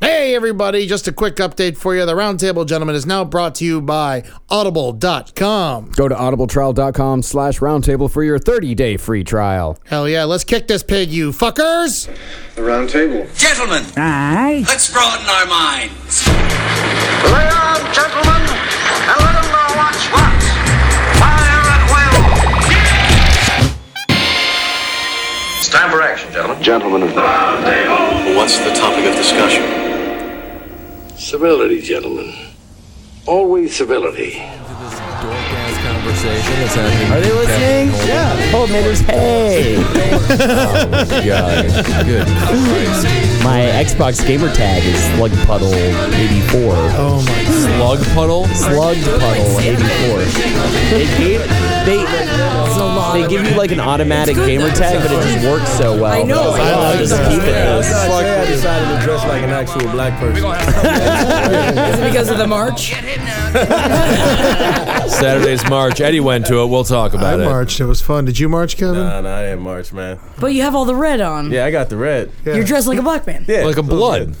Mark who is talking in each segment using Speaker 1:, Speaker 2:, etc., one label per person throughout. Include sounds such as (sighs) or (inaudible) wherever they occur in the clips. Speaker 1: Hey, everybody, just a quick update for you. The Roundtable Gentleman is now brought to you by Audible.com.
Speaker 2: Go to audibletrial.com slash roundtable for your 30-day free trial.
Speaker 1: Hell yeah, let's kick this pig, you fuckers!
Speaker 3: The round table.
Speaker 4: Gentlemen, let's broaden our minds.
Speaker 5: Lay on, gentlemen, and let 'em know what's what. Fire at will.
Speaker 3: It's time for action, gentlemen. Gentlemen of the round table. What's the topic of discussion?
Speaker 6: Civility, gentlemen. Always civility.
Speaker 7: conversation that's happening.
Speaker 2: Are they listening? Yeah. Oh, Hold meters. (laughs) Hey.
Speaker 7: God, good. Christ.
Speaker 2: My Xbox gamer tag is slug puddle 84.
Speaker 1: Oh my
Speaker 7: Slug puddle.
Speaker 2: Slug puddle 84. They gave, they, they give you like an automatic gamer tag, but it just works so well. I
Speaker 8: know.
Speaker 2: Like, oh, just keep it.
Speaker 8: It's
Speaker 7: like I
Speaker 8: decided to dress like an actual black person. Is it because of the march?
Speaker 7: Saturday's March. Eddie went to it. We'll talk
Speaker 1: I
Speaker 7: about it.
Speaker 1: marched. It was fun. Did you march, Kevin?
Speaker 6: No, no, I didn't march, man.
Speaker 8: But you have all the red on.
Speaker 6: Yeah, I got the red. Yeah.
Speaker 8: You're dressed like a black man.
Speaker 7: Like a
Speaker 6: so
Speaker 7: blood.
Speaker 6: good.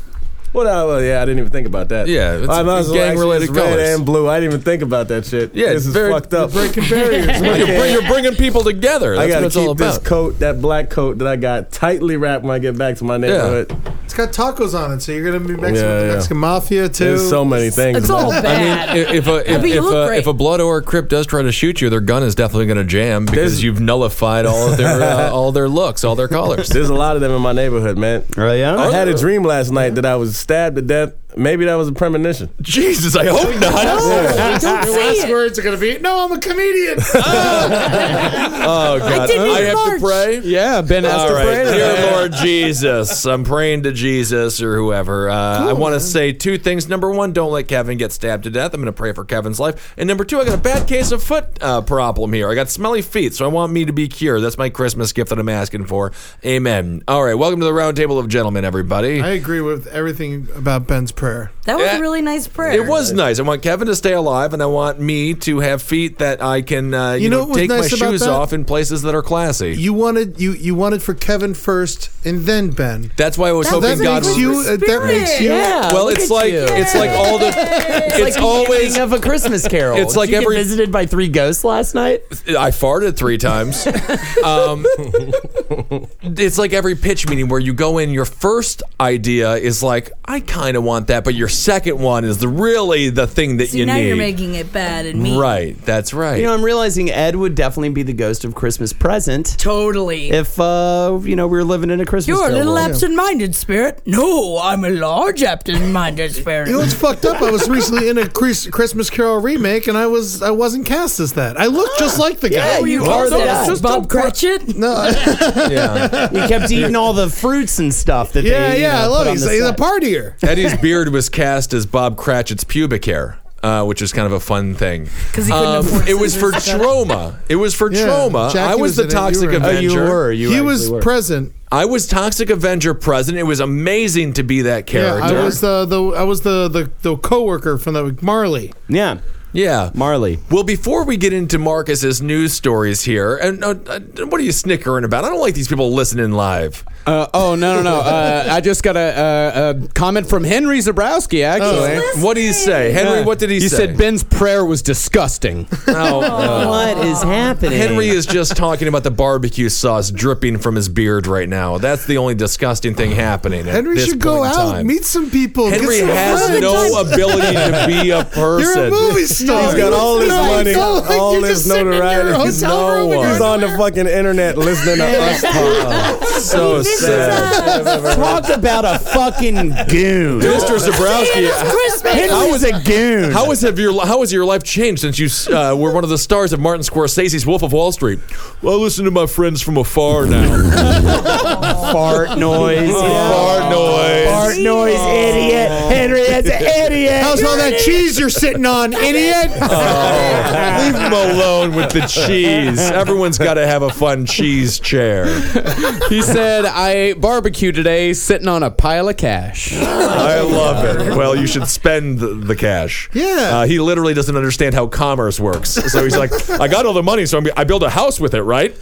Speaker 6: Well, I, well, yeah, I didn't even think about that.
Speaker 7: Yeah, it's
Speaker 6: I might as well
Speaker 7: gang-related
Speaker 6: actually, it's red
Speaker 7: colors.
Speaker 6: and blue. I didn't even think about that shit.
Speaker 7: Yeah, it's
Speaker 6: this is
Speaker 7: very-
Speaker 6: fucked up.
Speaker 7: you're
Speaker 6: (laughs)
Speaker 7: breaking
Speaker 6: barriers.
Speaker 7: You're, bring- you're bringing people together. That's
Speaker 6: I
Speaker 7: what
Speaker 6: gotta
Speaker 7: it's all
Speaker 6: keep
Speaker 7: about.
Speaker 6: this coat, that black coat that I got, tightly wrapped when I get back to my neighborhood.
Speaker 1: It's got tacos on it, so you're gonna be Mexican,
Speaker 6: Yeah, yeah.
Speaker 1: Mexican mafia too.
Speaker 6: There's
Speaker 1: (laughs)
Speaker 6: so many things.
Speaker 8: It's all
Speaker 6: man.
Speaker 7: I mean,
Speaker 8: bad.
Speaker 7: i- if a if,
Speaker 8: But you
Speaker 7: if,
Speaker 8: look
Speaker 7: a,
Speaker 8: great.
Speaker 7: if a blood or a crip does try to shoot you, their gun is definitely going to jam because
Speaker 6: There's-
Speaker 7: you've nullified all of
Speaker 6: (laughs)
Speaker 7: their uh, all their looks, all their colors.
Speaker 6: There's a lot of them in my neighborhood, man.
Speaker 2: Oh, yeah?
Speaker 6: I had a dream last night that I was stabbed to death. Maybe that was a premonition.
Speaker 7: Jesus, I
Speaker 6: (laughs)
Speaker 7: hope not.
Speaker 8: Don't say
Speaker 1: Last
Speaker 8: it.
Speaker 1: words are gonna be, "No, I'm a
Speaker 6: (laughs)
Speaker 1: comedian."
Speaker 7: Oh God, I,
Speaker 8: didn't even
Speaker 7: have
Speaker 8: march.
Speaker 7: to pray.
Speaker 2: Yeah, Ben asked
Speaker 7: All
Speaker 2: to pray
Speaker 7: right,
Speaker 2: to that.
Speaker 7: dear Lord Jesus, I'm praying to Jesus or whoever. Uh, I want to say two things. Number one, don't let Kevin get stabbed to death. I'm going to pray for Kevin's life. And number two, I got a bad case of foot uh, problem here. I got smelly feet, so I want me to be cured. That's my Christmas gift that I'm asking for. Amen. All right, welcome to the round table of gentlemen, everybody.
Speaker 1: I agree with everything about Ben's prayer.
Speaker 8: That was
Speaker 7: Eh,
Speaker 8: a really nice prayer.
Speaker 7: It was nice. I want Kevin to stay alive, and I want me to have feet that I can, uh, you,
Speaker 1: You know
Speaker 7: know,
Speaker 1: what was
Speaker 7: take
Speaker 1: nice
Speaker 7: my
Speaker 1: about
Speaker 7: shoes
Speaker 1: that?
Speaker 7: off in places that are classy.
Speaker 1: You wanted you you wanted for Kevin first, and then Ben.
Speaker 7: That's why I was
Speaker 8: That
Speaker 7: hoping
Speaker 1: that
Speaker 8: was a
Speaker 7: God
Speaker 1: makes
Speaker 7: would
Speaker 1: you. uh, That makes you.
Speaker 2: Yeah.
Speaker 7: (laughs) well,
Speaker 2: look
Speaker 7: it's
Speaker 2: at
Speaker 7: like
Speaker 2: you.
Speaker 7: it's like all the it's
Speaker 2: the beginning
Speaker 7: always
Speaker 2: of a Christmas Carol.
Speaker 7: It's like
Speaker 2: Did you
Speaker 7: every-
Speaker 2: get visited by three ghosts last night.
Speaker 7: I farted three times. um, it's like every pitch meeting where you go in, your first idea is like I kind of want that, but your second one is the really the thing that
Speaker 8: See,
Speaker 7: you
Speaker 8: now
Speaker 7: need.
Speaker 8: you're making it bad and mean.
Speaker 7: right, that's right.
Speaker 2: You know, I'm realizing Ed would definitely be the ghost of Christmas Present
Speaker 8: Totally.
Speaker 2: if uh, you know we were living in a Christmas.
Speaker 8: You're a
Speaker 2: Carol
Speaker 8: little
Speaker 2: world.
Speaker 8: absent-minded spirit. No, I'm a large absent-minded spirit. (laughs)
Speaker 1: You know what's fucked up? I was recently in a Chris- Christmas Carol remake, and I was I wasn't cast as that. I looked just like the guy.
Speaker 2: yeah, you
Speaker 1: No, no,
Speaker 2: are the
Speaker 1: it's
Speaker 2: guy.
Speaker 1: just
Speaker 8: Bob
Speaker 1: don't-
Speaker 8: Cratchit.
Speaker 1: No,
Speaker 7: yeah.
Speaker 2: You kept eating all the fruits and stuff that
Speaker 1: yeah,
Speaker 2: they,
Speaker 1: yeah. I
Speaker 2: you know,
Speaker 1: love
Speaker 2: put
Speaker 1: it.
Speaker 2: on
Speaker 1: He's
Speaker 2: the
Speaker 1: he's a
Speaker 2: set.
Speaker 1: partier.
Speaker 7: Eddie's beard was cast as Bob Cratchit's pubic hair. Uh, which is kind of a fun thing. Um,
Speaker 8: 'Cause he couldn't afford
Speaker 7: it was for
Speaker 8: scissors.
Speaker 7: trauma. It was for
Speaker 1: Yeah,
Speaker 7: trauma.
Speaker 1: Jackie
Speaker 7: I
Speaker 1: was
Speaker 7: was, the
Speaker 1: in it. You
Speaker 7: toxic
Speaker 1: were in it.
Speaker 2: Oh,
Speaker 7: Avenger.
Speaker 2: you were. You
Speaker 1: he
Speaker 2: actually
Speaker 1: was
Speaker 2: were.
Speaker 1: present.
Speaker 7: I was Toxic Avenger present. It was amazing to be that
Speaker 1: Yeah,
Speaker 7: character.
Speaker 1: I was the, the I was the the, the coworker from the Marley.
Speaker 2: yeah,
Speaker 7: Yeah.
Speaker 2: Marley.
Speaker 7: Well, before we get into Marcus's news stories here, and uh, uh, what are you snickering about? I don't like these people listening live.
Speaker 9: Uh, oh no no no! Uh, I just got a, uh a comment from Henry Zabrowski.
Speaker 2: Oh,
Speaker 9: Actually,
Speaker 7: What did he say, Henry?
Speaker 9: Yeah.
Speaker 7: What did he
Speaker 9: You
Speaker 7: say?
Speaker 9: said Ben's prayer was disgusting.
Speaker 2: (laughs)
Speaker 7: Oh, uh,
Speaker 2: What is happening?
Speaker 7: Henry is just talking about the barbecue sauce dripping from his beard right now. That's the only disgusting thing happening. at
Speaker 1: Henry
Speaker 7: this
Speaker 1: should go
Speaker 7: point in
Speaker 1: out,
Speaker 7: time.
Speaker 1: meet some people. get
Speaker 7: Henry
Speaker 1: some
Speaker 7: has
Speaker 1: friends.
Speaker 7: no ability to be a person.
Speaker 1: You're a movie star.
Speaker 6: He's got all his
Speaker 1: No,
Speaker 6: money,
Speaker 1: no, like,
Speaker 6: all
Speaker 1: you're
Speaker 6: his
Speaker 1: just sitting in your
Speaker 6: notoriety.
Speaker 1: hotel
Speaker 7: No
Speaker 1: room and
Speaker 7: one.
Speaker 1: you're
Speaker 6: He's on the
Speaker 1: nowhere.
Speaker 6: fucking internet listening to us talk.
Speaker 7: (laughs) so sad.
Speaker 2: Talk about a fucking goon.
Speaker 7: Mr. Zabrowski,
Speaker 8: Christmas.
Speaker 2: Henry was a goon.
Speaker 7: How has have your how has your life changed since you uh, were one of the stars of Martin Scorsese's Wolf of Wall Street? Well, I listen to my friends from afar (laughs) now.
Speaker 2: fart noise?
Speaker 7: Fart noise.
Speaker 2: Fart noise, idiot. Henry, that's an idiot. Uh,
Speaker 1: How's all that cheese you're sitting on, idiot?
Speaker 7: Oh. (laughs) Leave him alone with the cheese. Everyone's got to have a fun cheese chair.
Speaker 9: he said, "I ate barbecue today, sitting on a pile of cash."
Speaker 7: I love it. Well, you should spend the, the cash.
Speaker 1: Yeah.
Speaker 7: Uh, he literally doesn't understand how commerce works, so he's like, "I got all the money, so I'm, I build a house with it, right?"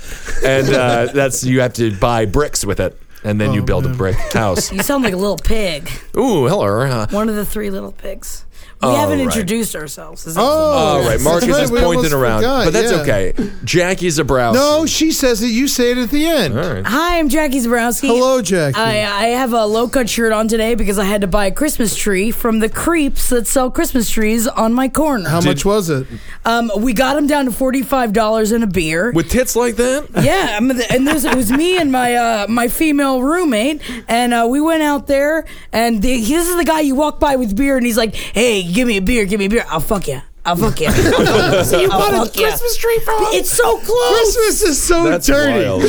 Speaker 7: And uh, that's you have to buy bricks with it. and then you build a brick house.
Speaker 10: You sound like a little pig.
Speaker 7: Ooh, hello. Uh,
Speaker 10: One of the three little pigs. We
Speaker 7: All
Speaker 10: haven't
Speaker 7: Oh, right. Oh.
Speaker 10: introduced ourselves. Is that-
Speaker 7: all
Speaker 1: yes,
Speaker 7: right,
Speaker 1: that's
Speaker 7: Marcus
Speaker 1: right,
Speaker 7: is
Speaker 1: we
Speaker 7: pointing
Speaker 1: almost
Speaker 7: around,
Speaker 1: forgot,
Speaker 7: but that's
Speaker 1: yeah.
Speaker 7: okay. Jackie Zabrowski.
Speaker 1: No, she says it. You say it at the end.
Speaker 7: All right.
Speaker 10: Hi, I'm Jackie Zabrowski.
Speaker 1: Hello, Jackie.
Speaker 10: I, I have a low cut shirt on today because I had to buy a Christmas tree from the creeps that sell Christmas trees on my corner.
Speaker 1: How much was it?
Speaker 10: Um, we got them down to forty five dollars and a beer.
Speaker 7: With tits like that?
Speaker 10: yeah, I'm, and there's, it was me and my uh, my female roommate, and uh, we went out there. And the, he- this is the guy you walk by with beer, and he's like, "Hey, give me a beer, give me a beer. I'll fuck you. I'll fuck you."
Speaker 1: (laughs) So you
Speaker 10: I'll
Speaker 1: bought a
Speaker 10: Oh, fuck ya.
Speaker 1: Christmas tree from him?
Speaker 10: It's so close.
Speaker 1: Christmas is so
Speaker 7: That's
Speaker 1: dirty.
Speaker 7: wild.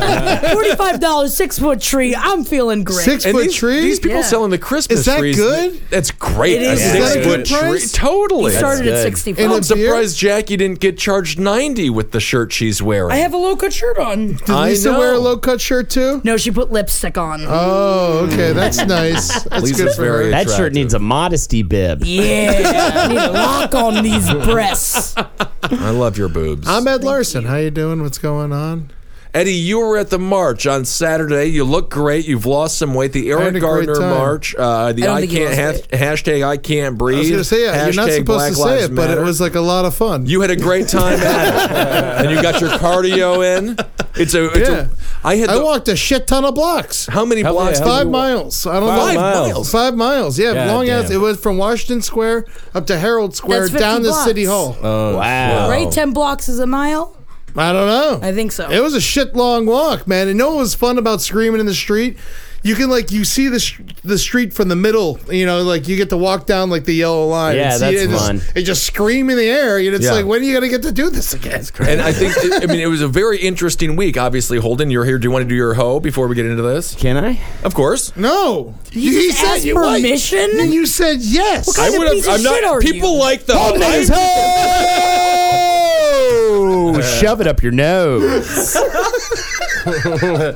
Speaker 10: Forty-five dollars, six foot tree. I'm feeling great.
Speaker 1: Six
Speaker 7: And
Speaker 1: foot
Speaker 7: these,
Speaker 1: tree.
Speaker 7: these people
Speaker 10: Yeah.
Speaker 7: selling the Christmas
Speaker 1: Is that
Speaker 7: trees.
Speaker 1: good?
Speaker 7: That's great.
Speaker 10: It is
Speaker 7: A
Speaker 10: Is
Speaker 7: six
Speaker 1: that a
Speaker 7: foot
Speaker 1: good
Speaker 7: tree.
Speaker 1: price?
Speaker 7: Totally.
Speaker 10: He started
Speaker 2: good.
Speaker 10: at sixty-five.
Speaker 1: And
Speaker 7: I'm
Speaker 1: a beer?
Speaker 7: surprised Jackie didn't get charged 90 with the shirt she's wearing.
Speaker 10: I have a low cut shirt on.
Speaker 1: Did
Speaker 7: I
Speaker 1: Lisa wear a
Speaker 7: know.
Speaker 1: low cut shirt too?
Speaker 10: No, she put lipstick on. (laughs)
Speaker 1: Oh, okay.
Speaker 7: (laughs)
Speaker 1: That's nice. That's good
Speaker 7: Lisa's
Speaker 1: for
Speaker 7: very
Speaker 1: her.
Speaker 2: That shirt
Speaker 7: attractive.
Speaker 2: needs a modesty bib.
Speaker 10: yeah, I need (laughs) a lock on these breasts.
Speaker 7: I love your boobs.
Speaker 1: I'm Ed Larson. How you doing? What's going on?
Speaker 7: Eddie, you were at the march on Saturday. You look great. You've lost some weight. The
Speaker 1: I
Speaker 7: Aaron
Speaker 1: had a great
Speaker 7: Gardner
Speaker 1: time.
Speaker 7: March. Uh, the
Speaker 10: I don't
Speaker 7: I,
Speaker 10: think you
Speaker 7: can't
Speaker 10: lost
Speaker 7: has- hashtag I can't breathe.
Speaker 1: I was gonna say yeah. You're not
Speaker 7: hashtag
Speaker 1: supposed
Speaker 7: Black
Speaker 1: to say
Speaker 7: Lives
Speaker 1: it, but it
Speaker 7: Matter.
Speaker 1: was like a lot of fun.
Speaker 7: You had a great time at
Speaker 1: (laughs)
Speaker 7: it, and you got your cardio in. It's a. It's
Speaker 1: Yeah.
Speaker 7: a I had.
Speaker 1: I
Speaker 7: The,
Speaker 1: walked a shit ton of blocks.
Speaker 7: how many
Speaker 6: How-
Speaker 7: blocks?
Speaker 6: yeah,
Speaker 7: did
Speaker 1: Five
Speaker 7: you-
Speaker 1: miles. I don't
Speaker 7: Five
Speaker 1: know.
Speaker 7: miles?
Speaker 1: Five miles. Yeah,
Speaker 6: God
Speaker 1: long ass.
Speaker 6: damn.
Speaker 1: It was from Washington Square up to Harold Square
Speaker 10: That's 50
Speaker 1: down to
Speaker 10: blocks.
Speaker 1: City Hall.
Speaker 2: Wow.
Speaker 10: Right, ten blocks is a mile.
Speaker 7: Oh.
Speaker 1: I don't know.
Speaker 10: I think so.
Speaker 1: It was a shit long walk, man. And you know what was fun about screaming in the street? You can like you see the sh- the street from the middle. You know, like you get to walk down like the yellow line.
Speaker 2: Yeah,
Speaker 1: and see
Speaker 2: that's
Speaker 1: it
Speaker 2: fun.
Speaker 1: Just, it just scream in the air, and it's
Speaker 7: Yeah.
Speaker 1: like, when are you gonna get to do this again?
Speaker 7: And I think, I mean, it was a very interesting week. Obviously, Holden, you're here. Do you want to do your hoe before we get into this?
Speaker 2: Can I?
Speaker 7: Of course.
Speaker 1: No, you, he
Speaker 10: just asked
Speaker 1: might.
Speaker 10: permission?
Speaker 1: and you said yes.
Speaker 10: What kind of piece of shit are
Speaker 7: people
Speaker 10: you?
Speaker 7: like the.
Speaker 2: Holden's (laughs) hoe! Shove it up your nose.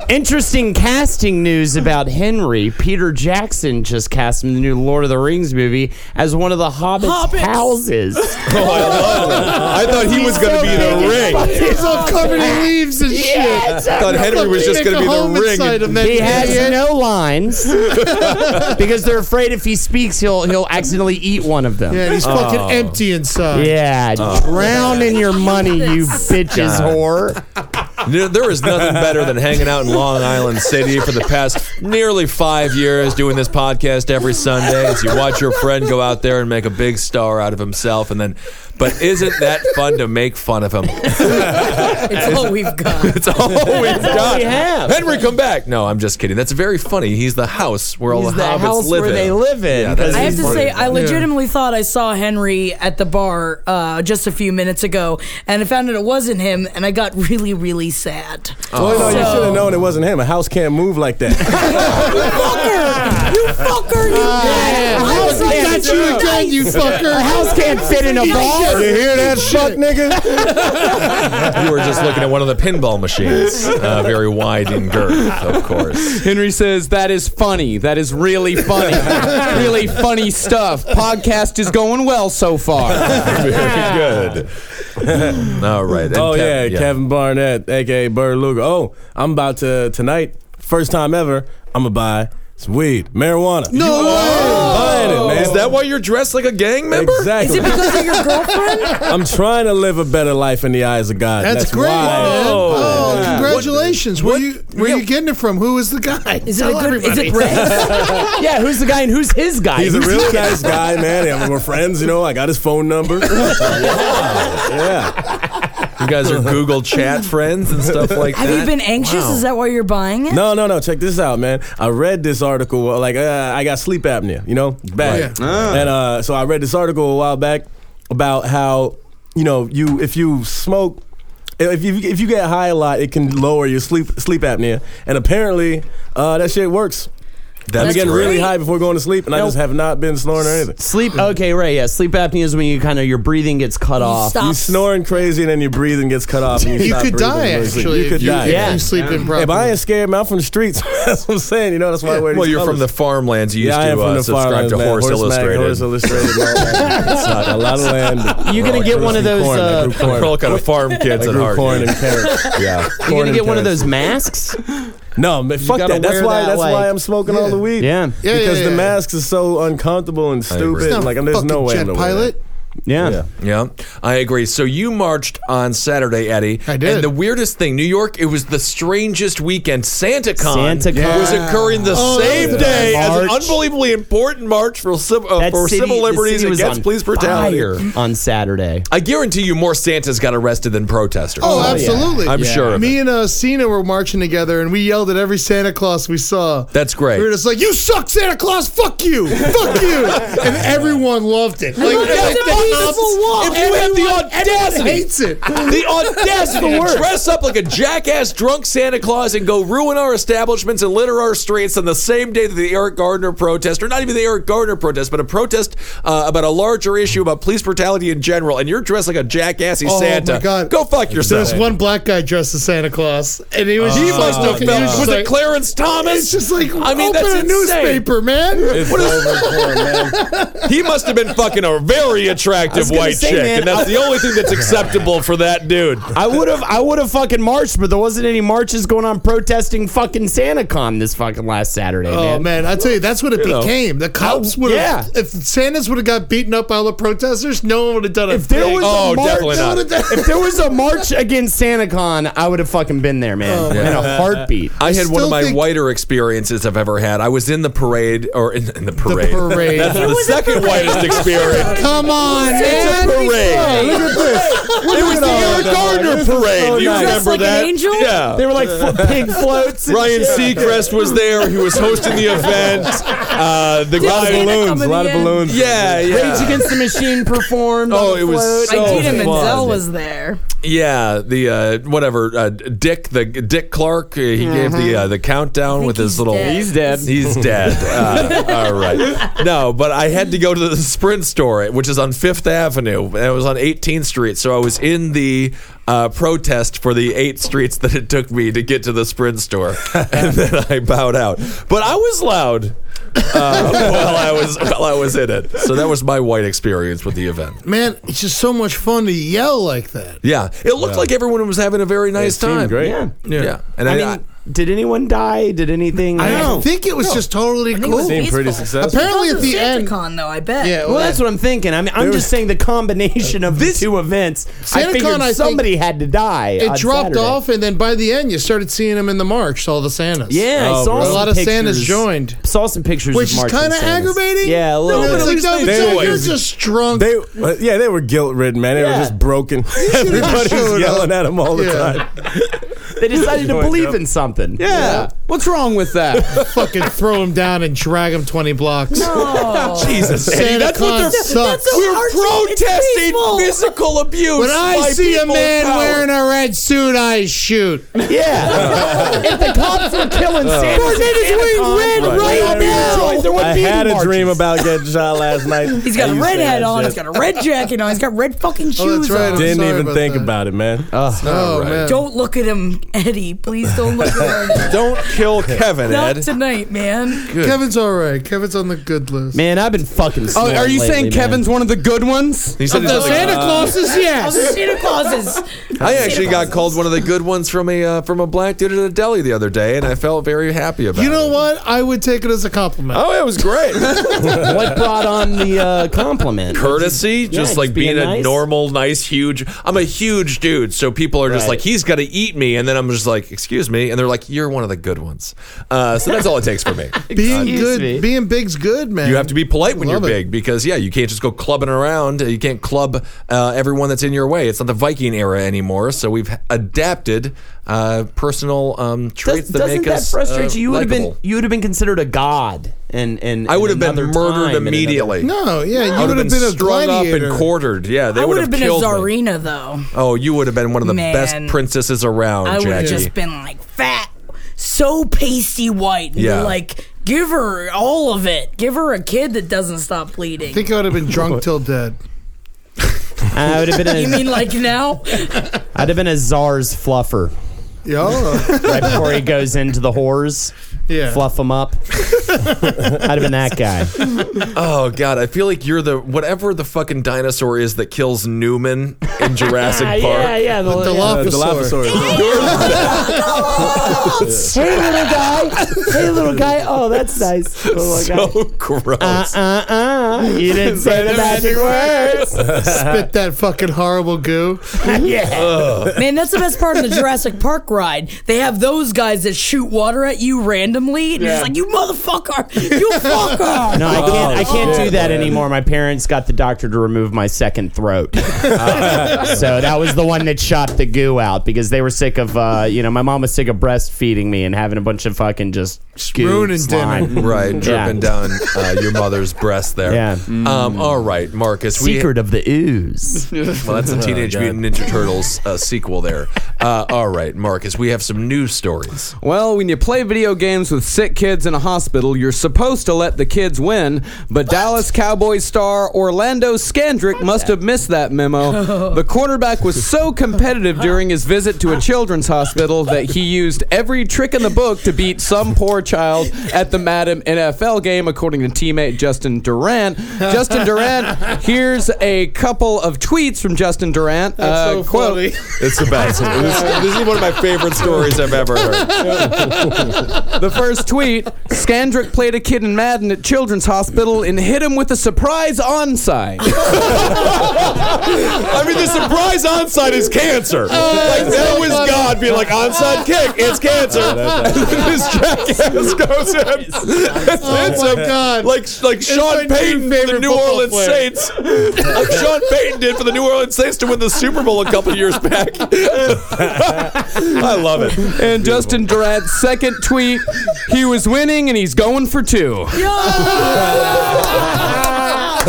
Speaker 2: Interesting casting news about Henry. Peter Jackson just cast him in the new Lord of the Rings movie as one of the Hobbit's
Speaker 10: Hobbits.
Speaker 2: houses.
Speaker 7: I thought he was going to be the ring.
Speaker 1: He's all covered in leaves and shit.
Speaker 2: Yes,
Speaker 7: I thought Henry was just going to be the ring.
Speaker 2: He has no
Speaker 1: (laughs)
Speaker 2: lines because they're afraid if he speaks, he'll he'll accidentally eat one of them.
Speaker 1: Yeah, Oh. he's fucking empty inside.
Speaker 2: Yeah, drown in your money, you bitches whore.
Speaker 7: You know, There is nothing better than hanging out in Long Island City for the past nearly five years, doing this podcast every Sunday as you watch your friend go out there and make a big star out of himself, and then. But isn't that fun to make fun of him? (laughs)
Speaker 10: It's all we've (laughs) got.
Speaker 7: It's all we've got.
Speaker 2: we have.
Speaker 7: Henry, come back. No, I'm just kidding. That's very funny. He's the house where all
Speaker 2: He's
Speaker 7: the
Speaker 2: the
Speaker 7: hobbits
Speaker 2: house
Speaker 7: live
Speaker 2: where
Speaker 7: in.
Speaker 2: they live in.
Speaker 7: Yeah, that's
Speaker 10: I have to
Speaker 7: funny.
Speaker 10: say, I legitimately thought I saw Henry at the bar uh, just a few minutes ago, and I found out it wasn't him, and I got really, really sad.
Speaker 6: Well, no, you
Speaker 7: Oh.
Speaker 10: So-
Speaker 6: should have known it wasn't him. A house can't move like
Speaker 7: (laughs)
Speaker 6: that.
Speaker 10: fucker! You fucker! You
Speaker 1: Uh, Yeah,
Speaker 10: I was
Speaker 1: I
Speaker 10: like,
Speaker 1: got you again, you
Speaker 2: A
Speaker 1: fucker.
Speaker 2: house can't fit in a bar.
Speaker 6: you hear that, fuck nigga?
Speaker 7: (laughs) you were just looking at one of the pinball machines, uh, very wide in girth, of course. (laughs)
Speaker 9: Henry says that is funny. That is really
Speaker 1: (laughs)
Speaker 9: funny. really funny stuff. Podcast is going well so
Speaker 2: (laughs)
Speaker 9: far.
Speaker 6: (laughs)
Speaker 7: Very good. (laughs) All right. and
Speaker 6: Oh
Speaker 7: Kev-
Speaker 6: yeah, Kevin Barnett, aka Bird Luger. Oh, I'm about to tonight, first time ever. I'm gonna buy some weed, marijuana. No
Speaker 1: way.
Speaker 6: buying it, man.
Speaker 7: Is that why you're dressed like a gang member?
Speaker 10: Is
Speaker 6: exactly?
Speaker 10: it because of your girlfriend?
Speaker 6: (laughs) I'm trying to live a better life in the eyes of God.
Speaker 1: That's, great,
Speaker 6: why.
Speaker 1: man. Oh, congratulations. where
Speaker 7: what-
Speaker 1: you where you getting it from? Who is the guy?
Speaker 10: Is it a good? Is it red?
Speaker 2: Yeah, who's the guy and who's his guy?
Speaker 6: He's a
Speaker 2: Who's
Speaker 6: real nice guy, man. Yeah, we're friends, you know. I got his phone number. (laughs) yeah.
Speaker 7: You
Speaker 6: (laughs)
Speaker 7: guys are Google chat friends and stuff like that.
Speaker 10: Have you been anxious? Is that why you're buying it?
Speaker 6: No, no, no. Check this out, man. I read this article. well, Like, uh, I got sleep apnea, you know, bad.
Speaker 1: Right.
Speaker 6: And uh, so I read this article a while back about how, you know, you if you smoke, if you if you get high a lot, it can lower your sleep sleep apnea. And apparently, uh, that shit works. I'm
Speaker 7: That's
Speaker 6: getting
Speaker 7: great.
Speaker 6: really high before going to sleep, and I just have not been snoring or anything.
Speaker 2: Sleep. Okay, right. Yeah, sleep apnea is when you kind of your breathing gets cut off.
Speaker 10: Stop.
Speaker 6: You snoring crazy, and then your breathing gets cut off. And
Speaker 1: (laughs)
Speaker 6: you
Speaker 1: You
Speaker 6: stop
Speaker 1: could
Speaker 6: breathing
Speaker 1: die
Speaker 6: and go to sleep.
Speaker 1: actually.
Speaker 6: You
Speaker 1: if
Speaker 6: could die.
Speaker 1: if
Speaker 2: Yeah.
Speaker 1: you sleep improperly.
Speaker 6: Yeah, but I ain't scared, man. I'm from the streets. (laughs) that's what I'm saying. You know, that's why I wear
Speaker 7: Well,
Speaker 6: these
Speaker 7: you're from the
Speaker 6: colors.
Speaker 7: farmlands. You used
Speaker 6: yeah, I am
Speaker 7: to
Speaker 6: from
Speaker 7: uh,
Speaker 6: the
Speaker 7: subscribe
Speaker 6: farmlands,
Speaker 7: to
Speaker 6: man.
Speaker 7: Horse,
Speaker 6: Mag,
Speaker 7: Illustrated.
Speaker 6: Horse Illustrated. and all that.
Speaker 7: (laughs)
Speaker 6: it's not a lot of land.
Speaker 2: You're gonna
Speaker 6: Well, I
Speaker 2: get
Speaker 6: grew
Speaker 2: one of
Speaker 6: some
Speaker 2: those,
Speaker 6: Corn. I
Speaker 2: uh,
Speaker 6: grew
Speaker 7: We're all
Speaker 6: corn.
Speaker 7: kind of farm kids
Speaker 6: I
Speaker 7: at
Speaker 6: grew
Speaker 7: heart.
Speaker 6: corn and carrots.
Speaker 7: (laughs) yeah.
Speaker 2: You're gonna
Speaker 6: and
Speaker 2: get one of (laughs)
Speaker 6: carrots.
Speaker 2: those masks.
Speaker 6: No, man,
Speaker 2: You
Speaker 6: fuck
Speaker 2: gotta
Speaker 6: that. That's
Speaker 2: wear
Speaker 6: why.
Speaker 2: that,
Speaker 6: that's
Speaker 2: like-
Speaker 6: why I'm smoking all the
Speaker 2: Yeah.
Speaker 6: weed.
Speaker 2: Yeah. Yeah, yeah,
Speaker 6: because
Speaker 2: yeah.
Speaker 6: the masks are so uncomfortable and
Speaker 7: agree.
Speaker 6: stupid.
Speaker 7: It's not
Speaker 6: Like,
Speaker 7: a
Speaker 6: there's no
Speaker 7: fucking
Speaker 6: way.
Speaker 7: jet
Speaker 6: I'm gonna wear
Speaker 7: pilot.
Speaker 6: that.
Speaker 2: Yeah.
Speaker 7: Yeah, I agree. So you marched on Saturday, Eddie. I did. And the weirdest thing, New York, it was the strangest weekend. SantaCon,
Speaker 2: SantaCon.
Speaker 7: was occurring the
Speaker 2: Oh,
Speaker 7: same
Speaker 2: that's
Speaker 7: day
Speaker 2: right.
Speaker 7: as an
Speaker 2: March.
Speaker 7: unbelievably important march for, civ- uh,
Speaker 2: That
Speaker 7: for
Speaker 2: city-
Speaker 7: civil
Speaker 2: the
Speaker 7: liberties
Speaker 2: city was
Speaker 7: against
Speaker 2: on
Speaker 7: police brutality.
Speaker 2: fire on Saturday.
Speaker 7: I guarantee you more Santas got arrested than protesters.
Speaker 1: Oh, absolutely.
Speaker 7: I'm sure of it.
Speaker 1: Me and uh, Cena were marching together, and we yelled at every Santa Claus we saw.
Speaker 7: That's great.
Speaker 1: We were just like, "You suck, Santa Claus! Fuck you! Fuck you!" (laughs) And everyone loved it. Like,
Speaker 5: That's
Speaker 1: like,
Speaker 5: a beautiful walk.
Speaker 1: If you have
Speaker 7: Everyone-
Speaker 1: the audacity,
Speaker 7: everyone
Speaker 1: hates it.
Speaker 7: the audacity
Speaker 1: The
Speaker 7: to
Speaker 1: worst.
Speaker 7: dress up like a jackass drunk Santa Claus and go ruin our establishments and litter our streets on the same day that the Eric Gardner protest, or not even the Eric Gardner protest, but a protest uh, about a larger issue about police brutality in general, and you're dressed like a jackassy
Speaker 1: Oh,
Speaker 7: Santa.
Speaker 1: my God.
Speaker 7: Go fuck yourself.
Speaker 1: There's one black guy dressed as Santa Claus, and he was.
Speaker 7: He
Speaker 1: just
Speaker 7: must
Speaker 1: like-
Speaker 7: have
Speaker 1: he
Speaker 7: felt-
Speaker 1: just
Speaker 7: was it
Speaker 1: like-
Speaker 7: Clarence Thomas?
Speaker 1: It's just like
Speaker 7: I mean,
Speaker 1: open
Speaker 7: that's
Speaker 1: a
Speaker 7: insane.
Speaker 1: newspaper, man. What is-
Speaker 7: he must have been fucking a very attractive
Speaker 2: gonna
Speaker 7: white
Speaker 2: say,
Speaker 7: chick,
Speaker 2: man,
Speaker 7: and that's
Speaker 2: I-
Speaker 7: the only thing that's acceptable for that dude.
Speaker 2: I would have, I would have fucking marched, but there wasn't any marches going on protesting fucking SantaCon this fucking last Saturday.
Speaker 1: Oh man. I tell you, that's what it
Speaker 2: You know.
Speaker 1: became. The cops
Speaker 2: How-
Speaker 1: would,
Speaker 2: yeah.
Speaker 1: have if Santas would have got beaten up by all the protesters, no one would have done Oh, it.
Speaker 2: If there was
Speaker 7: Oh,
Speaker 2: a march,
Speaker 1: Would have
Speaker 2: if there was a march against SantaCon, I would have fucking been there, man,
Speaker 1: Oh,
Speaker 2: in
Speaker 1: man.
Speaker 2: a heartbeat.
Speaker 7: I had one of
Speaker 2: still
Speaker 7: my
Speaker 2: think-
Speaker 7: whiter experiences I've ever had. I was in the parade, or in, in the parade.
Speaker 1: parade.
Speaker 7: That's
Speaker 1: It
Speaker 7: the second whitest experience.
Speaker 1: Come on, man.
Speaker 7: parade.
Speaker 1: Look at this.
Speaker 7: It was the Eric Gardner parade. you remember that? Yeah.
Speaker 2: They were like fl- pig floats. and
Speaker 7: Ryan
Speaker 2: shit.
Speaker 7: Seacrest was there. He was hosting the event. Uh, the
Speaker 2: Lot
Speaker 7: guy
Speaker 2: of balloons, lot of balloons.
Speaker 7: Yeah, yeah.
Speaker 2: Rage Against the Machine performed.
Speaker 7: Oh,
Speaker 2: on the
Speaker 7: it was
Speaker 2: float.
Speaker 7: so
Speaker 10: Idina
Speaker 7: fun.
Speaker 10: Menzel was there.
Speaker 7: Yeah, the uh, whatever uh, Dick the Dick Clark. uh, He gave the uh, the countdown with his little.
Speaker 2: dead. Mm-hmm. He's dead.
Speaker 7: He's dead.
Speaker 2: (laughs)
Speaker 7: Uh, all right. No, but I had to go to the Sprint store, which is on Fifth Avenue, and it was on 18th Street. So I was in the. Uh, protest for the eight streets that it took me to get to the
Speaker 2: (laughs)
Speaker 7: Sprint store, and then I bowed out. But I was loud uh, while I was while I was in it. So that was my white experience with the event.
Speaker 1: Man, it's just so much fun to yell like that.
Speaker 7: Yeah, it looked like everyone was having a very nice
Speaker 6: seemed
Speaker 7: time.
Speaker 6: Mm, great.
Speaker 2: Yeah.
Speaker 7: yeah. And
Speaker 2: I
Speaker 7: I,
Speaker 2: mean, did anyone die? Did anything?
Speaker 1: I think it was just totally
Speaker 10: I think it was
Speaker 1: cool.
Speaker 10: Seemed pretty peaceful.
Speaker 6: successful.
Speaker 1: Apparently,
Speaker 10: It
Speaker 1: at
Speaker 10: was
Speaker 1: the end,
Speaker 10: SantaCon, though, I bet.
Speaker 1: Yeah,
Speaker 2: Well, that's what I'm thinking. I mean, I'm just saying the combination of the two events. I
Speaker 1: SantaCon,
Speaker 2: figured
Speaker 1: I think
Speaker 2: somebody had to die.
Speaker 1: it
Speaker 2: on
Speaker 1: dropped
Speaker 2: Saturday.
Speaker 1: off, and then by the end, you started seeing them in the march, all the Santas.
Speaker 2: Yeah, I
Speaker 1: Oh,
Speaker 2: saw
Speaker 1: bro.
Speaker 2: some
Speaker 1: a lot of
Speaker 2: pictures,
Speaker 1: Santas joined.
Speaker 2: Saw some pictures,
Speaker 1: Which
Speaker 2: of
Speaker 1: is
Speaker 2: March
Speaker 1: kind of
Speaker 2: and Santas.
Speaker 1: aggravating.
Speaker 2: Yeah, a little.
Speaker 1: No,
Speaker 2: bit.
Speaker 1: but it's like, no,
Speaker 6: they
Speaker 1: but you're-
Speaker 6: were-
Speaker 1: you're just drunk.
Speaker 6: They, uh, yeah, they were guilt ridden, man. They
Speaker 2: Yeah.
Speaker 6: were just
Speaker 7: (laughs)
Speaker 6: broken.
Speaker 1: should've
Speaker 6: Everybody
Speaker 1: showed
Speaker 6: was
Speaker 1: up.
Speaker 6: yelling at them all the
Speaker 1: Yeah.
Speaker 6: time.
Speaker 2: They decided to
Speaker 6: Joined
Speaker 2: believe
Speaker 6: up.
Speaker 2: in something.
Speaker 6: Yeah.
Speaker 2: What's wrong with that?
Speaker 1: fucking throw him down and drag him 20 blocks.
Speaker 10: Oh.
Speaker 7: Jesus, (laughs) Eddie,
Speaker 1: Santa
Speaker 7: that's what
Speaker 1: Claus
Speaker 7: they're.
Speaker 1: sucks.
Speaker 7: We're protesting
Speaker 10: peaceful.
Speaker 7: physical abuse.
Speaker 1: When I
Speaker 7: by
Speaker 1: see a
Speaker 7: people in
Speaker 1: man
Speaker 7: power.
Speaker 1: wearing a red suit, I shoot.
Speaker 2: (laughs) yeah. if the cops were killing Santa,
Speaker 10: is wearing red
Speaker 2: right,
Speaker 10: right now.
Speaker 2: There
Speaker 6: I
Speaker 2: wouldn't be
Speaker 6: had
Speaker 2: any
Speaker 6: a dream
Speaker 2: marches.
Speaker 6: about getting shot last night.
Speaker 10: He's got
Speaker 6: I
Speaker 10: a
Speaker 6: used
Speaker 10: red
Speaker 6: to
Speaker 10: hat
Speaker 6: have
Speaker 10: on.
Speaker 6: that.
Speaker 10: He's got a red jacket on. He's got red fucking
Speaker 1: Oh, that's
Speaker 10: shoes
Speaker 1: right.
Speaker 10: on.
Speaker 1: I'm
Speaker 6: Didn't
Speaker 1: sorry
Speaker 6: even
Speaker 1: about
Speaker 6: think
Speaker 1: that.
Speaker 6: about it, man.
Speaker 1: Oh, man.
Speaker 10: Don't look at him, Eddie. Please don't look at
Speaker 7: (laughs)
Speaker 10: him.
Speaker 7: Don't
Speaker 1: (laughs)
Speaker 7: kill Kevin,
Speaker 10: Not
Speaker 7: Ed.
Speaker 10: tonight, man.
Speaker 1: Kevin's all right. Kevin's on the good list.
Speaker 2: Man, I've been fucking.
Speaker 9: Oh, are you saying
Speaker 2: snoring lately, man. Uh,
Speaker 9: Kevin's one of the good ones?
Speaker 7: He said he's on the-
Speaker 2: (laughs)
Speaker 1: Clauses,
Speaker 10: Oh, Santa Claus is.
Speaker 7: I actually got called one of the good ones from a uh, from a black dude at a deli the other day, and I felt very happy about.
Speaker 1: You know
Speaker 7: it.
Speaker 1: what? I would take it as a compliment.
Speaker 7: Oh, it was great.
Speaker 2: what brought on the uh, compliment?
Speaker 7: (laughs) Courtesy, just
Speaker 2: just
Speaker 7: like
Speaker 2: being
Speaker 7: being, a
Speaker 2: nice.
Speaker 7: normal, nice, huge. I'm a huge dude, so people are just
Speaker 2: Right.
Speaker 7: like, "He's got to eat me," and then I'm just like, "Excuse me," and they're like, "You're one of the good ones." Uh, so that's all it takes for (laughs) me.
Speaker 1: being
Speaker 2: Excuse
Speaker 1: good,
Speaker 2: me.
Speaker 1: being big's good, man.
Speaker 7: You have to be polite when
Speaker 1: Love
Speaker 7: you're
Speaker 1: it.
Speaker 7: big because yeah, you can't just go clubbing around. You can't club uh, everyone that's in your way. It's not the Viking era anymore. So we've adapted uh, personal um, traits
Speaker 2: Does,
Speaker 7: that
Speaker 2: doesn't
Speaker 7: make
Speaker 2: that
Speaker 7: us
Speaker 2: frustrate
Speaker 7: uh,
Speaker 2: you? You would have been
Speaker 7: likable.
Speaker 2: you would have been considered a god, and and
Speaker 7: I
Speaker 2: and
Speaker 7: would have been
Speaker 2: another
Speaker 7: murdered
Speaker 2: time and
Speaker 7: immediately.
Speaker 1: No, yeah,
Speaker 7: I
Speaker 1: you
Speaker 7: would have been,
Speaker 1: a
Speaker 7: strung up
Speaker 1: gladiator.
Speaker 7: and quartered. Yeah, they
Speaker 10: I
Speaker 7: would have
Speaker 10: been a
Speaker 7: killed me.
Speaker 10: czarina, though.
Speaker 7: Oh, you would have been one of the
Speaker 10: Man.
Speaker 7: best princesses around,
Speaker 10: I would have
Speaker 7: Jackie.
Speaker 10: just been like fat, so pasty white, and
Speaker 7: Yeah.
Speaker 10: yeah. like give her all of it. Give her a kid that doesn't stop bleeding.
Speaker 1: I think I would have been
Speaker 7: (laughs)
Speaker 1: drunk till dead.
Speaker 2: another- I would have
Speaker 10: you
Speaker 2: been a,
Speaker 10: mean like now?
Speaker 2: I'd have been a czar's fluffer
Speaker 1: Yo,
Speaker 7: (laughs)
Speaker 2: right before he goes into the whores.
Speaker 1: Yeah.
Speaker 2: fluff them up. I'd have been that guy.
Speaker 7: oh god, I feel like you're the whatever the fucking dinosaur is that kills Newman
Speaker 2: (laughs)
Speaker 7: in Jurassic Park.
Speaker 2: Yeah, yeah, the- The yeah. Dilophosaurus. (laughs)
Speaker 7: Hey,
Speaker 2: little
Speaker 7: (laughs)
Speaker 2: guy. Hey, little guy. Oh, that's nice.
Speaker 7: so gross.
Speaker 2: Uh, uh, uh. You didn't say the magic words.
Speaker 1: Spit that fucking horrible
Speaker 7: (laughs)
Speaker 1: goo.
Speaker 10: yeah. Man, that's the best part of the Jurassic Park ride. They have those guys that shoot water at you randomly, and
Speaker 2: Yeah.
Speaker 10: you're just like, you motherfucker, you
Speaker 1: (laughs)
Speaker 10: fucker.
Speaker 2: No, I can't. I can't
Speaker 10: Oh,
Speaker 2: do that
Speaker 10: man.
Speaker 2: anymore. My parents got the doctor to remove my second throat, so that was the one that shot the goo out because they were sick of. Uh, you know, my mom was sick of breastfeeding me and having a bunch of fucking just goo slime.
Speaker 7: (laughs) Right,
Speaker 2: (laughs) Yeah.
Speaker 7: dripping down uh, your mother's breast there.
Speaker 2: Yeah. Mm.
Speaker 7: Um, all right, Marcus.
Speaker 2: Secret Oh, of the
Speaker 7: (laughs)
Speaker 2: ooze.
Speaker 7: Well,
Speaker 2: (laughs)
Speaker 7: that's a Teenage Mutant Ninja Turtles uh, sequel there. Uh, all right, Marcus, we have some news stories.
Speaker 11: Well, when you play video games with sick kids in a hospital, you're supposed to let the kids win, but Dallas Cowboys star Orlando Scandrick must have missed that
Speaker 7: (laughs)
Speaker 11: memo. The quarterback was so competitive during his visit to a children's hospital that he used every trick in the book to beat some poor child at the Madam NFL game, according to teammate Justin Durant. Justin Durant, here's a couple of tweets from Justin Durant. Uh,
Speaker 7: That's so
Speaker 11: quote,
Speaker 7: funny. It's about some- this- this is one of my favorite stories I've ever heard.
Speaker 11: (laughs) the first tweet: Scandrick played a kid in Madden at Children's Hospital and hit him with a surprise onside.
Speaker 7: I mean, the surprise onside is cancer.
Speaker 10: Oh,
Speaker 7: like that was God being like onside kick. It's cancer. and then (laughs) this jackass goes in. It's
Speaker 1: my God.
Speaker 7: Like like
Speaker 1: It's my
Speaker 7: Sean
Speaker 1: new
Speaker 7: Payton for the
Speaker 1: favorite
Speaker 7: New
Speaker 1: football
Speaker 7: Orleans
Speaker 1: player.
Speaker 7: Saints. Like Sean Payton did for the New Orleans Saints to win the Super Bowl a couple years back. (laughs) I love it.
Speaker 11: And Justin Durant's second tweet: He was winning and he's going for two.
Speaker 1: (laughs)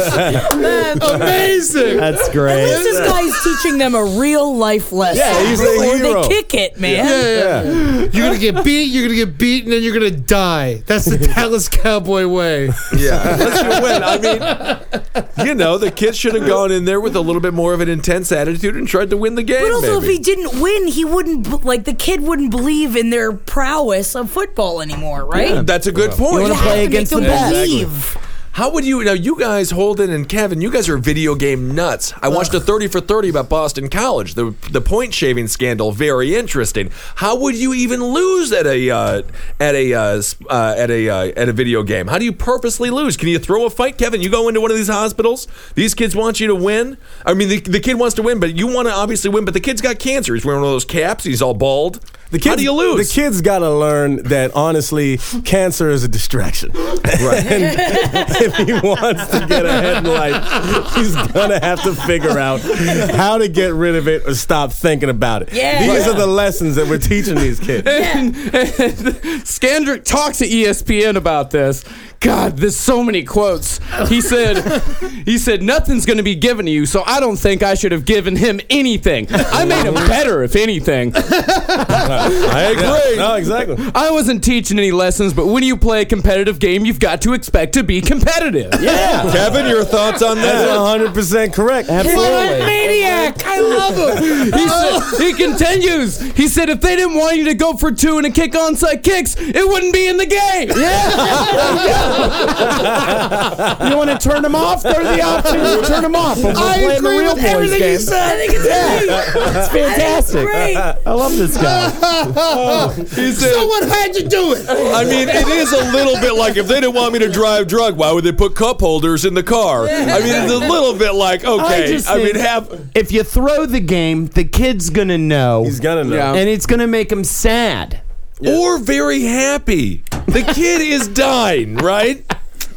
Speaker 1: Amazing.
Speaker 2: (laughs) That's great.
Speaker 10: At least this guy's teaching them a real life lesson.
Speaker 1: Yeah, he's the
Speaker 10: Or
Speaker 1: hero.
Speaker 10: They kick it, man.
Speaker 1: Yeah, yeah. You're gonna get beat. You're gonna get beaten, and you're gonna die. That's
Speaker 7: (laughs)
Speaker 1: the Dallas Cowboy way. (laughs)
Speaker 7: Yeah, unless you win. I mean, you know, the kid should have gone in there with a little bit more of an intense attitude and tried to win the game.
Speaker 10: But also,
Speaker 7: maybe.
Speaker 10: if he didn't win, he wouldn't b- like the kid wouldn't believe in their prowess of football anymore, right?
Speaker 7: Yeah, that's a good point.
Speaker 10: You have to make them believe.
Speaker 7: How would you now? You guys, Holden and Kevin, you guys are video game nuts. I watched a thirty for thirty about Boston College, the the point shaving scandal. Very interesting. How would you even lose at a uh, at a uh, s- uh, at a uh, at a video game? How do you purposely lose? Can you throw a fight, Kevin? You go into one of these hospitals. These kids want you to win. I mean, the, the kid wants to win, but you want to obviously win. But the kid's got cancer. He's wearing one of those caps. He's all bald. The kid, How do you lose?
Speaker 6: The kids gotta learn that honestly, cancer is a distraction. (laughs) Right. if he wants to get ahead in life, he's gonna have to figure out how to get rid of it or stop thinking about it.
Speaker 11: Yeah.
Speaker 6: These
Speaker 11: Right.
Speaker 6: are the lessons that we're teaching these
Speaker 7: (laughs)
Speaker 6: kids.
Speaker 11: And, and Skandrick talks to E ESPN about this. God, there's so many quotes. He said, "He said nothing's going to be given to you, so I don't think I should have given him anything. I made him better, if anything.
Speaker 6: I agree. No, exactly.
Speaker 11: I wasn't teaching any lessons, but when you play a competitive game, you've got to expect to be competitive.
Speaker 6: Yeah. Kevin, your thoughts on that? That's 100% correct.
Speaker 11: maniac! I love him. He, said, he continues. He said, "If they didn't want you to go for two and a kick onside kicks, it wouldn't be in the game."
Speaker 2: you want to turn them off? Go to the options. Turn them off. We're
Speaker 5: I
Speaker 2: playing
Speaker 5: agree
Speaker 2: the real
Speaker 5: with
Speaker 2: boys
Speaker 5: everything you
Speaker 2: game.
Speaker 5: said. I think
Speaker 10: it's
Speaker 2: yeah. It's fantastic. I love this
Speaker 11: (laughs)
Speaker 2: guy.
Speaker 7: so
Speaker 1: Oh, what had you do it?
Speaker 7: I mean, it is a little bit like if they didn't want me to drive drug, why would they put cup holders in the car? I mean, it's a little bit like okay. I,
Speaker 2: just
Speaker 7: mean,
Speaker 2: think
Speaker 7: have
Speaker 2: if you throw the game, the kid's gonna know. He's
Speaker 6: gonna know,
Speaker 2: and it's gonna make him sad.
Speaker 7: Or very happy. The kid is dying, right?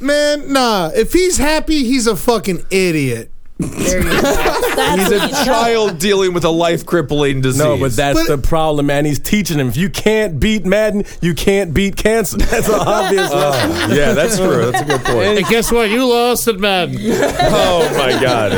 Speaker 1: Man, nah. If he's happy, he's a fucking idiot.
Speaker 7: he's
Speaker 10: (laughs)
Speaker 7: a child dealing with a life crippling disease.
Speaker 6: No, but that's
Speaker 7: But-
Speaker 6: the problem, man. He's teaching him. If you can't beat Madden, you can't beat cancer. (laughs) That's an obvious lesson.
Speaker 7: Oh, yeah, that's true. That's a good point.
Speaker 1: And guess what? You lost at Madden.
Speaker 11: (laughs)
Speaker 7: oh my god.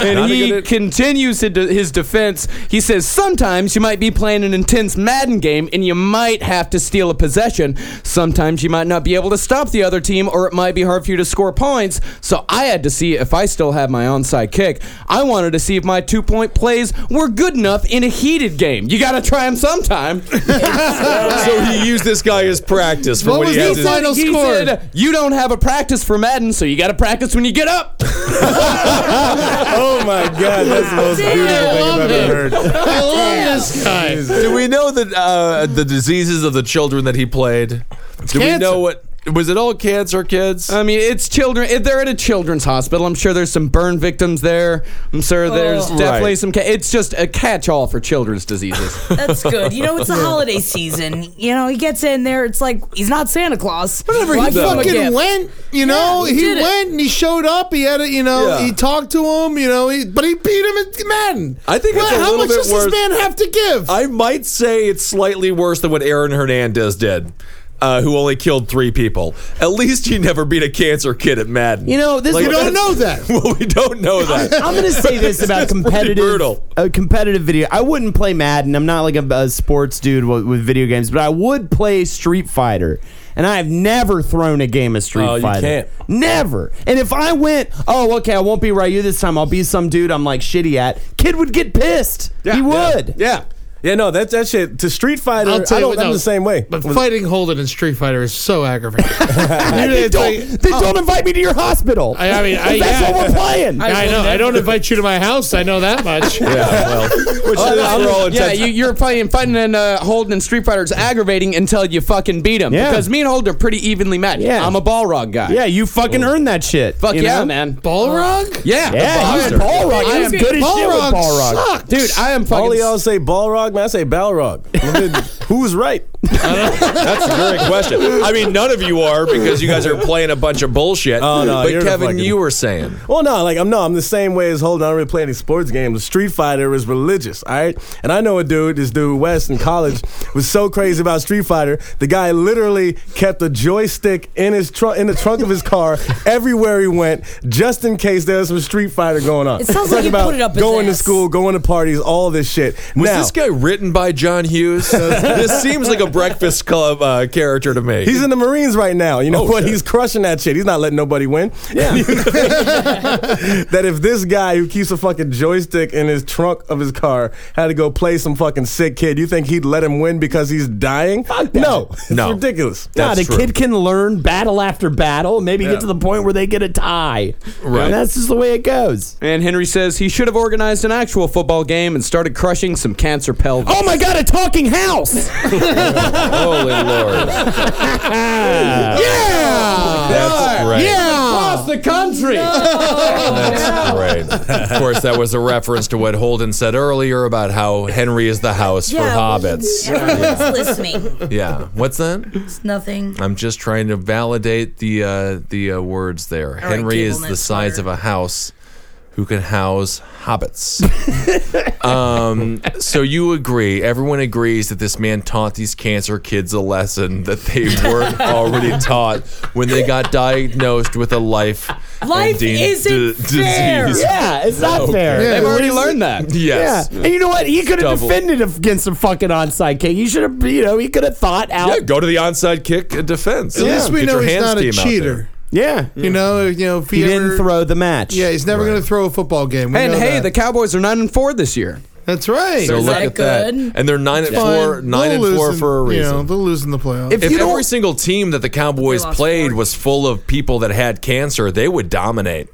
Speaker 11: and he continues his de- his defense. He says, Sometimes you might be playing an intense Madden game and you might have to steal a possession. Sometimes you might not be able to stop the other team or it might be hard for you to score points. So I had to see if I still have my onside I kick. I wanted to see if my two point plays were good enough in a heated game. You got to try them sometime. (laughs)
Speaker 7: (laughs) so he used this guy as practice for what, he had to
Speaker 11: He said, you don't have a practice for Madden, so you got to practice when you get up.
Speaker 6: oh my God, that's the most
Speaker 11: Dude, I
Speaker 6: beautiful thing
Speaker 11: love
Speaker 6: I've ever
Speaker 11: it.
Speaker 6: heard.
Speaker 1: I
Speaker 11: (laughs)
Speaker 1: love this guy.
Speaker 7: Do we know the uh, the diseases of the children that he played? Do we
Speaker 11: cancer.
Speaker 7: know what was it? All cancer kids.
Speaker 11: I mean, it's children. If they're at a children's hospital, I'm sure there's some burn victims there. I'm sure there's
Speaker 7: Oh.
Speaker 11: definitely
Speaker 7: Right.
Speaker 11: some. Ca- it's just a catch-all for children's diseases.
Speaker 10: That's good. You know, it's the holiday season. You know, he gets in there. It's like he's not Santa Claus.
Speaker 1: Whatever
Speaker 10: Why
Speaker 1: he
Speaker 10: give him a
Speaker 1: fucking
Speaker 10: gift?
Speaker 1: went, you know,
Speaker 10: Yeah,
Speaker 1: he,
Speaker 10: did it.
Speaker 1: went and he showed up. He had it, you know,
Speaker 7: Yeah.
Speaker 1: he talked to him, you know, he, but he beat him at Madden.
Speaker 7: I think it's
Speaker 1: Well,
Speaker 7: a
Speaker 1: how
Speaker 7: little
Speaker 1: much
Speaker 7: bit
Speaker 1: does
Speaker 7: worse.
Speaker 1: this man have to give?
Speaker 7: I might say it's slightly worse than what Aaron Hernandez did, uh, who only killed three people. At least he never beat a cancer kid at Madden.
Speaker 1: You know, this- You don't know that.
Speaker 7: (laughs) well, we don't know that.
Speaker 2: I'm going to say this about
Speaker 7: (laughs) It's pretty
Speaker 2: competitive
Speaker 7: brutal.
Speaker 2: a competitive video. I wouldn't play Madden. I'm not like a, a sports dude with, with video games, but I would play Street Fighter. And I have never thrown a game of Street
Speaker 6: Oh, you
Speaker 2: Fighter.
Speaker 6: can't.
Speaker 2: Never. And if I went, oh, okay, I won't be Ryu this time. I'll be some dude I'm like shitty at. Kid would get pissed. he would.
Speaker 6: Yeah. Yeah, no, that that shit to Street Fighter. i
Speaker 1: I'll tell you
Speaker 6: don't,
Speaker 1: what,
Speaker 6: I'm
Speaker 1: no,
Speaker 6: the same way.
Speaker 1: But
Speaker 6: With-
Speaker 1: fighting Holden in Street Fighter is so aggravating.
Speaker 2: (laughs) they don't, they
Speaker 11: oh.
Speaker 2: don't invite me to your hospital.
Speaker 1: I, I mean, I,
Speaker 2: that's
Speaker 1: yeah.
Speaker 2: what we're playing.
Speaker 1: I, know. I don't invite you to my house. I know that much. yeah.
Speaker 7: Which
Speaker 11: Oh,
Speaker 7: is for all
Speaker 11: yeah,
Speaker 7: intents.
Speaker 11: you, you're playing fighting and uh, Holden and Street Fighter is aggravating until you fucking beat him.
Speaker 2: Yeah.
Speaker 11: Because me and Holden are pretty evenly matched.
Speaker 2: Yeah.
Speaker 11: I'm a Balrog guy.
Speaker 2: yeah, you fucking earned that shit.
Speaker 11: Fuck
Speaker 2: you
Speaker 11: yeah,
Speaker 2: know?
Speaker 11: man.
Speaker 1: Balrog?
Speaker 11: yeah.
Speaker 2: Yeah, he's
Speaker 11: Balrog.
Speaker 2: Balrog.
Speaker 11: I
Speaker 2: He was
Speaker 11: am
Speaker 2: good as shit with
Speaker 1: Balrog
Speaker 2: Balrog.
Speaker 1: sucked.
Speaker 11: Dude, I am fucking.
Speaker 6: all of y'all say Balrog, man. I
Speaker 1: (laughs)
Speaker 6: say Balrog. Who's right?
Speaker 7: That's a great question. I mean, none of you are because you guys are playing a bunch of bullshit.
Speaker 6: Oh, no,
Speaker 7: but
Speaker 6: you're
Speaker 7: Kevin,
Speaker 6: fucking-
Speaker 7: you were saying
Speaker 6: Well, no, like I'm no, I'm the same way as Holden. I don't really play any sports games. Street Fighter is religious, all right. And I know a dude, this dude West in college, was so crazy about Street Fighter. The guy literally kept a joystick in his trunk, in the trunk of his car, (laughs) everywhere he went, just in case there was some Street Fighter going on.
Speaker 10: It sounds
Speaker 6: Talk
Speaker 10: like he
Speaker 6: about
Speaker 10: put it up his
Speaker 6: going to
Speaker 10: ass.
Speaker 6: school, going to parties, all this shit.
Speaker 7: was
Speaker 6: now,
Speaker 7: this guy written by
Speaker 6: (laughs)
Speaker 7: John Hughes? this seems like a Breakfast Club uh, character to me.
Speaker 6: He's in the Marines right now. You know
Speaker 7: Oh,
Speaker 6: what?
Speaker 7: shit.
Speaker 6: He's crushing that shit. He's not letting nobody win. Yeah. (laughs) that if this guy who keeps a fucking joystick in his trunk of his car had to go play some fucking sick kid, you think he'd let him win because he's dying? No. It's
Speaker 7: No.
Speaker 6: ridiculous.
Speaker 2: Nah,
Speaker 7: That's
Speaker 2: the
Speaker 7: true.
Speaker 2: kid can learn battle after battle, maybe get to the point where they get a tie.
Speaker 7: Right.
Speaker 2: And that's just the way it goes.
Speaker 11: And Henry says he should have organized an actual football game and started crushing some cancer pelvis.
Speaker 2: Oh my god, a talking house!
Speaker 11: (laughs)
Speaker 7: Holy
Speaker 6: (laughs)
Speaker 7: Lord.
Speaker 2: yeah!
Speaker 7: That's great.
Speaker 2: Across the country!
Speaker 7: That's great. Of course, that was a reference to what Holden said earlier about how Henry is the house
Speaker 10: Yeah,
Speaker 7: for hobbits.
Speaker 10: Everyone's listening.
Speaker 7: Yeah. What's that?
Speaker 10: It's nothing.
Speaker 7: I'm just trying to validate the uh, the uh, words there.
Speaker 10: right,
Speaker 7: Henry
Speaker 10: Cable
Speaker 7: is the
Speaker 10: Knit
Speaker 7: size
Speaker 10: Twitter.
Speaker 7: of a house who can house hobbits. um, so you agree, everyone agrees that this man taught these cancer kids a lesson that they weren't already taught when they got diagnosed with a life
Speaker 10: Life
Speaker 7: ending
Speaker 10: isn't
Speaker 7: d-
Speaker 10: fair.
Speaker 7: disease.
Speaker 2: Yeah, it's not fair.
Speaker 1: Yeah.
Speaker 11: They've already learned that.
Speaker 7: Yes.
Speaker 2: Yeah. And you know what? He could have
Speaker 7: Double.
Speaker 2: defended against a fucking onside kick. He should have, you know, he could have thought out.
Speaker 7: Yeah, go to the onside kick uh, defense.
Speaker 1: At least we
Speaker 7: Get
Speaker 1: know
Speaker 7: your
Speaker 1: he's
Speaker 7: hands
Speaker 1: not a
Speaker 7: team out there.
Speaker 1: cheater.
Speaker 2: Yeah.
Speaker 1: You know, you know, if he,
Speaker 2: He didn't
Speaker 1: ever-
Speaker 2: throw the match.
Speaker 1: Yeah, he's never going to throw a football game. We
Speaker 11: And
Speaker 1: know
Speaker 11: hey,
Speaker 1: that.
Speaker 11: the Cowboys are nine and four this year.
Speaker 1: that's right.
Speaker 7: So
Speaker 10: Is
Speaker 7: look
Speaker 10: that
Speaker 7: at that.
Speaker 10: good?
Speaker 7: And they're nine and
Speaker 1: Fine.
Speaker 7: four, nine
Speaker 1: They'll
Speaker 7: and
Speaker 1: lose
Speaker 7: four
Speaker 1: in-
Speaker 7: for a reason.
Speaker 1: You know, they'll lose in the playoffs.
Speaker 7: If,
Speaker 11: you don't-
Speaker 7: every single team that the Cowboys
Speaker 10: They lost
Speaker 7: played
Speaker 10: four.
Speaker 7: was full of people that had cancer, they would dominate.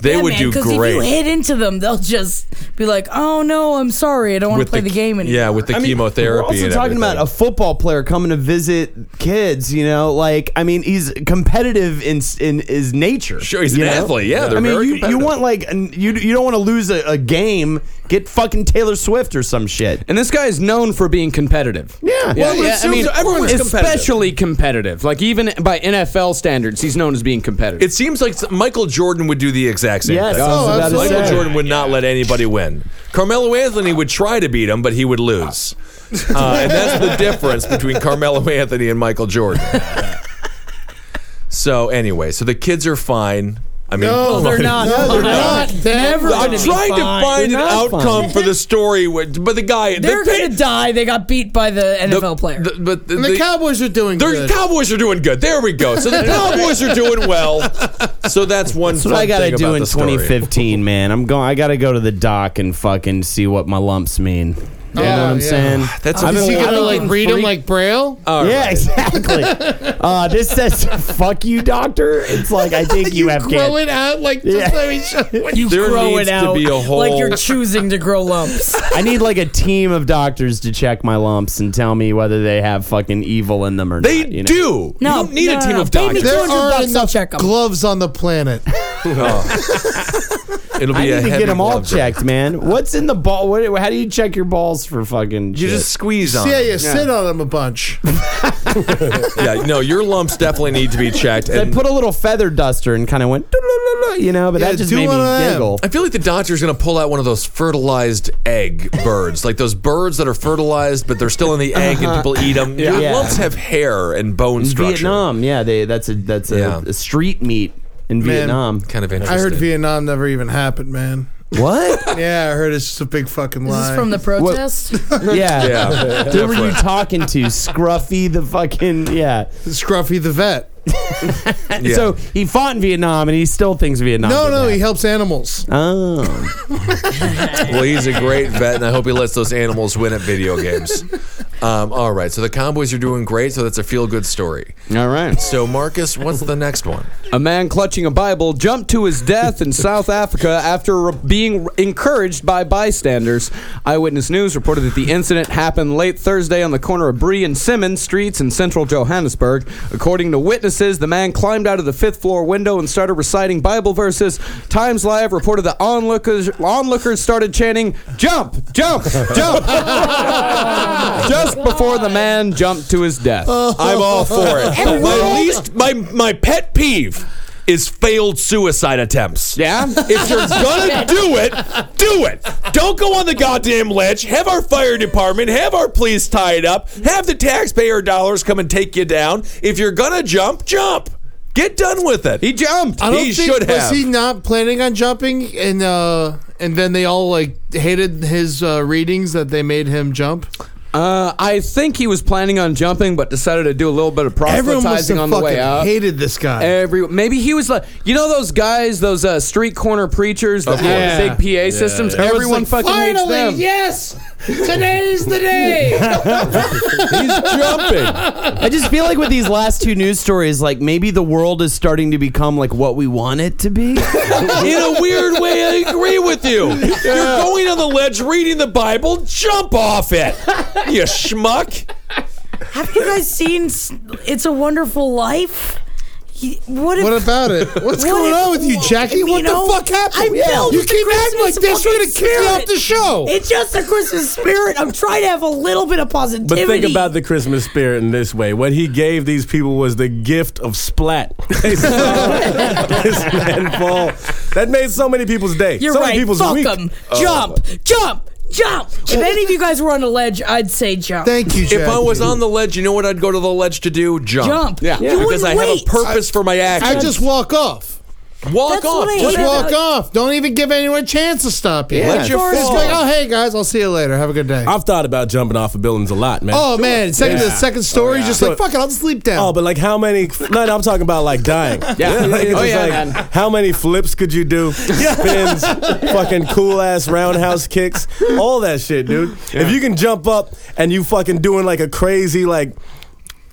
Speaker 7: They
Speaker 10: Yeah,
Speaker 7: would
Speaker 10: man,
Speaker 7: do
Speaker 10: 'cause
Speaker 7: great.
Speaker 10: If you hit into them, they'll just be like, "Oh no, I'm sorry, I don't want to play the, game anymore."
Speaker 7: Yeah, with the chemotherapy.
Speaker 2: We're also
Speaker 7: and
Speaker 2: talking
Speaker 7: everything.
Speaker 2: about a football player coming to visit kids. You know, like I mean, he's competitive in in his nature.
Speaker 7: Sure, he's
Speaker 2: you
Speaker 7: an
Speaker 2: know?
Speaker 7: athlete. Yeah, they're
Speaker 2: I mean,
Speaker 7: very
Speaker 2: you, you
Speaker 7: competitive.
Speaker 2: want like an- you you don't want to lose a, a game. Get fucking Taylor Swift or some shit.
Speaker 11: And this guy is known for being competitive.
Speaker 2: Yeah.
Speaker 11: Yeah,
Speaker 2: Well,
Speaker 11: yeah,
Speaker 2: it's-
Speaker 11: I mean,
Speaker 2: everyone's competitive.
Speaker 11: especially competitive. Like even by NFL standards, he's known as being competitive.
Speaker 7: It seems like Michael Jordan would do the exact same
Speaker 2: Yes,
Speaker 7: thing.
Speaker 2: I was
Speaker 1: Oh,
Speaker 2: about to
Speaker 1: absolutely.
Speaker 7: Michael
Speaker 2: say.
Speaker 7: Jordan would not let anybody win. Carmelo Anthony would try to beat him, but he
Speaker 2: (laughs)
Speaker 7: would lose. Uh, and that's the difference between Carmelo
Speaker 2: (laughs)
Speaker 7: Anthony and Michael Jordan. So anyway, so the kids are fine. I mean,
Speaker 5: No,
Speaker 7: (laughs)
Speaker 5: they're not. No, they're not. They're never
Speaker 7: I'm
Speaker 5: gonna be
Speaker 7: trying to
Speaker 5: fine.
Speaker 7: find
Speaker 5: They're
Speaker 7: an
Speaker 5: not fine.
Speaker 7: outcome for the story, with, but the guy,
Speaker 10: They're
Speaker 7: the,
Speaker 10: going to die. They got beat by the NFL player.
Speaker 7: the- but the,
Speaker 10: And the Cowboys
Speaker 1: are doing
Speaker 7: The Cowboys are doing good. There we go. So
Speaker 10: (laughs)
Speaker 7: the Cowboys are doing well. So that's one.
Speaker 2: That's what I
Speaker 7: fun
Speaker 2: gotta
Speaker 7: thing
Speaker 2: do
Speaker 7: about
Speaker 2: in
Speaker 7: the story. (laughs)
Speaker 2: 2015, man. I'm going. I gotta go to the dock and fucking see what my lumps mean. You know what I'm saying?
Speaker 1: That's
Speaker 2: I've
Speaker 1: is
Speaker 2: been
Speaker 1: he gonna
Speaker 2: wa-
Speaker 1: like read them
Speaker 2: freak-
Speaker 1: like braille?
Speaker 2: yeah, exactly. uh, this says "fuck you, doctor." It's like I think you, have
Speaker 1: Grow
Speaker 2: cancer.
Speaker 1: it out like just
Speaker 2: Yeah.
Speaker 1: let me show
Speaker 10: you
Speaker 2: There
Speaker 10: grow
Speaker 2: needs
Speaker 10: it
Speaker 2: to
Speaker 10: out
Speaker 2: be a
Speaker 10: like
Speaker 2: whole-
Speaker 10: you're choosing to grow (laughs) lumps.
Speaker 2: I need like a team of doctors to check my lumps and tell me whether they have fucking evil in them or
Speaker 7: They
Speaker 2: not. you know?
Speaker 7: do.
Speaker 10: No, You don't need a no, team no, of pay me doctors.
Speaker 1: There
Speaker 10: 200
Speaker 1: are
Speaker 10: bucks, I'll
Speaker 1: enough gloves on the (laughs) planet.
Speaker 7: It'll be
Speaker 2: I
Speaker 7: a
Speaker 2: need to
Speaker 7: heavy
Speaker 2: get them all
Speaker 7: glove job.
Speaker 2: checked, man. What's in the ball? What, how do you check your balls for fucking?
Speaker 7: You just squeeze on
Speaker 1: Yeah,
Speaker 7: them.
Speaker 1: you sit on them a bunch.
Speaker 7: yeah, no, your lumps definitely need to be checked.
Speaker 2: I put a little feather duster and kind of went, "Doo-doo-doo-doo," you know, but that just made me giggle.
Speaker 7: I feel like the doctor's gonna pull out one of those fertilized egg
Speaker 2: (laughs)
Speaker 7: birds, like those birds that are fertilized but they're still in the egg and
Speaker 2: Uh-huh.
Speaker 7: people eat them.
Speaker 2: Yeah.
Speaker 7: Your
Speaker 2: Yeah.
Speaker 7: lumps have hair and bone
Speaker 2: In
Speaker 7: structure.
Speaker 2: Vietnam, yeah, they that's a that's a,
Speaker 7: Yeah.
Speaker 2: a street meat in
Speaker 1: Man,
Speaker 2: Vietnam.
Speaker 7: Kind of
Speaker 1: I heard Vietnam never even happened, man.
Speaker 2: What?
Speaker 1: yeah, I heard it's just a big fucking lie.
Speaker 10: Is this from the protest?
Speaker 2: (laughs) Yeah.
Speaker 1: Yeah.
Speaker 2: Who were
Speaker 1: Definitely.
Speaker 2: you talking to? Scruffy the fucking yeah.
Speaker 1: Scruffy the vet.
Speaker 2: So he fought in Vietnam and he still thinks Vietnam.
Speaker 1: no,
Speaker 2: did
Speaker 1: no,
Speaker 2: that.
Speaker 1: he helps animals.
Speaker 2: Oh.
Speaker 7: well, he's a great vet, and I hope he lets those animals win at video games. Um, all right, so the Cowboys are doing great, so that's a feel good story.
Speaker 11: All right.
Speaker 7: So, Marcus, what's the next one?
Speaker 11: A man clutching a Bible jumped to his death in South Africa after re- being encouraged by bystanders. Eyewitness News reported that the incident happened late Thursday on the corner of Bree and Simmons Streets in central Johannesburg. According to witnesses, the man climbed out of the fifth floor window and started reciting Bible verses. Times Live reported that onlookers, onlookers started chanting, Jump, jump, jump, just before the man jumped to his death.
Speaker 7: I'm all for
Speaker 1: (laughs)
Speaker 7: it. my least, my my pet peeve is failed suicide attempts.
Speaker 11: Yeah.
Speaker 7: If you're
Speaker 11: (laughs)
Speaker 7: gonna do it, do it. Don't go on the goddamn ledge. Have our fire department, have our police tie it up, have the taxpayer dollars come and take you down. If you're gonna jump, jump. Get done with it.
Speaker 11: He jumped.
Speaker 1: I don't
Speaker 7: he
Speaker 1: think
Speaker 7: should
Speaker 1: was
Speaker 7: have.
Speaker 1: he not planning on jumping and uh and then they all like hated his uh, readings that they made him jump.
Speaker 11: Uh, I think he was planning on jumping, but decided to do a little bit of
Speaker 1: Everyone must
Speaker 11: proselytizing
Speaker 1: have
Speaker 11: on the way
Speaker 1: fucking
Speaker 11: out.
Speaker 1: hated this guy.
Speaker 11: Every maybe he was like you know those guys those uh, street corner preachers that
Speaker 1: Of course.
Speaker 11: have
Speaker 1: Yeah.
Speaker 11: big PA systems.
Speaker 1: yeah.
Speaker 11: Everyone
Speaker 1: Everyone's like,
Speaker 11: fucking hates
Speaker 1: "Finally,
Speaker 11: them.
Speaker 10: yes, today is
Speaker 2: (laughs)
Speaker 10: the day.
Speaker 11: He's jumping.
Speaker 2: I just feel like with these last two news stories, like maybe the world is starting to become like what we want it to (laughs) be.
Speaker 7: In a weird way, (laughs) I agree with you. You're going on the ledge reading the Bible, jump off (laughs) it. You schmuck.
Speaker 10: Have you guys seen S- It's a Wonderful Life? He- What, if,
Speaker 1: What about
Speaker 10: (laughs)
Speaker 1: it? What's
Speaker 10: What
Speaker 1: going
Speaker 10: if-
Speaker 1: on with you, Jackie? What
Speaker 10: know,
Speaker 1: the fuck happened?
Speaker 10: I felt
Speaker 1: you
Speaker 10: the
Speaker 1: keep acting like
Speaker 10: Christmas
Speaker 1: this. We're gonna
Speaker 10: fucking
Speaker 1: kick you off
Speaker 10: spirit.
Speaker 1: the show.
Speaker 10: It's just the Christmas spirit. I'm trying to have a little bit of
Speaker 6: But
Speaker 10: positivity.
Speaker 6: think about the Christmas spirit in this way. What he gave these people was the gift of splat. (laughs) They saw this man fall. That made so many people's day.
Speaker 10: You're
Speaker 6: so
Speaker 10: right.
Speaker 6: many people's
Speaker 10: Fuck
Speaker 6: week.
Speaker 10: 'em. Jump, jump, jump. If any of you guys were on a ledge, I'd say jump.
Speaker 1: Thank you, Jackie.
Speaker 7: If I was on the ledge, you know what I'd go to the ledge to do? Jump.
Speaker 10: Jump. Yeah. You
Speaker 7: Because I
Speaker 10: wouldn't
Speaker 7: have a
Speaker 10: wait.
Speaker 7: purpose for my
Speaker 1: I
Speaker 7: actions.
Speaker 1: just walk off.
Speaker 7: walk
Speaker 10: That's
Speaker 7: off.
Speaker 10: what I
Speaker 7: Just
Speaker 1: Just
Speaker 10: Yeah.
Speaker 1: walk off. Don't even give anyone a chance to stop you.
Speaker 7: Yeah. Let your
Speaker 1: Just
Speaker 7: fall.
Speaker 1: like, oh hey guys, I'll see you later. Have a good day.
Speaker 6: I've thought about jumping off of buildings a lot, man.
Speaker 1: oh man, second to the
Speaker 6: Yeah.
Speaker 1: second
Speaker 7: Oh,
Speaker 1: story, just
Speaker 6: So-
Speaker 1: like fuck it, I'll just sleep down.
Speaker 6: Oh, but like how many? No, no, I'm talking about like dying.
Speaker 11: yeah,
Speaker 6: Like, it's
Speaker 11: yeah. Oh,
Speaker 6: just
Speaker 11: yeah,
Speaker 6: like,
Speaker 11: man.
Speaker 6: How many flips could
Speaker 11: (laughs)
Speaker 6: you do? Spins, fucking cool ass roundhouse kicks, all that shit, dude. If you can jump up and you fucking doing like a crazy like.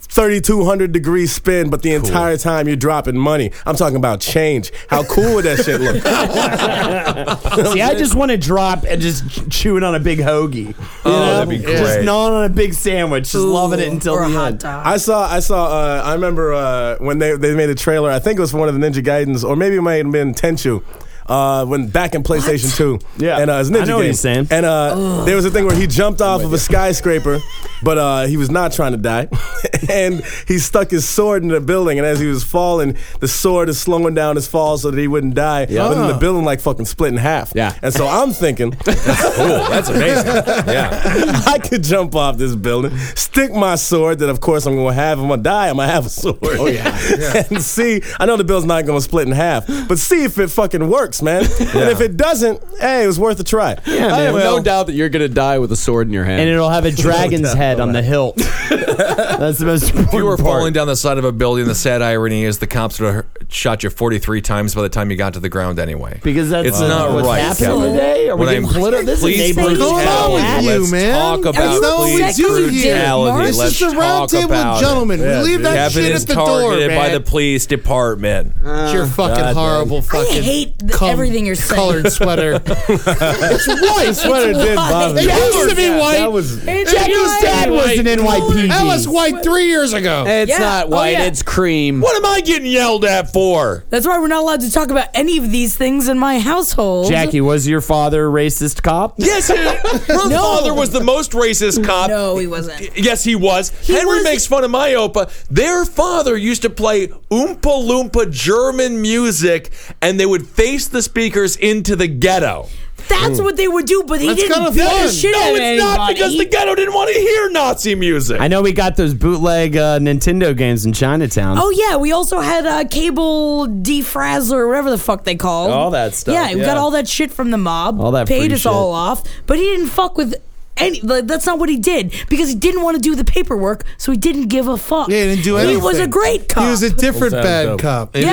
Speaker 6: 3200 degree spin, but the entire time you're dropping money. I'm talking about change. How cool would that shit look?
Speaker 2: See, I just want to drop and just chewing on a big hoagie. oh,
Speaker 7: that'd be
Speaker 2: Just
Speaker 7: great.
Speaker 2: gnawing on a big sandwich, just loving it until
Speaker 10: or a
Speaker 2: the
Speaker 10: hot
Speaker 2: end.
Speaker 10: dog.
Speaker 6: I saw, I saw, uh, I remember uh, when they, they made a trailer. I think it was for one of the Ninja Gaidens, or maybe it might have been Tenchu. Uh, when back in PlayStation Two,
Speaker 2: Yeah.
Speaker 6: and uh, it was
Speaker 2: I
Speaker 6: Ninja
Speaker 2: know what
Speaker 6: Gaiden.
Speaker 2: he's saying. Oh
Speaker 6: And uh, there was a thing where he jumped off of a skyscraper, but uh, he was not trying to die, (laughs) and he stuck his sword in the building. And as he was falling, the sword is slowing down his fall so that he wouldn't die.
Speaker 7: Yeah.
Speaker 6: But then the
Speaker 7: Ah.
Speaker 6: building like fucking split in half. Yeah. And so I'm
Speaker 2: (laughs)
Speaker 6: thinking,
Speaker 7: cool. That's (laughs) amazing.
Speaker 6: Yeah. (laughs) I could jump off this building, stick my sword that, of course, I'm going to have. I'm going to die. I'm going to have a sword. Oh, yeah. (laughs) and see, I know the bill's not going to split in half, but see if it fucking works, man. And if it doesn't, hey, it was worth a try.
Speaker 11: Yeah, I have no doubt that you're gonna die with a sword in your hand,
Speaker 2: and it'll have (laughs) a dragon's head on the (laughs) hilt. That's the most important
Speaker 7: If you were
Speaker 2: part.
Speaker 7: falling down the side of a building, the sad irony is the cops would have shot you 43 times by the time you got to the ground anyway.
Speaker 2: Because that's
Speaker 7: it's
Speaker 2: uh,
Speaker 7: not
Speaker 2: what's
Speaker 7: right.
Speaker 2: happening
Speaker 7: Kevin.
Speaker 2: today. Are we
Speaker 7: When
Speaker 2: getting
Speaker 7: I'm-
Speaker 2: political? This
Speaker 7: please
Speaker 2: is
Speaker 7: brutality.
Speaker 2: neighborhood hell.
Speaker 1: with you,
Speaker 7: Let's
Speaker 1: man.
Speaker 7: Talk
Speaker 1: That's
Speaker 7: about
Speaker 1: not what we
Speaker 7: police
Speaker 1: do here,
Speaker 7: brutality.
Speaker 1: Mark. This
Speaker 7: Let's
Speaker 1: is the round
Speaker 7: talk
Speaker 1: table of
Speaker 7: about it.
Speaker 1: gentlemen. We Yeah, leave dude. that
Speaker 7: Kevin
Speaker 1: shit
Speaker 7: is
Speaker 1: at the door,
Speaker 7: targeted by
Speaker 1: man.
Speaker 7: the police department.
Speaker 1: It's your fucking
Speaker 7: God,
Speaker 1: horrible
Speaker 7: man.
Speaker 1: fucking.
Speaker 10: I hate th-
Speaker 1: cum
Speaker 10: everything you're saying.
Speaker 1: Colored sweater.
Speaker 10: (laughs) it's
Speaker 1: white.
Speaker 6: sweater did bother me.
Speaker 1: It used to be
Speaker 6: Yeah,
Speaker 1: white.
Speaker 6: that was-
Speaker 10: It's
Speaker 1: Jackie's
Speaker 10: white.
Speaker 1: dad was an NYPD. That was white three years ago.
Speaker 11: It's
Speaker 10: Yeah.
Speaker 11: not
Speaker 10: Oh,
Speaker 11: white.
Speaker 10: yeah.
Speaker 11: It's cream.
Speaker 7: What am I getting yelled at for?
Speaker 10: That's why we're not allowed to talk about any of these things in my household.
Speaker 2: Jackie, was your father a racist cop?
Speaker 7: Yes, her father was the most racist cop. No,
Speaker 10: he wasn't.
Speaker 7: Yes, he was. Henry makes fun of my opa. Their father used to play Oompa Loompa German music, and they would face the speakers into the ghetto.
Speaker 10: That's what they would do, but he
Speaker 7: That's
Speaker 10: didn't
Speaker 7: kinda
Speaker 10: beat
Speaker 7: fun.
Speaker 10: the shit
Speaker 7: No,
Speaker 10: out of
Speaker 7: it's not,
Speaker 10: anybody.
Speaker 7: because the ghetto didn't want to hear Nazi music.
Speaker 2: I know we got those bootleg uh, Nintendo games in Chinatown.
Speaker 10: Oh yeah, we also had uh, cable defrazzler, whatever the fuck they called
Speaker 2: All that stuff,
Speaker 10: Yeah, we
Speaker 2: yeah.
Speaker 10: got all that shit from the mob.
Speaker 2: All that
Speaker 10: paid
Speaker 2: free
Speaker 10: us
Speaker 2: shit.
Speaker 10: all off, but he didn't fuck with any. Like, that's not what he did because he didn't want to do the paperwork, so he didn't give a fuck. Yeah, he
Speaker 1: didn't do
Speaker 10: He was a
Speaker 1: anything.
Speaker 10: great cop.
Speaker 1: He was a different bad cop.
Speaker 10: (laughs)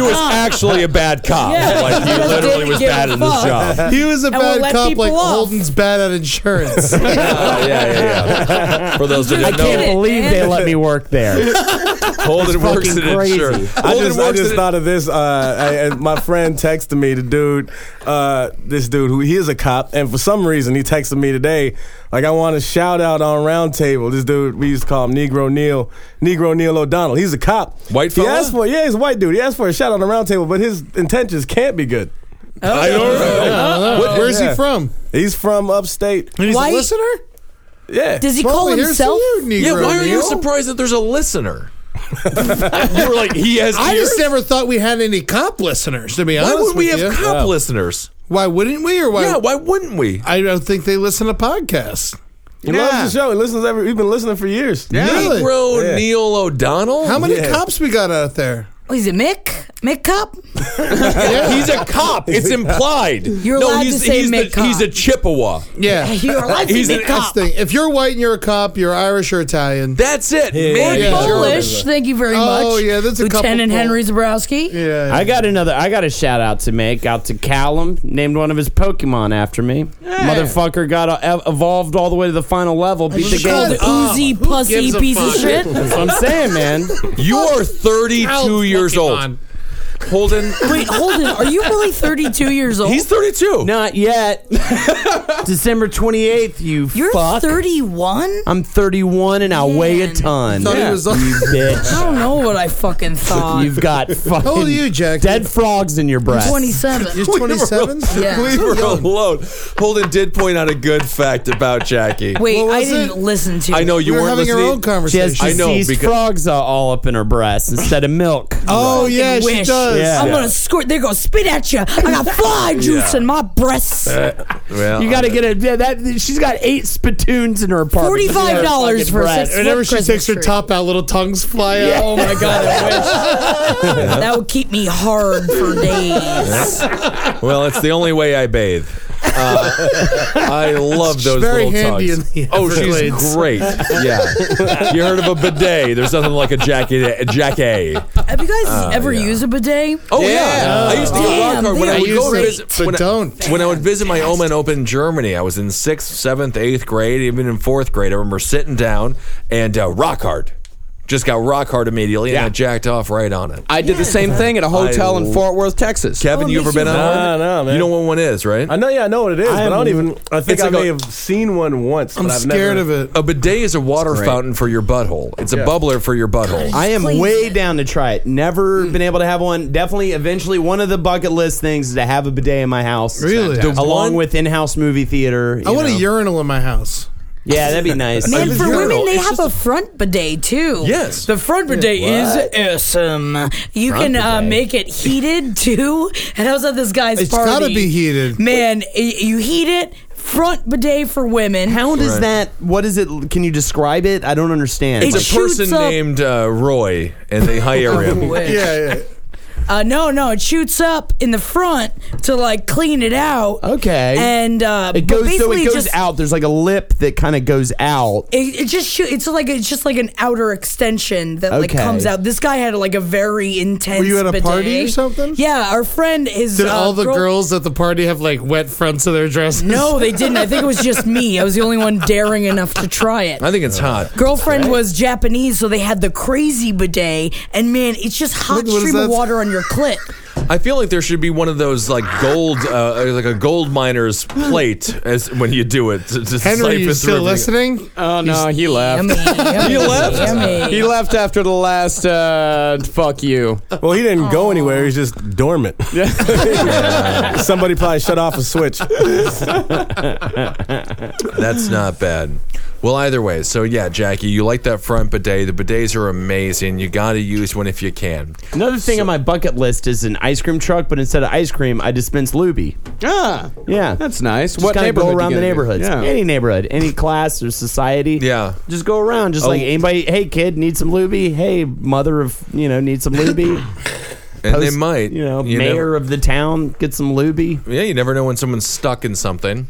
Speaker 7: He was actually a bad cop.
Speaker 1: Yeah.
Speaker 7: Like he literally was bad at
Speaker 10: (laughs)
Speaker 6: (laughs)
Speaker 7: his job.
Speaker 1: He was a
Speaker 7: And we'll
Speaker 1: bad
Speaker 7: let
Speaker 1: cop
Speaker 7: people
Speaker 1: like
Speaker 7: off.
Speaker 1: Holden's bad at insurance.
Speaker 7: yeah, yeah, yeah. For those that
Speaker 2: I
Speaker 7: didn't know,
Speaker 2: can't believe they let me work there.
Speaker 7: Holden
Speaker 2: It's
Speaker 7: works
Speaker 2: fucking
Speaker 7: in
Speaker 2: crazy.
Speaker 7: insurance.
Speaker 6: I
Speaker 7: Holden
Speaker 6: just, I
Speaker 7: works
Speaker 6: just
Speaker 7: in-
Speaker 6: thought of this. Uh, I, and my friend texted me the dude, uh, this dude who he is a cop, and for some reason he texted me today. Like I want to shout out on Roundtable. This dude we used to call him Negro Neil, Negro Neil O'Donnell. He's a cop.
Speaker 7: White
Speaker 6: He
Speaker 7: fella?
Speaker 6: asked for yeah, he's a white dude. He asked for a shout out on Roundtable, but his intentions can't be good.
Speaker 7: I don't
Speaker 1: (laughs)
Speaker 7: know.
Speaker 6: What-
Speaker 1: Where's he
Speaker 6: yeah.
Speaker 1: from?
Speaker 6: He's from upstate.
Speaker 1: And he's a listener?
Speaker 6: Yeah.
Speaker 10: Does he call himself?
Speaker 7: yeah, why are you surprised that there's a listener? you were like, he has.
Speaker 1: I just
Speaker 7: ears?
Speaker 1: never thought we had any cop listeners. To be
Speaker 7: Why
Speaker 1: honest,
Speaker 7: would we
Speaker 1: with
Speaker 7: have
Speaker 1: you.
Speaker 7: cop listeners?
Speaker 1: Why wouldn't we? Or why?
Speaker 7: Yeah, why wouldn't we?
Speaker 1: I don't think they listen to podcasts.
Speaker 6: He loves the show. He listens every. We've been listening for years.
Speaker 1: Really?
Speaker 7: Negro Neil O'Donnell.
Speaker 1: How many
Speaker 7: Yeah.
Speaker 1: cops we got out there?
Speaker 10: Oh, is it Mick? Mick Cop?
Speaker 7: He's a cop. It's implied.
Speaker 10: You're
Speaker 7: no,
Speaker 10: allowed
Speaker 7: he's,
Speaker 10: to say
Speaker 7: he's,
Speaker 10: mid
Speaker 7: the,
Speaker 10: cop.
Speaker 7: he's a Chippewa.
Speaker 1: Yeah,
Speaker 10: (laughs) You're allowed to
Speaker 7: He's
Speaker 10: be
Speaker 7: an
Speaker 10: cop.
Speaker 1: Thing. If you're white and you're a cop, you're Irish or Italian.
Speaker 7: That's it. Maybe
Speaker 1: Yeah.
Speaker 10: Polish, thank you very much.
Speaker 1: Oh, yeah, that's a couple
Speaker 10: Lieutenant
Speaker 1: Pol-
Speaker 10: Henry Zabrowski.
Speaker 1: Yeah.
Speaker 2: I got another. I got a shout out to make out to Callum. Named one of his Pokemon after me. Motherfucker got a, evolved all the way to the final level. Beat the
Speaker 10: Shut
Speaker 2: gold.
Speaker 7: Ah,
Speaker 10: oozy pussy
Speaker 1: gives a
Speaker 10: piece of
Speaker 1: fuck?
Speaker 10: shit.
Speaker 2: That's what I'm saying, man.
Speaker 7: You are 32 years old. Holden.
Speaker 10: Wait, Holden, are you really 32 years old?
Speaker 7: He's 32.
Speaker 2: Not yet.
Speaker 1: (laughs)
Speaker 2: December 28th. You
Speaker 10: You're
Speaker 2: fuck.
Speaker 10: 31?
Speaker 2: I'm 31 and I weigh a ton.
Speaker 1: Thought he was-
Speaker 7: (laughs)
Speaker 2: you
Speaker 1: (laughs)
Speaker 2: bitch.
Speaker 10: I don't know what I fucking thought.
Speaker 2: You've got fucking
Speaker 1: How old are you, Jack?
Speaker 2: dead frogs in your breast.
Speaker 10: 27.
Speaker 1: You're 27.
Speaker 10: Yeah.
Speaker 7: We were alone. Holden did point out a good fact about Jackie.
Speaker 10: Wait,
Speaker 1: What
Speaker 10: I
Speaker 1: was
Speaker 10: didn't
Speaker 1: it?
Speaker 10: listen to
Speaker 7: I know (laughs) you
Speaker 1: We were
Speaker 7: weren't
Speaker 1: having
Speaker 7: listening.
Speaker 1: our own
Speaker 2: She
Speaker 1: conversation.
Speaker 2: has
Speaker 7: I know,
Speaker 2: diseased
Speaker 7: because-
Speaker 2: frogs uh, all up in her breast instead of milk.
Speaker 1: oh yeah,
Speaker 10: Wish.
Speaker 1: she does.
Speaker 2: Yeah.
Speaker 10: I'm gonna squirt. They're gonna spit at you. I got
Speaker 2: (laughs)
Speaker 10: fly juice in my breasts.
Speaker 2: (laughs)
Speaker 7: Well,
Speaker 2: You got to get a yeah, that. She's got eight spittoons in her apartment.
Speaker 10: $45
Speaker 2: Fucking
Speaker 10: for
Speaker 2: breasts.
Speaker 10: six-
Speaker 1: Whenever
Speaker 10: Flip
Speaker 1: she
Speaker 10: Christmas
Speaker 1: takes her
Speaker 10: tree.
Speaker 1: top out, little tongues fly out.
Speaker 10: Oh my god, that would keep me hard
Speaker 2: (laughs)
Speaker 10: for days.
Speaker 7: (laughs) Well, it's the only way I bathe. Uh,
Speaker 1: (laughs)
Speaker 7: I love those
Speaker 1: very
Speaker 7: little
Speaker 1: handy
Speaker 7: tugs.
Speaker 1: in the
Speaker 7: oh, she's
Speaker 1: Everglades.
Speaker 7: great. Yeah, you heard of a bidet? There's nothing like a jacket. A jacket.
Speaker 10: Have you guys
Speaker 2: Oh,
Speaker 10: ever used a bidet?
Speaker 7: Oh yeah, I used to get
Speaker 10: Damn,
Speaker 7: rock hard when
Speaker 10: they
Speaker 7: I
Speaker 10: are
Speaker 7: would go
Speaker 10: great.
Speaker 7: visit.
Speaker 1: But
Speaker 7: when I-
Speaker 1: don't.
Speaker 7: When I would visit my Oma and Opa in Germany, I was in sixth, seventh, eighth grade, even in fourth grade. I remember sitting down and uh, rock hard. just got rock hard immediately, and I jacked off right on it.
Speaker 11: I did the same thing at a hotel in Fort Worth, Texas.
Speaker 7: Kevin,
Speaker 10: Oh,
Speaker 7: you ever been on one?
Speaker 6: Nah, nah, man.
Speaker 7: You know what one is, right?
Speaker 6: I know, yeah, I know what it is,
Speaker 7: I
Speaker 6: but I
Speaker 7: am-
Speaker 6: don't even. I think
Speaker 7: It's
Speaker 6: I
Speaker 7: like
Speaker 6: may
Speaker 7: a-
Speaker 6: have seen one once. but I've never,
Speaker 1: of it.
Speaker 7: A bidet is a water
Speaker 6: great.
Speaker 7: fountain for your butthole. It's a
Speaker 6: Yeah.
Speaker 7: bubbler for your butthole.
Speaker 2: I am way down to try it. Never been able to have one. Definitely, eventually, one of the bucket list things is to have a bidet in my house.
Speaker 1: Really? The
Speaker 2: Along
Speaker 1: one-
Speaker 2: with in-house movie theater.
Speaker 1: I
Speaker 2: you
Speaker 1: want
Speaker 2: know.
Speaker 1: a urinal in my house.
Speaker 2: Yeah, that'd be nice.
Speaker 10: Man, for women, they have a front bidet too.
Speaker 2: Yes.
Speaker 10: the front bidet is
Speaker 2: What?
Speaker 10: awesome. You
Speaker 2: Front
Speaker 10: can uh,
Speaker 2: bidet.
Speaker 10: make it heated too. And I was at this guy's
Speaker 1: It's
Speaker 10: party.
Speaker 1: gotta be heated.
Speaker 10: (laughs) man. y- You heat it. Front bidet for women.
Speaker 2: How does that? What is it? Can you describe it? I don't understand.
Speaker 10: It's It a
Speaker 7: It's a person named uh, Roy, and they hire him.
Speaker 10: (laughs)
Speaker 1: yeah, yeah.
Speaker 10: Uh, no, no, it shoots up in the front to like clean it out.
Speaker 2: Okay.
Speaker 10: and uh,
Speaker 2: It
Speaker 10: but
Speaker 2: goes so
Speaker 10: basically
Speaker 2: it goes
Speaker 10: just,
Speaker 2: out. There's like a lip that kind of goes out.
Speaker 10: It, it just shoot. It's like it's just like an outer extension that like
Speaker 2: Okay.
Speaker 10: comes out. This guy had like a very intense.
Speaker 1: Were you at a
Speaker 10: bidet.
Speaker 1: party or something?
Speaker 10: Yeah, our friend is.
Speaker 1: Did
Speaker 10: uh,
Speaker 1: all the
Speaker 10: girl-
Speaker 1: girls at the party have like wet fronts of their dresses?
Speaker 10: (laughs) No, they didn't. I think it was just me. I was the only one daring enough to try
Speaker 7: (laughs)
Speaker 10: it.
Speaker 7: I think it's hot.
Speaker 10: Girlfriend was Japanese, so they had the crazy bidet, and man, it's just hot
Speaker 1: What- what is
Speaker 10: stream of
Speaker 1: that?
Speaker 10: water on your clit.
Speaker 7: I feel like there should be one of those like gold, uh, like a gold miner's plate as when you do it. To, to
Speaker 1: Henry,
Speaker 7: siphon
Speaker 1: you
Speaker 7: through
Speaker 1: still
Speaker 7: everything.
Speaker 1: listening?
Speaker 11: Oh no, he left.
Speaker 10: Yummy, yummy,
Speaker 11: He left.
Speaker 10: yummy.
Speaker 11: He left after the last. Uh, fuck you.
Speaker 6: Well, he didn't go anywhere. He's just (laughs) dormant. (laughs) Somebody probably shut off a switch.
Speaker 7: That's not bad. Well, either way, so yeah, Jackie, you like that front bidet. The bidets are amazing. You got to use one if you can.
Speaker 2: Another thing on my bucket list is an ice cream truck, but instead of ice cream, I dispense Luby.
Speaker 11: Ah,
Speaker 2: Yeah,
Speaker 11: that's nice.
Speaker 2: Just
Speaker 11: what
Speaker 2: kinda
Speaker 11: neighborhood?
Speaker 2: Go around
Speaker 11: you
Speaker 2: the
Speaker 11: gonna do?
Speaker 2: neighborhoods,
Speaker 11: Yeah.
Speaker 2: any neighborhood, any class or society.
Speaker 7: Yeah.
Speaker 2: just go around.
Speaker 11: Oh.
Speaker 2: Just like anybody. Hey, kid, need some Luby. Hey, mother of you know, need
Speaker 11: (coughs)
Speaker 2: some Luby.
Speaker 7: And they
Speaker 2: Post-
Speaker 7: might.
Speaker 2: You know, mayor
Speaker 7: never-
Speaker 2: of the town, get some Luby.
Speaker 7: yeah, you never know when someone's stuck in something.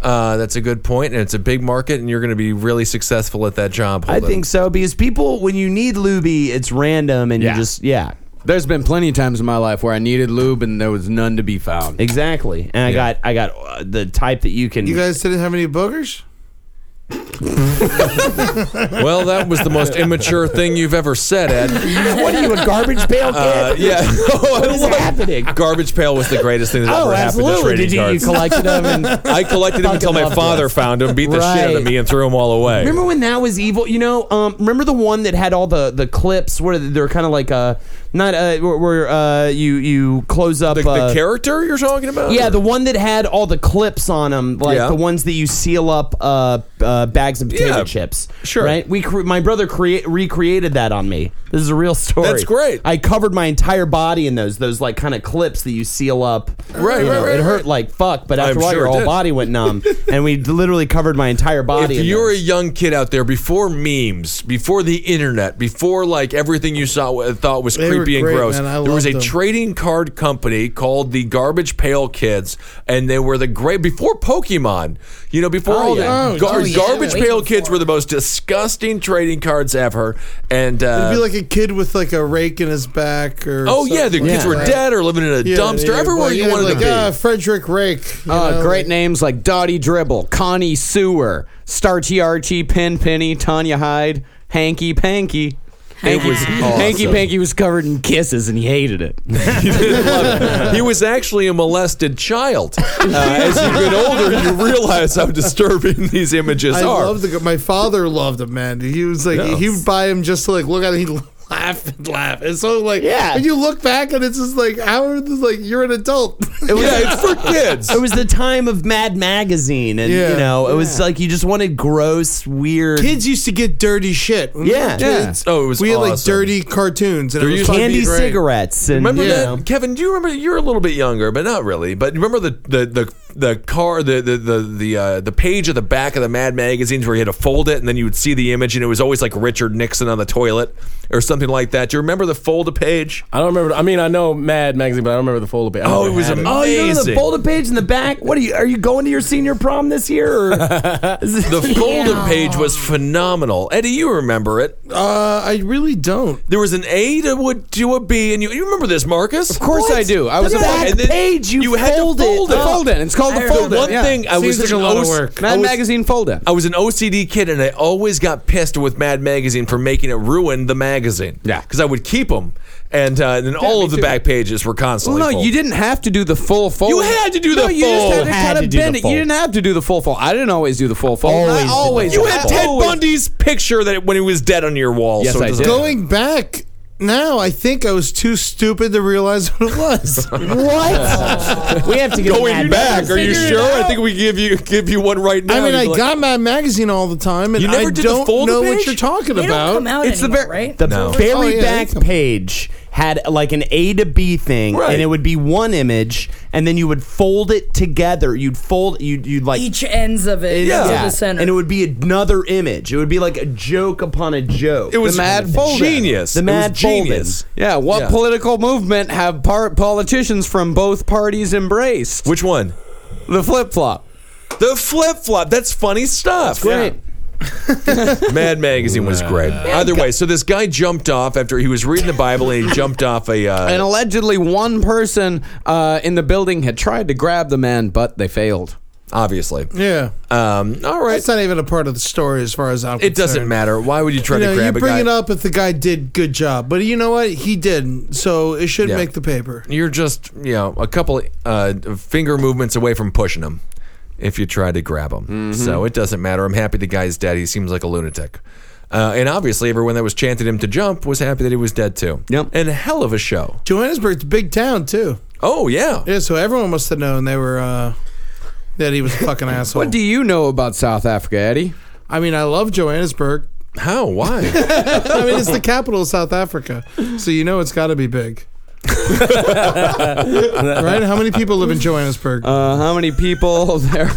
Speaker 7: Uh, that's a good point, and it's a big market, and you're going to be really successful at that job.
Speaker 2: I think so because people, when you need Luby, it's random and
Speaker 11: Yeah.
Speaker 2: you just yeah.
Speaker 11: There's been plenty of times in my life where I needed lube and there was none to be found.
Speaker 2: Exactly, and I got I got uh, the type that you can.
Speaker 1: You guys didn't have any boogers?
Speaker 7: Well, that was the most immature thing you've ever said, Ed.
Speaker 2: (laughs) (laughs) what are you, a garbage pail kid?
Speaker 7: Uh,
Speaker 11: (laughs)
Speaker 7: yeah. (laughs)
Speaker 11: Oh,
Speaker 2: What is happening?
Speaker 7: Garbage pail was the greatest thing that
Speaker 2: Oh,
Speaker 7: ever happened to
Speaker 2: absolutely!
Speaker 7: trading
Speaker 2: Did you, you
Speaker 7: cards.
Speaker 2: collected them? And
Speaker 11: (laughs)
Speaker 2: (laughs)
Speaker 7: I collected them until my
Speaker 2: Fucking
Speaker 7: father
Speaker 2: loved it.
Speaker 7: found them, beat the shit out of
Speaker 2: Right.
Speaker 7: me, and threw them all away.
Speaker 2: remember when that was evil? You know, um, remember the one that had all the, the clips where they're kind of like uh not uh, where, where uh, you you close up
Speaker 7: the,
Speaker 2: uh,
Speaker 7: the character you're talking about?
Speaker 2: Yeah, the one that had all the clips on them, like
Speaker 7: Yeah.
Speaker 2: the ones that you seal up uh, uh, bags of potato
Speaker 7: Yeah,
Speaker 2: chips.
Speaker 7: sure.
Speaker 2: Right? We cre- my brother crea- recreated that on me. This is a real story.
Speaker 7: That's great.
Speaker 2: I covered my entire body in those those like kind of clips that you seal up.
Speaker 7: Right,
Speaker 2: You
Speaker 7: right, right,
Speaker 2: It hurt
Speaker 7: right.
Speaker 2: like fuck, but after
Speaker 7: I'm
Speaker 2: a while
Speaker 7: sure
Speaker 2: your
Speaker 7: it
Speaker 2: whole
Speaker 7: did.
Speaker 2: body
Speaker 11: (laughs)
Speaker 2: went numb, and we literally covered my entire body.
Speaker 7: If
Speaker 2: in
Speaker 7: you're a
Speaker 2: those.
Speaker 7: young kid out there, before memes, before the internet, before like everything you saw uh, thought was
Speaker 1: They were
Speaker 7: creepy
Speaker 1: great,
Speaker 7: and gross,
Speaker 1: man. I
Speaker 7: there was a
Speaker 1: loved them.
Speaker 7: trading card company called the Garbage Pail Kids, and they were the great before Pokemon. You know, before all
Speaker 2: yeah.
Speaker 7: the gar-
Speaker 10: yeah.
Speaker 7: Garbage
Speaker 10: Waiting
Speaker 7: Pail
Speaker 10: for
Speaker 7: Kids were the most disgusting trading cards ever, and uh,
Speaker 1: It'd be like a kid with like a rake in his back or.
Speaker 7: oh yeah, the
Speaker 1: something
Speaker 7: kids
Speaker 1: like
Speaker 7: were
Speaker 1: that.
Speaker 7: dead or living in a
Speaker 1: Yeah,
Speaker 7: dumpster.
Speaker 1: yeah,
Speaker 7: everywhere
Speaker 1: like,
Speaker 7: you
Speaker 1: yeah,
Speaker 7: wanted
Speaker 1: like,
Speaker 7: to be.
Speaker 1: ah, Frederick Rake. you
Speaker 11: Uh,
Speaker 1: know,
Speaker 11: great
Speaker 1: like-
Speaker 11: names like Dottie Dribble, Connie Sewer, Starchy Archie, Pin Penny, Tanya Hyde, Hanky Panky. Hanky, was, Hanky
Speaker 7: (laughs)
Speaker 11: Panky was covered in kisses and he hated it.
Speaker 7: he was actually a molested child. Uh, as you get older, you realize how disturbing these images
Speaker 1: I
Speaker 7: are.
Speaker 1: love the. My father loved him, man. He was like he would buy him just to like look at it. He (laughs) laugh and laugh. And so like
Speaker 2: Yeah.
Speaker 1: when you look back and it's just like how are this, like you're an adult. (laughs)
Speaker 7: yeah, it's for (laughs) kids.
Speaker 2: it was the time of Mad Magazine, and
Speaker 1: Yeah.
Speaker 2: you know, it was like you just wanted gross, weird.
Speaker 1: Kids used to get dirty shit. When
Speaker 2: Yeah.
Speaker 1: we were kids,
Speaker 7: Yeah. Oh, it was
Speaker 1: we had like
Speaker 7: awesome.
Speaker 1: dirty cartoons and it
Speaker 7: There
Speaker 1: was
Speaker 7: used to
Speaker 1: fun
Speaker 7: be-
Speaker 1: to
Speaker 2: candy
Speaker 1: eat, right?
Speaker 2: cigarettes and
Speaker 7: Remember
Speaker 2: you
Speaker 7: that,
Speaker 2: know.
Speaker 7: Kevin? Do you remember? You're a little bit younger, but not really. But remember the the the, the car, the the the the, uh, the page at the back of the Mad magazines where you had to fold it, and then you would see the image, and it was always like Richard Nixon on the toilet or something like that. Do you remember the fold a page?
Speaker 6: I don't remember. I mean, I know Mad Magazine, but I don't remember the full bit. I
Speaker 7: Oh,
Speaker 6: never
Speaker 7: it was
Speaker 6: had
Speaker 7: amazing.
Speaker 2: Oh, you remember the folded page in the back? What are you? Are you going to your senior prom this year? Or
Speaker 7: The folded page was phenomenal. Eddie, you remember it?
Speaker 1: Uh, I really don't.
Speaker 7: There was an A to a, to a B, and you you remember this, Marcus?
Speaker 11: Of course I do. I was
Speaker 2: The
Speaker 11: a
Speaker 2: back
Speaker 7: And then
Speaker 2: page you,
Speaker 7: you had to
Speaker 2: fold,
Speaker 7: fold
Speaker 2: it.
Speaker 7: it.
Speaker 2: up.
Speaker 11: Fold it. It's called the fold
Speaker 7: The one
Speaker 11: app. yeah.
Speaker 7: thing I was such
Speaker 11: Mad Magazine fold app.
Speaker 7: I was an OCD kid, and I always got pissed with Mad Magazine for making it ruin the magazine. Yeah, because I would keep them, and, uh, and then all of the back pages were
Speaker 11: Well,
Speaker 7: constantly.
Speaker 11: no,
Speaker 7: full.
Speaker 11: you didn't have to do the full fold.
Speaker 7: You had to do
Speaker 11: no,
Speaker 7: the
Speaker 11: you
Speaker 7: full.
Speaker 11: just had to
Speaker 7: Had
Speaker 11: kind
Speaker 7: to
Speaker 11: of
Speaker 7: do the
Speaker 11: bend it.
Speaker 7: fold.
Speaker 11: You didn't have to do the full fold. I didn't always do the full fold. I always.
Speaker 7: You had Ted
Speaker 11: always-
Speaker 7: Bundy's picture that when he was dead on your wall. so it doesn't-
Speaker 1: Going back now, I think I was too stupid to realize (laughs) what it was. what?
Speaker 2: we have to
Speaker 1: go
Speaker 7: Going back, are you sure? I think we give you give you one right now.
Speaker 1: I mean,
Speaker 7: You'd
Speaker 1: I
Speaker 7: be like,
Speaker 1: got Mad Magazine all the time, and
Speaker 7: You never
Speaker 1: I
Speaker 7: did the
Speaker 1: don't
Speaker 7: fold
Speaker 1: know
Speaker 7: page?
Speaker 1: what you're talking
Speaker 7: They don't
Speaker 1: about.
Speaker 7: come out It's the anymore, ver- right?
Speaker 2: The
Speaker 7: No.
Speaker 2: very
Speaker 7: Oh, yeah, they
Speaker 2: back page had like an A to B thing,
Speaker 7: Right.
Speaker 2: and it would be one image, and then you would fold it together. You'd fold, you'd, you'd like
Speaker 10: Each ends of it to the center.
Speaker 2: and it would be another image. It would be like a joke upon a joke.
Speaker 11: It was
Speaker 2: The mad folding.
Speaker 11: Yeah, what
Speaker 2: Yeah.
Speaker 11: political movement have par- politicians from both parties embraced?
Speaker 7: Which one?
Speaker 11: The flip flop.
Speaker 7: The flip flop. That's funny stuff.
Speaker 11: great.
Speaker 7: Mad Magazine was great. Either way, so this guy jumped off after he was reading the Bible and
Speaker 1: (laughs)
Speaker 7: he jumped off a. Uh,
Speaker 11: And allegedly, one person uh, in the building had tried to grab the man, but they failed.
Speaker 7: Obviously.
Speaker 1: Yeah.
Speaker 7: Um, all right.
Speaker 1: That's not even a part of the story as far as I'm
Speaker 7: it doesn't
Speaker 1: concerned.
Speaker 7: matter. Why would you try
Speaker 1: You know,
Speaker 7: to grab
Speaker 1: you
Speaker 7: a
Speaker 1: bring
Speaker 7: guy?
Speaker 1: it up if the guy did good job, but you know what? He didn't, so it should
Speaker 7: Yeah.
Speaker 1: make the paper.
Speaker 7: You're just you know a couple uh, finger movements away from pushing him if you try to grab him.
Speaker 1: Mm-hmm.
Speaker 7: So it doesn't matter. I'm happy the guy's dead. He seems like a lunatic. Uh, and obviously, everyone that was chanting him to jump was happy that he was dead too. Yep. And hell of a show.
Speaker 1: Johannesburg's a big town too.
Speaker 7: Oh yeah,
Speaker 1: yeah. So everyone must have known they were uh, that he was a fucking (laughs) asshole.
Speaker 11: What do you know about South Africa, Eddie?
Speaker 1: I mean, I love Johannesburg.
Speaker 7: How? Why? (laughs)
Speaker 1: (laughs) I mean, it's the capital of South Africa, so you know it's got to be
Speaker 7: (laughs)
Speaker 1: big. right? How many people live in Johannesburg?
Speaker 11: Uh, how many
Speaker 7: (laughs)
Speaker 11: people there?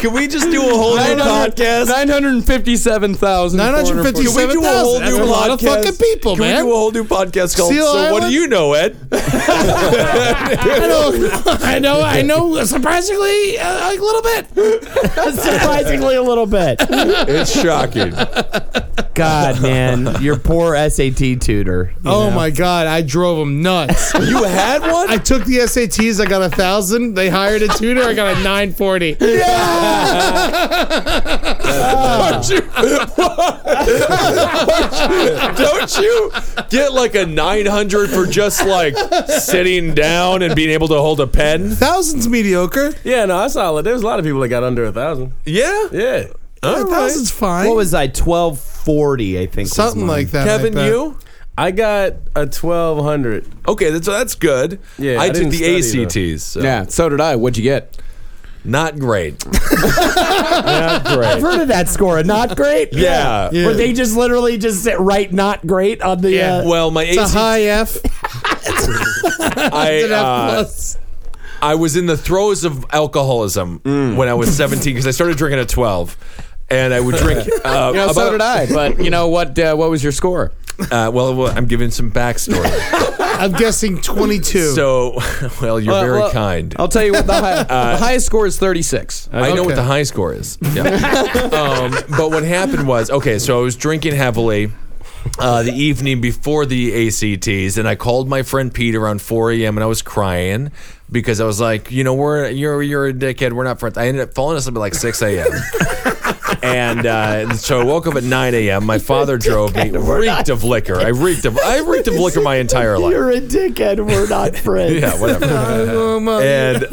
Speaker 7: Can we just do a whole new podcast?
Speaker 11: 957,000.
Speaker 1: 957,000.
Speaker 7: Can we do a whole
Speaker 1: That's
Speaker 7: new
Speaker 1: a lot of
Speaker 7: podcast?
Speaker 1: fucking people,
Speaker 7: Can
Speaker 1: man.
Speaker 7: we do a whole new podcast called
Speaker 1: Seal
Speaker 7: "So What Do
Speaker 1: Island?
Speaker 7: You Know, Ed?"
Speaker 1: I know, (laughs) I know, I
Speaker 7: (laughs)
Speaker 1: know. Surprisingly, uh, a little bit.
Speaker 11: (laughs)
Speaker 2: Surprisingly, a little bit.
Speaker 7: It's shocking.
Speaker 2: God, man, your poor SAT tutor. you
Speaker 1: Oh
Speaker 2: know?
Speaker 1: my god, I drove them nuts.
Speaker 7: you had one?
Speaker 1: (laughs) I took the SATs. I got a thousand. They hired a tutor. I got a nine
Speaker 7: (laughs)
Speaker 1: forty.
Speaker 7: Don't you, don't you (laughs) get like a 900 for just like sitting down and being able to hold a pen?
Speaker 1: Thousands mediocre.
Speaker 6: Yeah, no, that's solid. There's a lot of people that got under a thousand.
Speaker 7: Yeah.
Speaker 6: Yeah.
Speaker 7: All right.
Speaker 1: Thousand's fine.
Speaker 2: What was I? Twelve forty, I think. was
Speaker 1: Something
Speaker 2: mine.
Speaker 1: like that.
Speaker 7: Kevin,
Speaker 1: I bet.
Speaker 7: you?
Speaker 6: I got a twelve hundred.
Speaker 7: Okay, that's that's good.
Speaker 6: Yeah,
Speaker 7: I,
Speaker 6: I
Speaker 7: took
Speaker 6: didn't
Speaker 7: the
Speaker 6: study, though.
Speaker 7: ACTs. So.
Speaker 11: Yeah, so did I. What'd you get?
Speaker 7: Not great.
Speaker 2: Not great. I've heard of that score. Not great.
Speaker 7: Yeah.
Speaker 2: Where they just literally just sit right not great on the.
Speaker 1: Yeah.
Speaker 2: Uh,
Speaker 7: Well, my
Speaker 1: It's a
Speaker 7: ACT,
Speaker 1: high F.
Speaker 7: I,
Speaker 1: It's an F
Speaker 7: uh,
Speaker 1: plus.
Speaker 7: I was in the throes of alcoholism when I
Speaker 11: Mm.
Speaker 7: was 17 because I started drinking at 12. And I would drink.
Speaker 11: (laughs)
Speaker 7: Uh,
Speaker 11: You know, so
Speaker 7: about-
Speaker 11: did I. (laughs) But you know what? Uh, what was your score?
Speaker 7: Uh, well, I'm giving some
Speaker 11: (laughs)
Speaker 7: backstory.
Speaker 1: I'm guessing twenty two.
Speaker 7: So, (laughs) well, you're
Speaker 11: Well,
Speaker 7: very
Speaker 11: well,
Speaker 7: kind.
Speaker 11: I'll tell you what. The,
Speaker 2: (laughs)
Speaker 11: high,
Speaker 2: Uh,
Speaker 11: the highest score is thirty-six.
Speaker 7: I
Speaker 1: okay.
Speaker 7: know what the high score is.
Speaker 2: (laughs)
Speaker 7: Yeah. um, but what happened was okay, so I was drinking heavily. Uh, the evening before the ACTs, and I called my friend Pete around 4 a.m. and I was crying because I was like, you know, we're you're you're a dickhead. We're not friends. I ended up falling asleep at like 6 a.m.
Speaker 2: (laughs)
Speaker 7: and uh, so I woke up at 9 a.m. My father drove me, reeked of liquor. I reeked of I reeked of liquor my entire life.
Speaker 2: You're a dickhead. We're not friends.
Speaker 7: (laughs) Yeah,
Speaker 1: Oh,
Speaker 7: whatever. and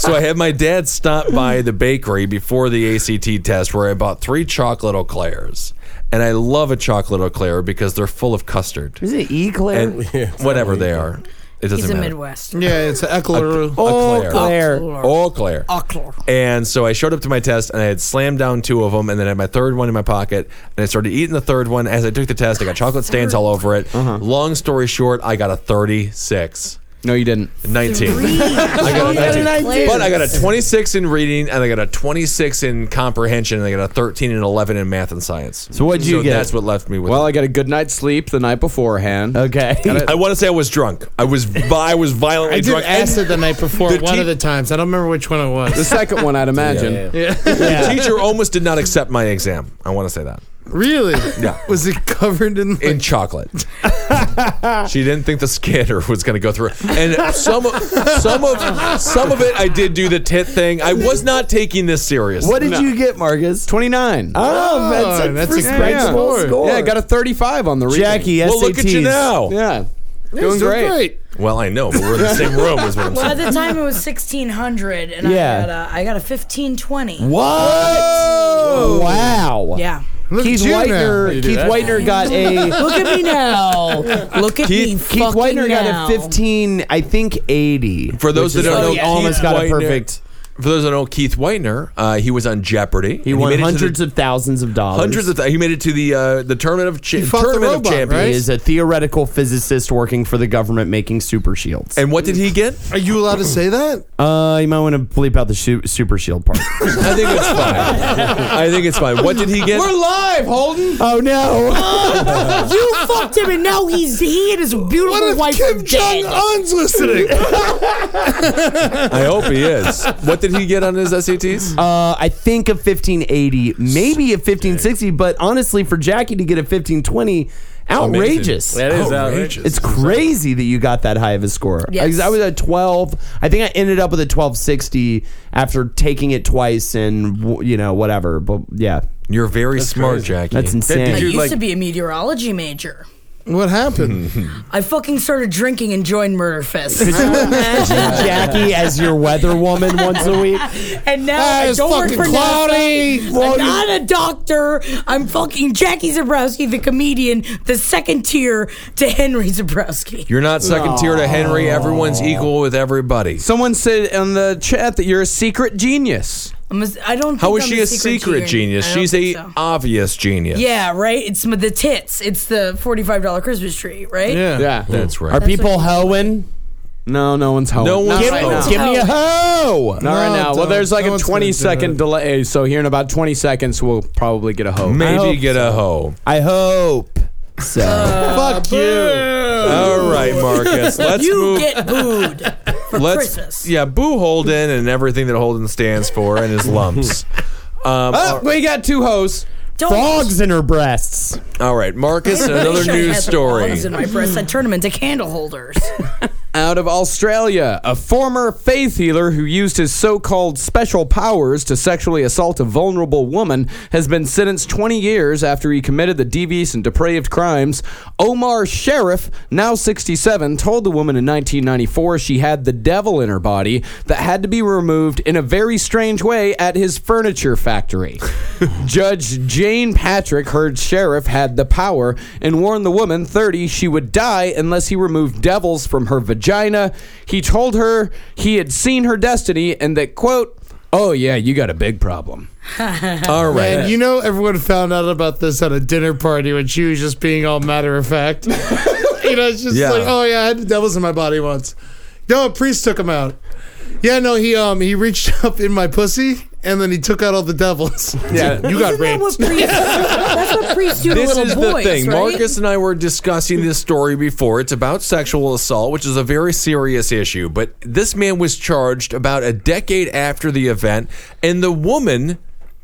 Speaker 7: so I had my dad stop by the bakery before the ACT test where I bought three chocolate au clairs. And I love a chocolate au clair because they're full of custard.
Speaker 2: Is it Eclair?
Speaker 7: And whatever they are, it doesn't
Speaker 10: He's a
Speaker 7: matter.
Speaker 10: Midwest.
Speaker 1: yeah, it's an Eckler.
Speaker 7: Au Claire.
Speaker 2: Claire.
Speaker 7: Au Claire.
Speaker 10: Ockler.
Speaker 7: And so I showed up to my test and I had slammed down two of them and then I had my third one in my pocket and I started eating the third one. As I took the test, I got chocolate stains all over it. Long story short, I got a 36.
Speaker 11: No, you didn't.
Speaker 7: 19.
Speaker 2: (laughs)
Speaker 7: I got a 19. But I got a 26 in reading, and I got a 26 in comprehension, and I got a 13 and 11 in math and science. So
Speaker 2: what'd you get?
Speaker 7: That's what left me with.
Speaker 11: Well, I got a good night's sleep the night beforehand.
Speaker 2: okay.
Speaker 7: I want to say I was drunk. I was vi- I was violently
Speaker 1: I did
Speaker 7: drunk. And
Speaker 1: acid the night before
Speaker 7: The
Speaker 1: one
Speaker 7: te-
Speaker 1: of the times. I don't remember which one it
Speaker 11: The
Speaker 1: was.
Speaker 11: second one, I'd imagine.
Speaker 1: Yeah.
Speaker 7: the teacher almost did not accept my exam. I want to say that.
Speaker 1: Really?
Speaker 7: Yeah.
Speaker 1: Was it covered in
Speaker 7: in chocolate? she didn't think the scanner was going to go through. And some of, some of some of it, I did do the tit thing. I was not taking this seriously.
Speaker 9: What did you
Speaker 7: get,
Speaker 9: Marcus? 29.
Speaker 7: Oh, that's a
Speaker 9: that's
Speaker 7: freaking
Speaker 9: yeah.
Speaker 7: score. score.
Speaker 9: Yeah, I got a 35 on the reading.
Speaker 7: Jackie,
Speaker 9: well, look at you
Speaker 7: SATs.
Speaker 9: now. Yeah. Doing great.
Speaker 7: Well, I know, but we're in the same room, is what I'm
Speaker 10: Well, at
Speaker 7: saying.
Speaker 10: the time it was sixteen hundred, and
Speaker 7: Yeah.
Speaker 10: I got a, I got a fifteen twenty.
Speaker 2: Whoa! Wow.
Speaker 10: Yeah.
Speaker 2: Keith Whitener. Keith Whitener got a.
Speaker 10: (laughs) Look at me now. Look at
Speaker 2: Keith,
Speaker 10: me.
Speaker 2: Keith
Speaker 10: fucking
Speaker 2: Whitener
Speaker 10: now.
Speaker 2: got a 15, I think 80.
Speaker 7: For those that
Speaker 2: which is
Speaker 7: don't know,
Speaker 2: like almost
Speaker 7: Keith
Speaker 2: got a
Speaker 7: Whitener-
Speaker 2: perfect.
Speaker 7: For those that don't know, Keith Whitener, uh, he was on Jeopardy.
Speaker 2: He
Speaker 7: and
Speaker 2: won
Speaker 7: made it to the-
Speaker 2: hundreds of thousands of dollars.
Speaker 7: hundreds of th- he made it to the uh, the tournament of cha-
Speaker 2: Fought the
Speaker 7: tournament of
Speaker 2: robot,
Speaker 7: champions.
Speaker 2: right? He is a theoretical physicist working for the government making super shields.
Speaker 7: And what did he get?
Speaker 1: Are you allowed to say that?
Speaker 2: Uh, you might want to bleep out the su- super shield part.
Speaker 7: I think
Speaker 2: (laughs)
Speaker 7: it's fine. I think it's fine. What did he get?
Speaker 9: We're live, Holden.
Speaker 2: Oh no!
Speaker 10: you fucked him, and now he's he and his beautiful wife Kim Jong
Speaker 1: Un's listening.
Speaker 7: I hope he is. What did he get on his SATs?
Speaker 2: Uh, I think a 1580, maybe a 1560, but honestly, for Jackie to get a 1520, outrageous.
Speaker 9: Amazing. That is outrageous.
Speaker 2: It's crazy that you got that high of a score.
Speaker 9: Yes.
Speaker 2: I, I was at 12. I think I ended up with a 1260 after taking it twice and, w- you know, whatever. But yeah.
Speaker 7: You're very smart, Jackie.
Speaker 2: That's insane.
Speaker 10: I used to be a meteorology major.
Speaker 1: What
Speaker 7: (laughs)
Speaker 1: happened?
Speaker 10: I fucking started drinking and joined
Speaker 2: (laughs)
Speaker 10: Murder Fest.
Speaker 2: Could you imagine Jackie as your weather woman once a week?
Speaker 10: And now
Speaker 2: Ah,
Speaker 10: I
Speaker 2: it's
Speaker 10: don't work
Speaker 2: fucking
Speaker 10: for
Speaker 2: cloudy.
Speaker 10: NASA.
Speaker 2: Well,
Speaker 10: I'm
Speaker 2: you-
Speaker 10: not a doctor. I'm fucking Jackie Zabrowski, the comedian, the second tier to Henry Zabrowski.
Speaker 7: You're not second tier to Henry. Everyone's equal with everybody.
Speaker 9: Someone said on the chat that you're a secret genius.
Speaker 10: I'm a, I don't.
Speaker 7: How
Speaker 10: think
Speaker 7: is
Speaker 10: I'm
Speaker 7: she a secret genius?
Speaker 10: I don't
Speaker 7: She's
Speaker 10: think
Speaker 7: a obvious genius.
Speaker 10: Yeah, right. It's m- the tits. It's the forty-five dollar Christmas tree, right?
Speaker 9: Yeah.
Speaker 7: That's right.
Speaker 2: Are people hoeing?
Speaker 9: No, no one's hoeing.
Speaker 2: No one's
Speaker 9: Not
Speaker 2: Give-
Speaker 9: right now.
Speaker 2: give me a hoe.
Speaker 9: Not right
Speaker 2: No,
Speaker 9: now. Well,
Speaker 2: don't.
Speaker 9: there's like
Speaker 2: No
Speaker 9: a
Speaker 2: one's gonna
Speaker 9: 20
Speaker 2: do
Speaker 9: second delay, so here in about 20 seconds, we'll probably get a hoe.
Speaker 7: Maybe get a hoe.
Speaker 2: I hope so.
Speaker 9: Fuck
Speaker 7: All right, Marcus. Let's
Speaker 10: you
Speaker 7: move.
Speaker 10: get booed for
Speaker 7: (laughs) let's
Speaker 10: Christmas.
Speaker 7: yeah, boo Holden and everything that Holden stands for and
Speaker 10: (laughs)
Speaker 7: his lumps. Um,
Speaker 9: Oh, we got two hoes.
Speaker 2: Frogs in her breasts.
Speaker 7: All right, Marcus.
Speaker 10: Everybody
Speaker 7: Another
Speaker 10: should
Speaker 7: news
Speaker 10: have
Speaker 7: story.
Speaker 10: olives in
Speaker 7: (laughs)
Speaker 10: my breast. I turn them into candle holders.
Speaker 9: Out of Australia, a former faith healer who used his so called special powers to sexually assault a vulnerable woman has been sentenced 20 years after he committed the devious and depraved crimes. Omar Sheriff, now 67, told the woman in 1994 she had the devil in her body that had to be removed in a very strange way at his furniture factory. Judge Jane Patrick heard Sheriff had the power and warned the woman, 30, she would die unless he removed devils from her vagina. He told her he had seen her destiny and that, quote, oh yeah, you got a big problem.
Speaker 7: All right.
Speaker 1: Man, you know everyone found out about this at a dinner party when she was just being all matter of (laughs) fact. you know, it's just
Speaker 7: Yeah.
Speaker 1: like, oh yeah, I had the devils in my body once. No, a priest took him out. Yeah, no, he um he reached (laughs) up in my pussy and then he took out all the (laughs) devils.
Speaker 7: Yeah.
Speaker 1: you got
Speaker 10: That
Speaker 1: raped.
Speaker 10: was priest, that's what priests do to
Speaker 7: This
Speaker 10: little
Speaker 7: is
Speaker 10: boys,
Speaker 7: the thing.
Speaker 10: right?
Speaker 7: Marcus and I were discussing this story before. It's about sexual assault, which is a very serious issue. But this man was charged about a decade after the event, and the woman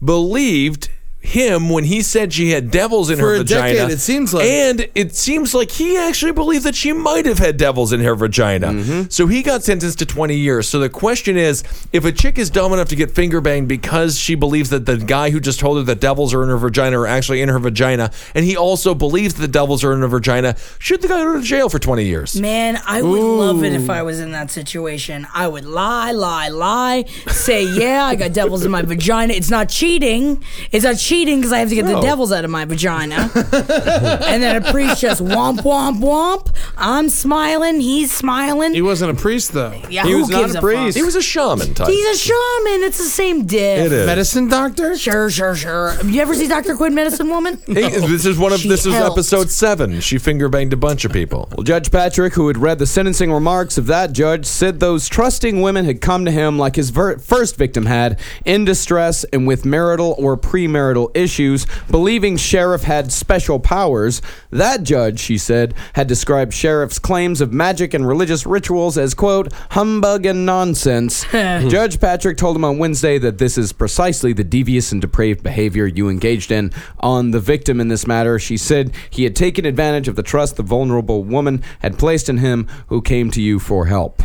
Speaker 7: believed him when he said she had devils in
Speaker 1: For
Speaker 7: her
Speaker 1: a
Speaker 7: vagina.
Speaker 1: decade, it seems like.
Speaker 7: and it seems like he actually believed that she might have had devils in her vagina.
Speaker 1: Mm-hmm.
Speaker 7: So he got sentenced to 20 years. So the question is, if a chick is dumb enough to get finger banged because she believes that the guy who just told her that devils are in her vagina are actually in her vagina, and he also believes that the devils are in her vagina, should the guy go to jail for 20 years?
Speaker 10: Man, I would love it if I was in that situation. I would lie, lie, lie, say, yeah, I got devils in my vagina. It's not cheating. It's not cheating because I have to get the
Speaker 9: No.
Speaker 10: devils out of my vagina. and then a priest just womp, womp, womp. I'm smiling. He's smiling.
Speaker 1: He wasn't a priest though.
Speaker 10: Yeah, He who was not gives a a priest. fuck?
Speaker 7: He was a shaman type.
Speaker 10: He's a shaman. It's the same diff.
Speaker 7: It is.
Speaker 1: Medicine doctor?
Speaker 10: Sure, sure, sure. You ever see Dr. Quinn, Medicine Woman?
Speaker 7: Hey, this is one of
Speaker 10: She
Speaker 7: this is
Speaker 10: helped.
Speaker 7: episode seven. She finger banged a bunch of people.
Speaker 9: Well, Judge Patrick, who had read the sentencing remarks of that judge, said those trusting women had come to him like his ver- first victim had, in distress and with marital or premarital
Speaker 2: marital issues, believing Sheriff had special powers. That judge, she said, had described Sheriff's claims of magic and religious rituals as, quote, humbug and nonsense. (laughs) judge Patrick told him on Wednesday that this is precisely the devious and depraved behavior you engaged in on the victim in this matter. She said he had taken advantage of the trust the vulnerable woman had placed in him who came to you for help.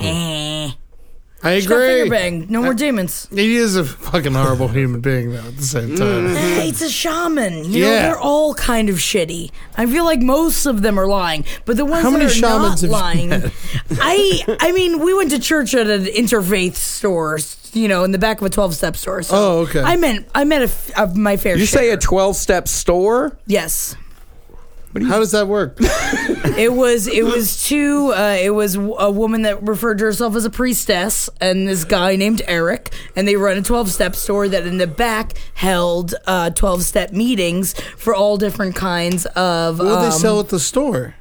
Speaker 10: I
Speaker 1: I
Speaker 10: Just Eh. got
Speaker 1: agree.
Speaker 10: finger bang. No more demons.
Speaker 1: He is a fucking horrible human being, though. At the same time, (clears throat)
Speaker 10: Eh, it's a shaman. You know,
Speaker 1: Yeah.
Speaker 10: they're all kind of shitty. I feel like most of them are lying, but the ones
Speaker 1: How many
Speaker 10: that are
Speaker 1: shamans
Speaker 10: not
Speaker 1: have you
Speaker 10: lying,
Speaker 1: met?
Speaker 10: (laughs) I I mean, we went to church at an interfaith store, you know, in the back of a twelve step store. So
Speaker 2: Oh, okay.
Speaker 10: I meant I meant a f- of my fair.
Speaker 2: You say
Speaker 10: share.
Speaker 2: a 12 step store?
Speaker 10: yes.
Speaker 1: How does that work?
Speaker 10: it was it was two uh, it was w- a woman that referred to herself as a priestess and this guy named Eric and they run a 12 step store that in the back held uh 12 step meetings for all different kinds of
Speaker 1: What do they
Speaker 10: um,
Speaker 1: sell at the store?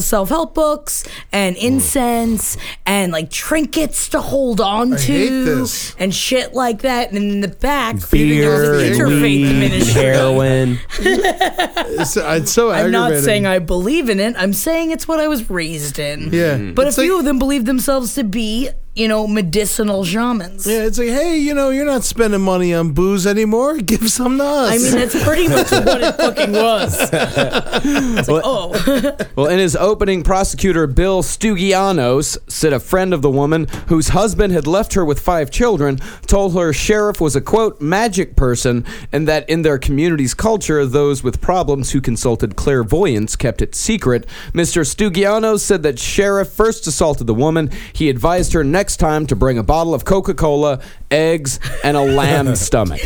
Speaker 10: self help books and incense and like trinkets to hold on
Speaker 1: I
Speaker 10: to
Speaker 1: hate this.
Speaker 10: and shit like that. And in the back,
Speaker 6: Beer
Speaker 10: was
Speaker 6: and
Speaker 10: interfaith
Speaker 6: weed,
Speaker 10: ministry.
Speaker 6: heroin.
Speaker 1: It's, it's so
Speaker 10: I'm not
Speaker 1: aggravating.
Speaker 10: saying I believe in it. I'm saying it's what I was raised in.
Speaker 1: Yeah. Mhm.
Speaker 10: But
Speaker 1: It's
Speaker 10: a few of them believe themselves to be, you know, medicinal shamans.
Speaker 1: Yeah, it's like, hey, you know, you're not spending money on booze anymore. (laughs) Give some to us.
Speaker 10: I mean, that's pretty much what it fucking was. oh, (laughs)
Speaker 2: Well, in his opening, prosecutor Bill Stugianos said a friend of the woman, whose husband had left her with five children, told her sheriff was a quote magic person, and that in their community's culture, those with problems who consulted clairvoyance kept it secret. Mr. Stugianos said that sheriff first assaulted the woman. He advised her next time to bring a bottle of Coca Cola, eggs, and a lamb stomach.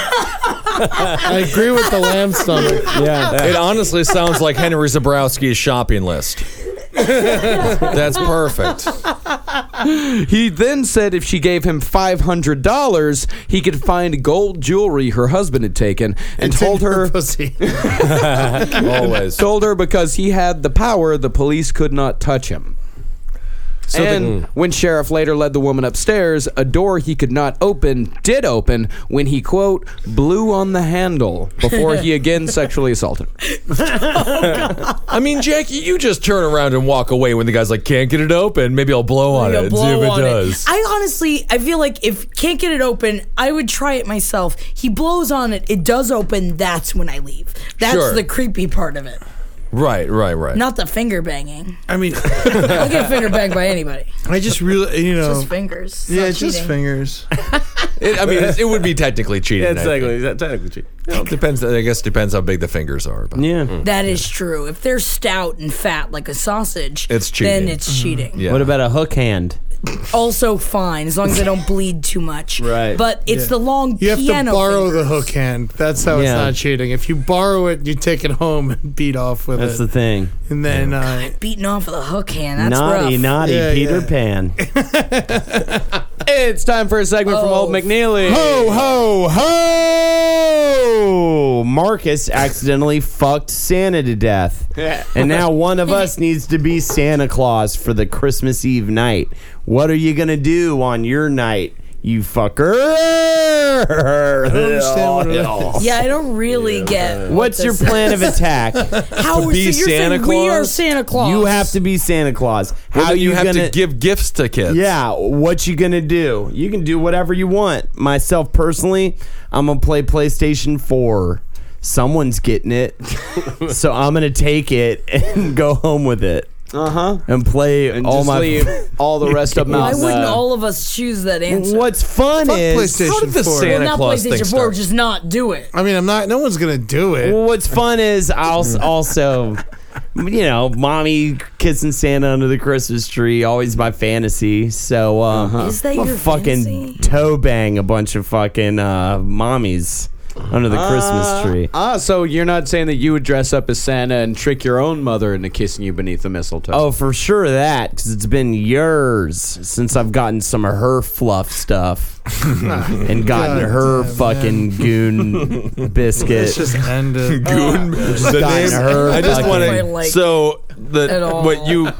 Speaker 1: I agree with the lamb stomach.
Speaker 10: (laughs)
Speaker 7: it honestly sounds like Henry Zabrowski's shopping list. That's perfect.
Speaker 2: He then said if she gave him $500, he could find gold jewelry her husband had taken and told her
Speaker 7: Always.
Speaker 2: told her because he had the power the police could not touch him.
Speaker 7: So the-
Speaker 2: and when sheriff later led the woman upstairs, a door he could not open did open when he quote blew on the handle before he again sexually assaulted. her.
Speaker 7: I mean, Jackie, you just turn around and walk away when the guy's like, "Can't get it open." Maybe I'll blow on it.
Speaker 10: Like a
Speaker 7: and
Speaker 10: blow
Speaker 7: see if
Speaker 10: on
Speaker 7: it
Speaker 10: it.
Speaker 7: does.
Speaker 10: I honestly, I feel like if can't get it open, I would try it myself. He blows on it, it does open. That's when I leave. That's
Speaker 7: Sure.
Speaker 10: the creepy part of it,
Speaker 7: Right, right, right.
Speaker 10: not the finger banging.
Speaker 1: I mean,
Speaker 10: I'll get finger banged by anybody.
Speaker 1: (laughs) I just really, you
Speaker 10: It's
Speaker 1: know,
Speaker 10: just fingers. It's
Speaker 1: Oh. yeah,
Speaker 10: not
Speaker 1: it's just
Speaker 10: cheating.
Speaker 1: fingers.
Speaker 7: It, I mean, it's- it would be technically cheating.
Speaker 12: Yeah,
Speaker 7: I think.
Speaker 12: technically, technically cheap.
Speaker 7: Well, it depends. I guess it depends how big the fingers are. But.
Speaker 6: Yeah.
Speaker 10: That is true. If they're stout and fat like a sausage,
Speaker 7: It's
Speaker 10: Then
Speaker 7: cheating.
Speaker 10: it's cheating.
Speaker 7: Yeah.
Speaker 6: What about a hook hand?
Speaker 10: Also fine as long as they don't bleed too much.
Speaker 6: Right.
Speaker 10: But it's
Speaker 1: Yeah.
Speaker 10: the long
Speaker 1: You have to
Speaker 10: piano.
Speaker 1: borrow
Speaker 10: finger.
Speaker 1: the hook hand. That's how it's
Speaker 6: Yeah.
Speaker 1: not cheating. If you borrow it, you take it home and beat off with
Speaker 6: That's
Speaker 1: it.
Speaker 6: the thing.
Speaker 1: and then, uh,
Speaker 10: Beating off with a hook hand. That's
Speaker 6: naughty,
Speaker 10: rough.
Speaker 6: naughty
Speaker 1: Yeah,
Speaker 6: Peter
Speaker 1: yeah.
Speaker 6: Pan.
Speaker 2: It's time for a segment from
Speaker 10: Oh.
Speaker 2: Old McNeely.
Speaker 6: Ho, ho, ho! Marcus accidentally fucked Santa to death.
Speaker 7: (laughs)
Speaker 6: And now one of us needs to be Santa Claus for the Christmas Eve night. What are you going to do on your night, you
Speaker 7: (laughs)
Speaker 6: fucker?
Speaker 1: understand what it is.
Speaker 10: Yeah, I don't really get. what
Speaker 6: What's your
Speaker 10: this
Speaker 6: plan
Speaker 10: is. (laughs)
Speaker 6: of attack?
Speaker 10: How
Speaker 7: To be
Speaker 10: so you're saying
Speaker 7: Santa
Speaker 10: we are
Speaker 7: Claus?
Speaker 10: Santa Claus?
Speaker 6: You have to be Santa Claus.
Speaker 7: Well,
Speaker 6: How
Speaker 7: then you,
Speaker 6: you
Speaker 7: have
Speaker 6: gonna,
Speaker 7: to give gifts to kids?
Speaker 6: Yeah, what you gonna do? You can do whatever you want. Myself personally, I'm gonna play PlayStation 4. Someone's
Speaker 2: (laughs)
Speaker 6: getting it, so I'm gonna take it and (laughs) go home with it
Speaker 2: Uh huh.
Speaker 6: and play
Speaker 2: And
Speaker 6: all
Speaker 2: just
Speaker 6: my.
Speaker 2: leave all
Speaker 6: (laughs)
Speaker 2: the rest of them
Speaker 10: Why
Speaker 2: out.
Speaker 10: wouldn't
Speaker 2: Uh,
Speaker 10: all of us choose that answer?
Speaker 6: What's fun
Speaker 1: Fuck
Speaker 6: is
Speaker 1: PlayStation
Speaker 7: How did the
Speaker 1: 4.
Speaker 7: Santa
Speaker 10: Well, not
Speaker 7: Claus thing
Speaker 10: PlayStation Four.
Speaker 7: start?
Speaker 10: Just not do it.
Speaker 1: I mean, I'm not. No one's gonna do it.
Speaker 6: Well, what's fun is I'll s- also, you know, mommy kissing Santa under the Christmas tree, always my fantasy. So, uh,
Speaker 10: Is that
Speaker 6: I'll
Speaker 10: your
Speaker 6: fucking
Speaker 10: fantasy?
Speaker 6: toe bang a bunch of fucking uh, mommies under the Christmas tree.
Speaker 2: Ah, so you're not saying that you would dress up as Santa and trick your own mother into kissing you beneath the mistletoe?
Speaker 6: Oh, for sure that because it's been years since I've gotten some of her fluff
Speaker 7: (laughs)
Speaker 6: stuff and gotten
Speaker 1: God
Speaker 6: her
Speaker 1: damn,
Speaker 6: fucking goon biscuit.
Speaker 7: (laughs)
Speaker 1: Let's just end Oh, it.
Speaker 7: Goon.
Speaker 6: gotten her
Speaker 7: I just
Speaker 6: fucking-
Speaker 7: want
Speaker 10: Or
Speaker 7: to.
Speaker 10: like-
Speaker 7: so
Speaker 10: At
Speaker 7: that
Speaker 10: all.
Speaker 7: what you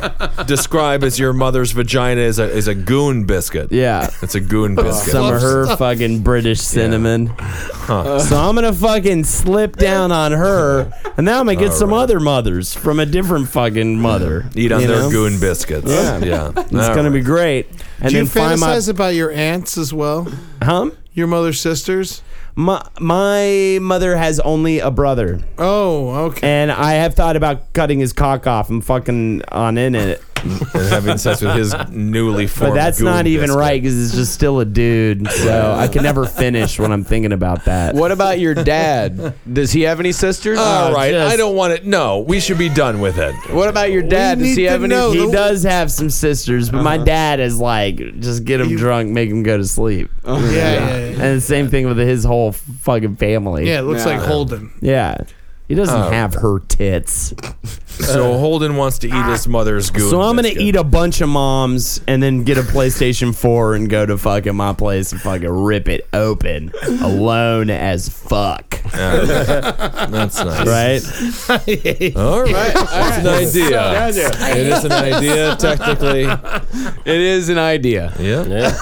Speaker 7: describe as your mother's vagina is a is a goon biscuit.
Speaker 2: Yeah,
Speaker 7: it's a goon biscuit.
Speaker 2: Some of her fucking British cinnamon. So I'm gonna fucking slip down on her, and now I'm gonna get some other mothers from a different fucking mother.
Speaker 7: Eat on
Speaker 2: you
Speaker 7: their
Speaker 2: know?
Speaker 7: goon biscuits.
Speaker 2: Yeah,
Speaker 7: Yeah.
Speaker 2: It's
Speaker 7: All
Speaker 2: gonna
Speaker 7: right.
Speaker 2: be great. And
Speaker 1: Do you
Speaker 2: then find my
Speaker 1: fantasize about your aunts as well?
Speaker 2: huh?
Speaker 1: Your mother's sisters?
Speaker 2: My my mother has only a brother.
Speaker 1: Oh, okay.
Speaker 2: And I have thought about cutting his cock off and fucking on in it.
Speaker 7: and having sex
Speaker 2: (laughs)
Speaker 7: with his newly formed.
Speaker 2: But that's
Speaker 7: goon
Speaker 2: not even
Speaker 7: biscuit.
Speaker 2: right because it's just still a dude. So I can
Speaker 11: (laughs)
Speaker 2: never finish when I'm thinking about that.
Speaker 11: What about your dad? Does he have any sisters?
Speaker 2: Oh,
Speaker 7: All right, I don't want it. No, we should be done
Speaker 2: (laughs)
Speaker 7: with it.
Speaker 11: What about your dad? Does he have any?
Speaker 2: He does have some sisters, but
Speaker 11: Uh-huh.
Speaker 2: my dad is like, just get him drunk, make him go to sleep.
Speaker 1: Yeah, yeah, yeah.
Speaker 2: And the same thing with his whole fucking family.
Speaker 1: Yeah, it looks like Holden.
Speaker 2: Yeah. He doesn't
Speaker 7: Oh.
Speaker 2: have her tits.
Speaker 7: So Holden wants to eat his mother's goon.
Speaker 2: So I'm gonna
Speaker 7: biscuit.
Speaker 2: eat a bunch of moms and then get a PlayStation 4 and go to fucking my place and fucking rip it open alone as
Speaker 7: (laughs)
Speaker 2: fuck. (laughs)
Speaker 7: That's nice.
Speaker 2: Right?
Speaker 7: All right, that's an idea. It is an idea,
Speaker 6: (laughs)
Speaker 7: technically.
Speaker 11: It is an idea.
Speaker 7: Yeah.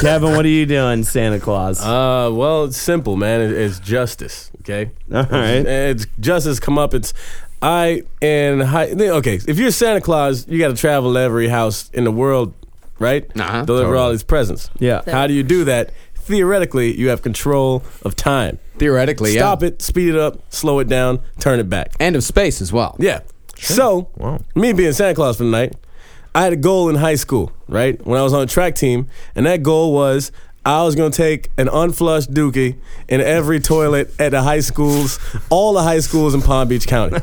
Speaker 2: Kevin, what are you doing, Santa Claus?
Speaker 6: Uh, well, it's simple, man. It- It's justice. Okay.
Speaker 2: (laughs) All right.
Speaker 6: It's justice come up. It's I and high. Okay, if you're Santa Claus, you got to travel to every house in the world, right?
Speaker 11: Uh-huh.
Speaker 6: Deliver all these presents.
Speaker 2: Yeah.
Speaker 6: How do you do that? Theoretically, you have control of time.
Speaker 11: Theoretically, yeah.
Speaker 6: Stop it, speed it up, slow it down, turn it back.
Speaker 11: And of space as well.
Speaker 6: Yeah. So,
Speaker 7: Wow.
Speaker 6: me being Santa Claus for the night, I had a goal in high school, right? When I was on a track team, and that goal was I was going to take an unflushed dookie in every toilet at the high schools, all the high schools in Palm Beach
Speaker 7: (laughs)
Speaker 6: County.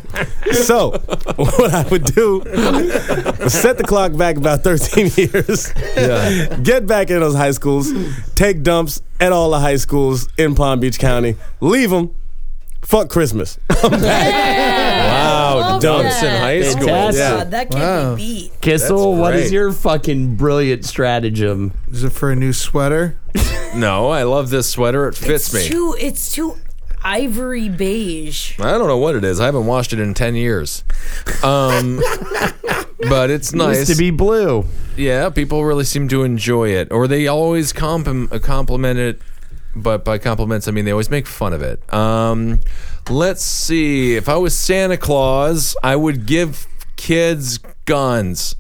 Speaker 6: so, what I would do was set the clock back about 13 (laughs) years, get back in those high schools, take dumps at all the high schools in Palm Beach County, leave them, fuck Christmas.
Speaker 7: Wow,
Speaker 10: Love
Speaker 7: dumps in
Speaker 10: that.
Speaker 7: high
Speaker 10: Oh my
Speaker 7: school.
Speaker 2: Fantastic.
Speaker 10: God, that can't
Speaker 1: Wow.
Speaker 10: be beat.
Speaker 2: Kissel,
Speaker 7: That's
Speaker 2: what
Speaker 7: great.
Speaker 2: is your fucking brilliant stratagem?
Speaker 1: Is it for a new sweater?
Speaker 7: No, I love this sweater. It fits me.
Speaker 10: Too, it's too ivory beige.
Speaker 7: I don't know what it is. I haven't washed it in ten years.
Speaker 2: (laughs)
Speaker 7: Um, but Oh, it's nice.
Speaker 2: Used to be blue.
Speaker 7: yeah, people really seem to enjoy it, or they always complim- uh, compliment it. But by compliments, I mean they always make fun of it. Um, let's see. If I was Santa Claus, I would give kids guns.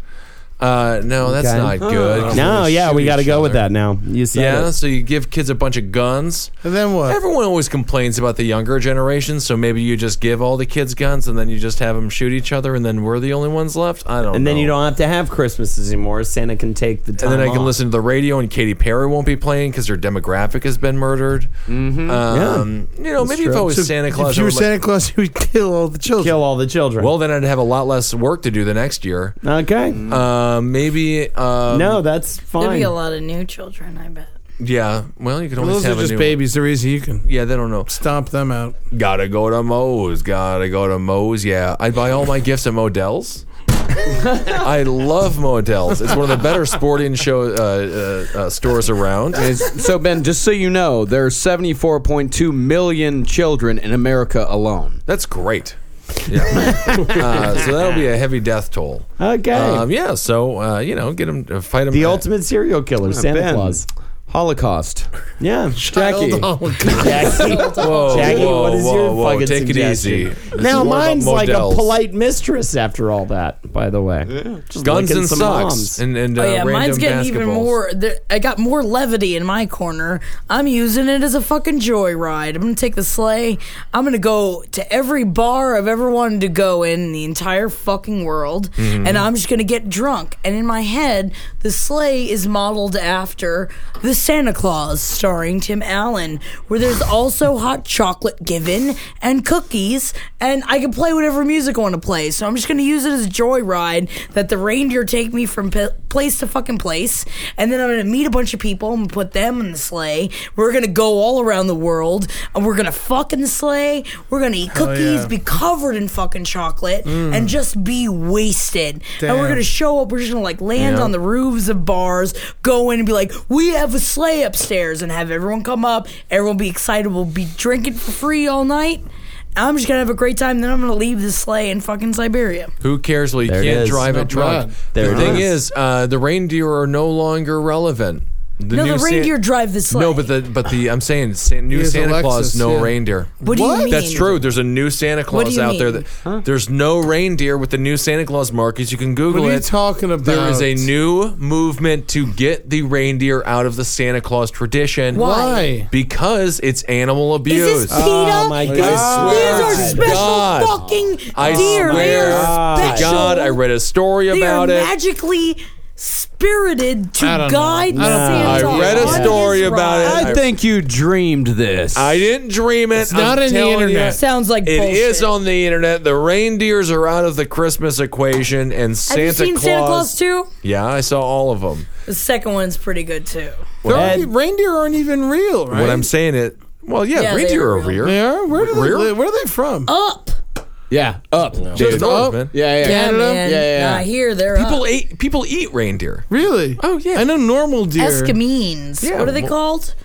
Speaker 7: Uh, no, that's
Speaker 2: Okay.
Speaker 7: not good. 'cause
Speaker 2: No,
Speaker 7: they
Speaker 2: yeah,
Speaker 7: shoot
Speaker 2: we got to
Speaker 7: each
Speaker 2: go with
Speaker 7: other.
Speaker 2: that now. You said
Speaker 7: Yeah,
Speaker 2: it.
Speaker 7: so you give kids a bunch of guns.
Speaker 1: And then what?
Speaker 7: Everyone always complains about the younger generation, so maybe you just give all the kids guns and then you just have them shoot each other, and then we're the only ones left. I don't.
Speaker 2: And then
Speaker 7: know.
Speaker 2: you don't have to have Christmases anymore. Santa can take the time.
Speaker 7: And then I can
Speaker 2: off.
Speaker 7: listen to the radio, and Katy Perry won't be playing because her demographic has been murdered. Mm-hmm. Um, You know, maybe if I was
Speaker 1: So
Speaker 7: Santa Claus,
Speaker 1: If you
Speaker 7: I
Speaker 1: were
Speaker 7: would like-
Speaker 1: Santa Claus, you would kill all the children.
Speaker 2: Kill all the children.
Speaker 7: well, then I'd have a lot less work to do the next year.
Speaker 1: Mm-hmm.
Speaker 2: okay.
Speaker 7: Uh, maybe. Um,
Speaker 2: no, that's
Speaker 10: There'd
Speaker 2: fine.
Speaker 10: be a lot of new children, I bet.
Speaker 7: Yeah. Well, you can
Speaker 1: Well,
Speaker 7: always
Speaker 1: those
Speaker 7: have
Speaker 1: are
Speaker 7: a
Speaker 1: just
Speaker 7: new-
Speaker 1: babies. They're easy. You can
Speaker 7: Yeah, they don't know.
Speaker 1: stomp them out.
Speaker 7: Gotta go to Moe's. Gotta go to Moe's. Yeah, I buy all my gifts at
Speaker 1: (laughs)
Speaker 7: Modell's. I love Modell's. It's one of the better sporting show uh, uh, uh, stores around.
Speaker 11: Is- so Ben, just so you know, there are 74.2 million children in America alone.
Speaker 7: That's great.
Speaker 1: (laughs)
Speaker 7: Yeah. uh, so that'll be a heavy death toll.
Speaker 2: okay.
Speaker 7: Um, yeah. So uh, you know, get him, uh, fight him.
Speaker 2: the ultimate serial killer, Santa
Speaker 11: Ben.
Speaker 2: Claus.
Speaker 11: Holocaust.
Speaker 2: Yeah,
Speaker 11: Jackie. (laughs)
Speaker 2: Jackie,
Speaker 7: Whoa,
Speaker 2: Jackie,
Speaker 7: whoa,
Speaker 2: what is
Speaker 7: whoa,
Speaker 2: your
Speaker 7: whoa,
Speaker 2: fucking
Speaker 7: take it
Speaker 2: suggestion?
Speaker 7: easy.
Speaker 2: Now
Speaker 7: This is more about
Speaker 2: mine's like a
Speaker 7: Modell's.
Speaker 2: polite mistress after all that. By the way, Just
Speaker 7: guns
Speaker 2: licking
Speaker 7: and
Speaker 2: some
Speaker 7: socks
Speaker 2: moms.
Speaker 7: and and uh,
Speaker 10: Oh yeah,
Speaker 7: random
Speaker 10: mine's getting even
Speaker 7: basketballs.
Speaker 10: more. There, I got more levity in my corner. I'm using it as a fucking joyride. I'm gonna take the sleigh. I'm gonna go to every bar I've ever wanted to go in, in the entire fucking world,
Speaker 7: Mm-hmm.
Speaker 10: and I'm just gonna get drunk. And in my head, the sleigh is modeled after the Santa Claus, starring Tim Allen, where
Speaker 7: (sighs)
Speaker 10: there's also hot chocolate given and cookies, and I can play whatever music I want to play. So I'm just gonna use it as a joyride that the reindeer take me from p- place to fucking place, and then I'm gonna meet a bunch of people and put them in the sleigh. We're gonna go all around the world, and we're gonna fuck in the sleigh. We're gonna eat cookies,
Speaker 1: yeah. Mm.
Speaker 10: be covered in fucking chocolate, and just be wasted. And
Speaker 1: Damn.
Speaker 10: we're gonna show up. We're just gonna like land on the roofs of bars, go in and be like, "We have a sleigh upstairs," and have everyone come up. Everyone be excited. We'll be drinking for free all night. I'm just gonna have a great time. Then I'm gonna leave this sleigh in fucking Siberia.
Speaker 7: Who cares? Well, you
Speaker 10: There it
Speaker 7: can't
Speaker 10: is.
Speaker 7: drive a
Speaker 10: Not
Speaker 7: truck.
Speaker 10: bad.
Speaker 7: The
Speaker 10: There it
Speaker 7: thing
Speaker 10: is.
Speaker 7: is, uh, the reindeer are no longer relevant.
Speaker 10: no, the
Speaker 7: new Sa-
Speaker 10: reindeer drive the sleigh.
Speaker 7: No, but the but the I'm saying Sa- new
Speaker 10: He has a
Speaker 7: Santa Claus,
Speaker 10: Lexus,
Speaker 7: no
Speaker 10: yeah.
Speaker 7: reindeer.
Speaker 10: What do you What?
Speaker 7: That's
Speaker 10: mean?
Speaker 7: true. There's a new Santa
Speaker 10: What do
Speaker 7: Claus
Speaker 10: you
Speaker 7: out there.
Speaker 10: mean?
Speaker 7: That there's no reindeer with the new Santa Claus markings. You can Google
Speaker 1: What are
Speaker 7: it.
Speaker 1: you talking
Speaker 7: There is a
Speaker 1: about?
Speaker 7: new movement to get the reindeer out of the Santa Claus tradition.
Speaker 1: Why?
Speaker 7: Because it's animal abuse.
Speaker 10: Is this PETA?
Speaker 2: Oh my
Speaker 10: These
Speaker 2: God.
Speaker 10: are
Speaker 7: Swear to
Speaker 10: special
Speaker 7: God.
Speaker 10: fucking
Speaker 7: I
Speaker 10: deer. They
Speaker 7: swear
Speaker 10: are
Speaker 7: to
Speaker 10: special.
Speaker 7: God, I read a story
Speaker 10: They
Speaker 7: about
Speaker 10: are
Speaker 7: it.
Speaker 10: magically spirited to
Speaker 7: I don't know.
Speaker 10: guide
Speaker 7: I don't know.
Speaker 10: Santa.
Speaker 7: I read a
Speaker 10: on
Speaker 7: story
Speaker 10: his
Speaker 7: about
Speaker 10: ride.
Speaker 7: it.
Speaker 11: I think you dreamed this.
Speaker 7: I didn't dream it.
Speaker 11: It's not
Speaker 7: I'm
Speaker 11: in the
Speaker 7: telling you.
Speaker 11: internet.
Speaker 10: Sounds like
Speaker 7: It
Speaker 10: bullshit.
Speaker 7: is on the internet. The reindeers are out of the Christmas equation, and Santa
Speaker 10: Have you seen
Speaker 7: Claus.
Speaker 10: Santa Claus too?
Speaker 7: Yeah, I saw all of them.
Speaker 10: The second one's pretty good too.
Speaker 1: reindeer aren't even real, right?
Speaker 7: What I'm saying it. Well, yeah,
Speaker 10: Yeah, they
Speaker 7: reindeer
Speaker 10: are
Speaker 7: are over here.
Speaker 1: They are? Where do they
Speaker 7: Rear?
Speaker 1: live? Where are they from?
Speaker 10: Up.
Speaker 11: Yeah, up. Just
Speaker 7: Just up. man.
Speaker 11: Yeah, yeah.
Speaker 10: Yeah, man.
Speaker 11: Yeah, yeah, yeah.
Speaker 10: Nah, here they're
Speaker 7: People
Speaker 10: up.
Speaker 7: eat. People eat reindeer.
Speaker 1: Really?
Speaker 7: Oh yeah.
Speaker 1: I know normal deer.
Speaker 10: Eskimines.
Speaker 7: Yeah,
Speaker 10: what are they
Speaker 7: well-
Speaker 10: called?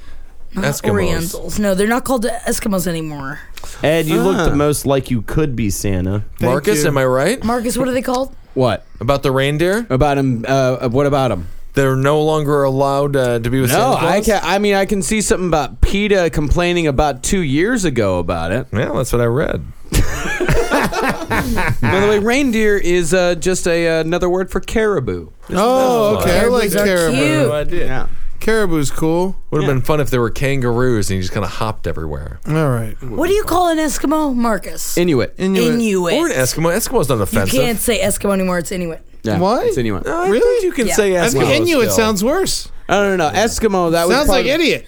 Speaker 10: Not
Speaker 7: Eskimos.
Speaker 10: Orientals. No, they're not called Eskimos anymore.
Speaker 2: Ed, you look
Speaker 10: Ah.
Speaker 2: the most like you could be Santa.
Speaker 7: Marcus, am I right?
Speaker 10: Marcus, what are they called?
Speaker 11: What
Speaker 7: about the reindeer?
Speaker 11: About him? Uh, what about him?
Speaker 7: They're no longer allowed uh, to be with
Speaker 11: No,
Speaker 7: Santa Claus.
Speaker 11: I can. I mean, I can see something about PETA complaining about two years ago about it.
Speaker 7: Yeah, that's what I read.
Speaker 11: By the way, reindeer is uh, just a, uh, another word for caribou.
Speaker 1: Oh, okay. I like caribou.
Speaker 11: Yeah.
Speaker 1: Caribou's cool.
Speaker 7: Would have been fun if there were kangaroos and you just kind of hopped everywhere.
Speaker 1: All right.
Speaker 10: What do you call an Eskimo, Marcus?
Speaker 11: Inuit.
Speaker 10: Inuit. Inuit.
Speaker 7: Or an Eskimo. Eskimo's not
Speaker 10: You
Speaker 7: offensive.
Speaker 10: can't say Eskimo anymore. It's Inuit.
Speaker 11: Yeah,
Speaker 1: What?
Speaker 11: It's Inuit.
Speaker 7: I think
Speaker 1: Really?
Speaker 7: you can
Speaker 10: Yeah.
Speaker 7: say
Speaker 1: I think
Speaker 7: Eskimo.
Speaker 1: Inuit
Speaker 7: still.
Speaker 1: sounds worse.
Speaker 11: I don't know. Eskimo. That was
Speaker 1: sounds
Speaker 11: part
Speaker 1: like
Speaker 11: of-
Speaker 1: idiot.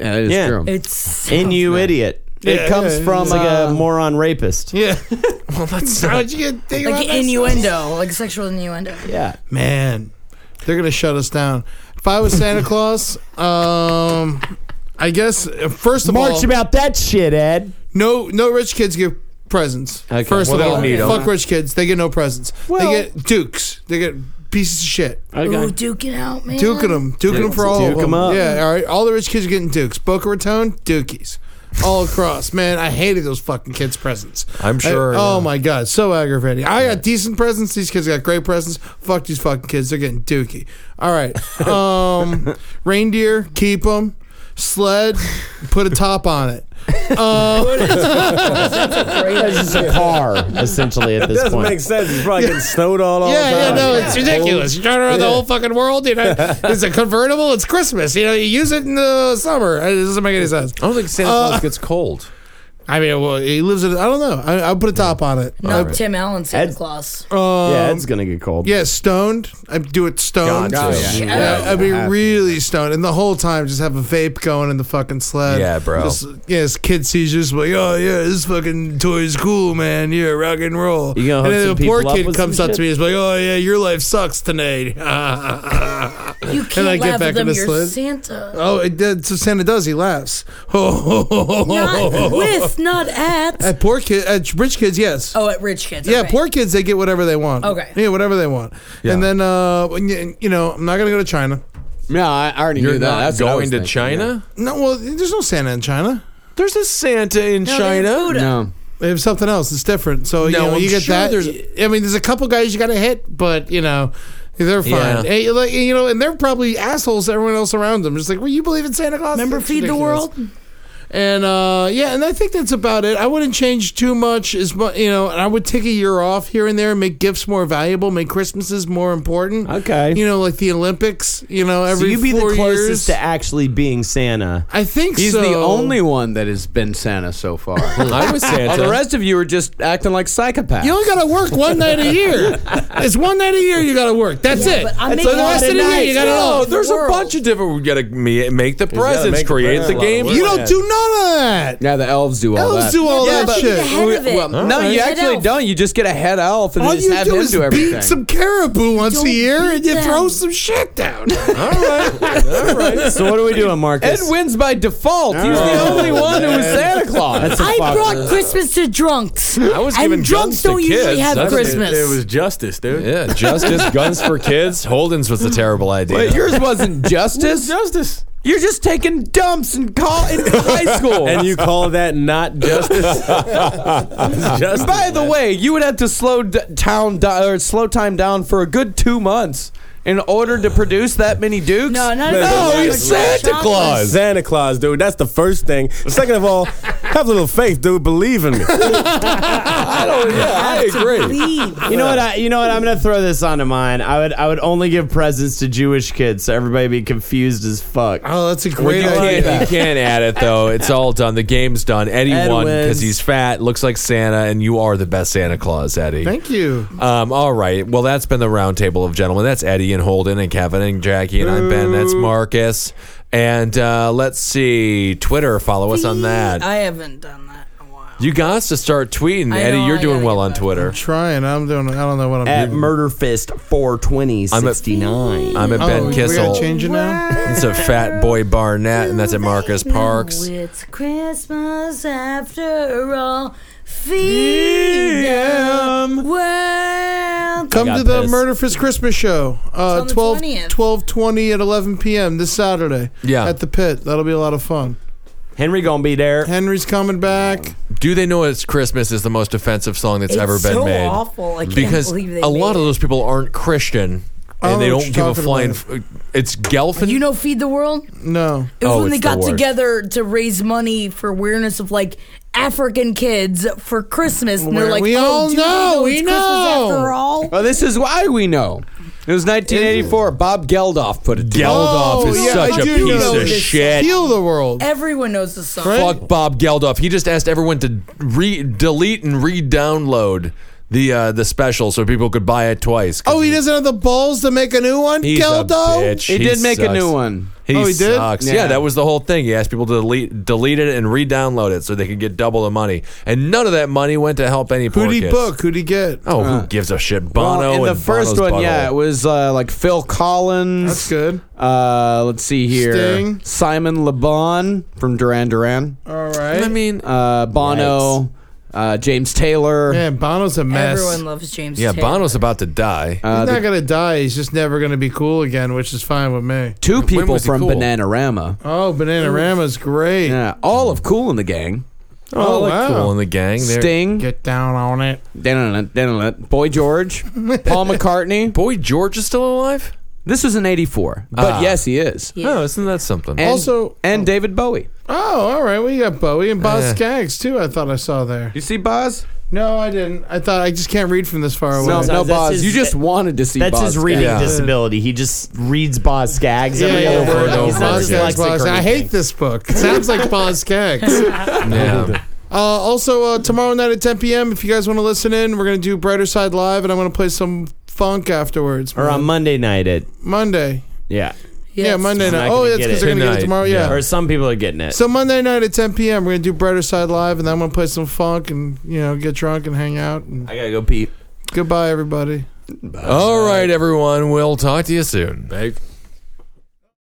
Speaker 11: Yeah, it is
Speaker 2: Yeah.
Speaker 11: true.
Speaker 10: It's
Speaker 2: Inu idiot.
Speaker 1: It Yeah, comes yeah, from,
Speaker 2: It's like
Speaker 11: uh,
Speaker 2: a moron rapist.
Speaker 1: Yeah.
Speaker 7: well, that's
Speaker 1: How'd you get think
Speaker 10: like
Speaker 1: about that
Speaker 10: innuendo, like sexual innuendo.
Speaker 2: Yeah.
Speaker 1: stuff? Man, they're gonna shut us down. If I was Santa Claus, um, I guess uh, first of
Speaker 2: March
Speaker 1: all,
Speaker 2: about that shit, Ed.
Speaker 1: no, no rich kids give presents.
Speaker 2: Okay.
Speaker 1: First
Speaker 2: Well,
Speaker 1: of
Speaker 2: they
Speaker 1: all,
Speaker 2: don't need 'em.
Speaker 1: fuck rich kids. They get no presents.
Speaker 2: Well-
Speaker 1: they get dukes. They get pieces of shit.
Speaker 10: Ooh, duking out, man.
Speaker 1: Duking them, duking them for all
Speaker 2: Duke
Speaker 1: of them.
Speaker 2: 'em up.
Speaker 1: Yeah, all right. All the rich kids are getting dukes. Boca Raton, dukies, all across. Man, I hated those fucking kids' presents.
Speaker 7: I'm sure,
Speaker 1: I- oh
Speaker 7: yeah.
Speaker 1: my god, so aggravating. I got decent presents. These kids got great presents. Fuck these fucking kids. They're getting dookie. All right.
Speaker 2: (laughs)
Speaker 1: Um, reindeer, keep them. Sled, put a top on it. Um,
Speaker 2: It's just a car, essentially, at this
Speaker 6: Doesn't
Speaker 2: point.
Speaker 6: make sense. He's probably getting snowed on all
Speaker 1: yeah,
Speaker 6: the
Speaker 1: yeah,
Speaker 6: time.
Speaker 1: no, it's ridiculous. You're driving around the whole fucking world. You
Speaker 2: (laughs)
Speaker 1: know, it's a convertible. It's Christmas. You know, you use it in the summer. It doesn't make any sense.
Speaker 7: I don't think Santa
Speaker 1: Uh,
Speaker 7: Claus gets cold.
Speaker 1: I mean, well, he lives in. I don't know. I, I put a top on it.
Speaker 10: No, Tim Allen, Santa
Speaker 2: Ed-
Speaker 10: Claus.
Speaker 1: Um,
Speaker 2: yeah,
Speaker 1: yeah,
Speaker 2: Ed's going to get cold.
Speaker 1: stoned. I do it stoned.
Speaker 7: Got to.
Speaker 1: yeah,
Speaker 10: Yeah.
Speaker 1: I'd be really stoned, and the whole time just have a vape going in the fucking sled.
Speaker 7: Yeah, bro.
Speaker 1: Just, yeah, his kid seizures. Like, oh yeah, this fucking toy is cool, man. Yeah, rock and roll.
Speaker 2: You gonna hook
Speaker 1: and then
Speaker 2: some
Speaker 1: the poor
Speaker 2: people up
Speaker 1: kid
Speaker 2: with
Speaker 1: comes
Speaker 2: some
Speaker 1: up to
Speaker 2: shit?
Speaker 1: me. He's like, oh yeah, your life sucks tonight. (laughs)
Speaker 10: You
Speaker 1: I
Speaker 10: can't
Speaker 1: get
Speaker 10: laugh
Speaker 1: back
Speaker 10: at
Speaker 1: in
Speaker 10: them.
Speaker 1: the
Speaker 10: You're
Speaker 1: sled.
Speaker 10: Santa.
Speaker 1: oh, it did. So Santa does. He laughs. (laughs)
Speaker 10: Not with, not at.
Speaker 1: At poor kid, at rich kids, yes.
Speaker 10: Oh, at rich kids.
Speaker 1: Yeah,
Speaker 10: okay.
Speaker 1: poor kids they get whatever they want.
Speaker 10: Okay.
Speaker 1: Yeah, whatever they want. And then uh, when you you know, I'm not gonna go to China.
Speaker 11: Yeah, I I already
Speaker 7: You're
Speaker 11: knew that.
Speaker 7: not
Speaker 11: That's what I was
Speaker 7: going to
Speaker 11: thinking,
Speaker 7: China?
Speaker 1: No, well, there's no Santa in China.
Speaker 7: There's a Santa in
Speaker 10: No, they're
Speaker 7: China.
Speaker 11: yeah.
Speaker 10: Buddha.
Speaker 11: No.
Speaker 1: They have something else. It's different. So you
Speaker 7: No,
Speaker 1: know,
Speaker 7: I'm
Speaker 1: you get
Speaker 7: sure
Speaker 1: that.
Speaker 7: there's-
Speaker 1: I mean, there's a couple guys you gotta hit, but you know. They're fine,
Speaker 7: Yeah.
Speaker 1: Hey, like you know, and they're probably assholes. to Everyone else around them, just like, well, you believe in Santa Claus?
Speaker 10: Remember
Speaker 1: That's
Speaker 10: Feed the
Speaker 1: ridiculous.
Speaker 10: World?
Speaker 1: And uh, yeah, and I think that's about it. I wouldn't change too much as much, you know. And I would take a year off here and there, make gifts more valuable, make Christmases more important.
Speaker 2: Okay.
Speaker 1: you know, like the Olympics. You know,
Speaker 2: so
Speaker 1: every
Speaker 2: you'd be the
Speaker 1: four
Speaker 2: closest
Speaker 1: years.
Speaker 2: to actually being Santa.
Speaker 1: I think
Speaker 11: He's
Speaker 1: so.
Speaker 11: the only one that has been Santa so far.
Speaker 7: I was
Speaker 11: All the
Speaker 7: Santa.
Speaker 11: rest of you are just acting like psychopaths.
Speaker 1: You only gotta work one night a year. It's one night a year you gotta work. That's it.
Speaker 10: but I'm
Speaker 1: That's
Speaker 10: making
Speaker 1: the rest
Speaker 10: a
Speaker 1: of the
Speaker 10: lot of
Speaker 1: year you
Speaker 10: nights.
Speaker 1: gotta
Speaker 10: No,
Speaker 1: all.
Speaker 10: the
Speaker 7: There's a
Speaker 10: world.
Speaker 7: bunch of different. We gotta me- make the
Speaker 6: gotta
Speaker 7: presents,
Speaker 6: make the
Speaker 7: create
Speaker 6: presents.
Speaker 7: the
Speaker 6: A lot of
Speaker 7: game.
Speaker 6: work.
Speaker 1: You don't do none of that.
Speaker 11: yeah, the elves do all
Speaker 1: Elves
Speaker 11: that.
Speaker 1: do all
Speaker 10: Yeah,
Speaker 1: that
Speaker 10: but-
Speaker 1: shit.
Speaker 10: Head of it.
Speaker 11: Well, no,
Speaker 10: Alright.
Speaker 11: you
Speaker 10: Head
Speaker 11: actually
Speaker 10: elf.
Speaker 11: don't. You just get a head elf and
Speaker 1: All
Speaker 11: then just
Speaker 1: you
Speaker 11: have
Speaker 1: do
Speaker 11: him
Speaker 1: is
Speaker 11: do everything.
Speaker 1: beat some caribou once a
Speaker 10: Don't
Speaker 1: year and
Speaker 10: beat
Speaker 1: you throw
Speaker 10: them.
Speaker 1: some shit down.
Speaker 7: All right, all right.
Speaker 2: So what are we doing,
Speaker 11: Ed
Speaker 2: Marcus?
Speaker 11: (laughs) wins by default. He's the only one
Speaker 1: (laughs)
Speaker 11: who was Santa Claus.
Speaker 7: (laughs)
Speaker 2: That's a
Speaker 10: I
Speaker 2: fucker.
Speaker 10: brought Christmas to drunks.
Speaker 7: I was
Speaker 10: and
Speaker 7: giving
Speaker 10: drunks
Speaker 7: guns to
Speaker 10: don't usually
Speaker 7: kids.
Speaker 10: have
Speaker 7: That's-
Speaker 10: Christmas.
Speaker 6: It was justice, dude.
Speaker 7: Yeah, justice, guns for kids. Holden's was a terrible idea. (laughs)
Speaker 11: But yours wasn't justice.
Speaker 6: Justice.
Speaker 11: You're just taking dumps in, call, in high school.
Speaker 6: (laughs) And you call that not
Speaker 7: (laughs)
Speaker 6: justice? justice,
Speaker 11: By the way, you would have to slow d- town di- or slow time down for a good two months in order to produce that many dukes.
Speaker 10: No, not
Speaker 11: no,
Speaker 10: even-
Speaker 11: he's Santa
Speaker 10: Chocolate.
Speaker 11: Claus.
Speaker 6: Santa Claus, dude. That's the first thing. Second of all, have a little faith, dude. Believe in me.
Speaker 7: (laughs) I don't. Yeah, I agree.
Speaker 2: You know what? I, you know what? I'm gonna throw this onto mine. I would I would only give presents to Jewish kids, so everybody be confused as fuck.
Speaker 1: Oh, that's a
Speaker 7: Well, you
Speaker 1: great idea.
Speaker 7: can't, you can't add it though. It's all done. The game's done. Eddie
Speaker 2: Ed
Speaker 7: won because
Speaker 2: wins.
Speaker 7: he's fat, looks like Santa, and you are the best Santa Claus, Eddie.
Speaker 1: Thank you.
Speaker 7: Um, all right. Well, that's been the roundtable of gentlemen. That's Eddie and Holden and Kevin and Jackie and I'm Ben. That's Marcus. And uh, let's see, Twitter. Follow us on that.
Speaker 10: I haven't done that. in a while.
Speaker 7: You got to start tweeting,
Speaker 10: I
Speaker 7: Eddie.
Speaker 10: know,
Speaker 7: You're
Speaker 10: I
Speaker 7: doing
Speaker 10: gotta
Speaker 7: well
Speaker 10: get
Speaker 7: on
Speaker 10: back.
Speaker 7: Twitter.
Speaker 1: I'm trying. I'm doing. I don't know what I'm
Speaker 2: At
Speaker 1: doing.
Speaker 2: Murderfist 420
Speaker 7: I'm at- (laughs)
Speaker 2: 69.
Speaker 7: I'm at
Speaker 1: Oh,
Speaker 7: Ben
Speaker 1: we
Speaker 7: Kissel.
Speaker 1: gotta change it now.
Speaker 7: It's a fat boy Barnett, and that's at Marcus Parks.
Speaker 10: Oh, it's Christmas after all. Feed them well.
Speaker 1: Come
Speaker 2: got
Speaker 1: to the
Speaker 2: this.
Speaker 1: Murderfist Christmas show. Uh,
Speaker 10: on the
Speaker 1: 12,
Speaker 10: 20th.
Speaker 1: 12:20 at 11 p.m. this Saturday.
Speaker 7: Yeah.
Speaker 1: At the pit. That'll be a lot of fun.
Speaker 2: Henry gonna be there.
Speaker 1: Henry's coming back.
Speaker 7: Do they know it's Christmas is the most offensive song that's
Speaker 10: It's
Speaker 7: ever been
Speaker 10: so
Speaker 7: made?
Speaker 10: awful. I can't
Speaker 7: because
Speaker 10: believe they
Speaker 7: a lot
Speaker 10: made
Speaker 7: of those people aren't Christian
Speaker 1: I don't
Speaker 7: and they
Speaker 1: know
Speaker 7: don't
Speaker 1: what
Speaker 7: give
Speaker 1: you're
Speaker 7: a flying.
Speaker 1: Oh, talking
Speaker 7: F- it's Gelfin.
Speaker 10: You know, Feed the World? It
Speaker 1: No.
Speaker 10: was
Speaker 7: Oh,
Speaker 10: when they
Speaker 7: it's the
Speaker 10: got
Speaker 7: worst.
Speaker 10: together to raise money for awareness of like African kids for Christmas. And they're
Speaker 1: Where-
Speaker 10: like,
Speaker 1: we
Speaker 10: oh,
Speaker 1: all
Speaker 10: do you
Speaker 1: know,
Speaker 10: know
Speaker 1: we
Speaker 10: it's Christmas
Speaker 1: know.
Speaker 10: after all.
Speaker 11: Well, this is why we know. It was 1984. Bob Geldof put it. together.
Speaker 7: Geldof
Speaker 1: Oh,
Speaker 7: is
Speaker 1: yeah,
Speaker 7: such
Speaker 1: I
Speaker 7: a
Speaker 1: do
Speaker 7: piece
Speaker 1: know
Speaker 7: of
Speaker 1: this.
Speaker 7: shit.
Speaker 1: Heal the world.
Speaker 10: Everyone knows the song.
Speaker 1: Right?
Speaker 7: Fuck Bob Geldof. He just asked everyone to re delete and re-download the uh, the special so people could buy it twice. 'cause
Speaker 1: Oh, he doesn't have the balls to make a new one.
Speaker 7: He's a
Speaker 1: Geldo.
Speaker 7: bitch.
Speaker 11: He did make a
Speaker 7: sucks.
Speaker 11: new one.
Speaker 7: He,
Speaker 1: Oh, he did?
Speaker 7: sucks. Yeah.
Speaker 11: Yeah.
Speaker 7: that was the whole thing. He asked people to delete, delete it and re-download it so they could get double the money, and none of that money went to help any poor
Speaker 1: Who'd he
Speaker 7: kids.
Speaker 1: book? Who'd he get?
Speaker 7: Oh, who gives a shit?
Speaker 11: Well,
Speaker 7: Bono
Speaker 11: in the
Speaker 7: and
Speaker 11: first
Speaker 7: Bono's
Speaker 11: one, yeah,
Speaker 7: butthole.
Speaker 11: it was uh, like Phil Collins.
Speaker 1: That's good.
Speaker 11: Uh, let's see here.
Speaker 1: Sting.
Speaker 11: Simon LeBon from Duran Duran.
Speaker 1: All right.
Speaker 7: I mean,
Speaker 11: Uh, Bono. Uh, James Taylor.
Speaker 1: Man, Bono's a mess.
Speaker 10: Everyone loves James
Speaker 7: yeah,
Speaker 10: Taylor.
Speaker 7: Bono's about to die.
Speaker 11: Uh,
Speaker 1: He's
Speaker 11: the
Speaker 1: not gonna die. He's just never gonna be cool again, which is fine with me.
Speaker 11: two people
Speaker 7: was he
Speaker 11: from
Speaker 7: cool?
Speaker 11: Bananarama.
Speaker 1: Oh, Bananarama's great.
Speaker 11: Yeah, all of Cool in the Gang.
Speaker 1: Oh, wow.
Speaker 7: cool in the gang. There.
Speaker 11: Sting.
Speaker 1: Get down on it.
Speaker 11: dun-dun-dun, dun-dun-dun, Boy
Speaker 1: (laughs)
Speaker 11: George. Paul McCartney.
Speaker 7: Boy George is still alive.
Speaker 11: This was in 84. But
Speaker 7: Ah.
Speaker 11: yes, he is.
Speaker 7: Oh, isn't that something?
Speaker 11: And,
Speaker 1: Also-
Speaker 11: and David Bowie.
Speaker 1: Oh, all right. We got Bowie and Boz
Speaker 7: Uh.
Speaker 1: Skaggs too. I thought I saw there.
Speaker 11: You see Boz?
Speaker 1: No, I didn't. I thought I just can't read from this far away.
Speaker 11: No,
Speaker 2: Sometimes
Speaker 11: no,
Speaker 2: that's
Speaker 11: Boz.
Speaker 2: his-
Speaker 11: you just wanted to see
Speaker 2: That's
Speaker 11: Boz.
Speaker 2: his reading
Speaker 7: Yeah.
Speaker 2: disability. He just reads Boz Skaggs
Speaker 1: Yeah,
Speaker 2: every
Speaker 1: yeah,
Speaker 2: other
Speaker 1: yeah.
Speaker 2: word.
Speaker 7: over
Speaker 2: He's not
Speaker 1: Boz Skaggs,
Speaker 2: dyslexic
Speaker 1: Boz-
Speaker 2: or
Speaker 1: I
Speaker 2: anything.
Speaker 1: hate this book. It sounds like Boz (laughs) Skaggs.
Speaker 7: Yeah.
Speaker 1: Uh, also, uh, tomorrow night at 10 p.m., if you guys want to listen in, we're going to do Brighter Side Live, and I'm going to play some funk afterwards.
Speaker 2: Or um, on Monday night at
Speaker 1: Monday.
Speaker 2: yeah.
Speaker 1: Yeah, Monday
Speaker 2: I'm
Speaker 1: night.
Speaker 2: not
Speaker 1: Oh,
Speaker 2: gonna
Speaker 1: that's
Speaker 2: get
Speaker 1: because
Speaker 2: it.
Speaker 1: they're going to get it
Speaker 7: Tonight,
Speaker 1: tomorrow.
Speaker 7: yeah.
Speaker 1: Yeah.
Speaker 2: Or some people are getting it.
Speaker 1: So Monday night at 10 p.m., we're going to do Brighter Side Live, and then I'm going to play some funk and, you know, get drunk and hang out. And
Speaker 2: I gotta go pee.
Speaker 1: goodbye, everybody.
Speaker 7: All right, everyone. We'll talk to you soon.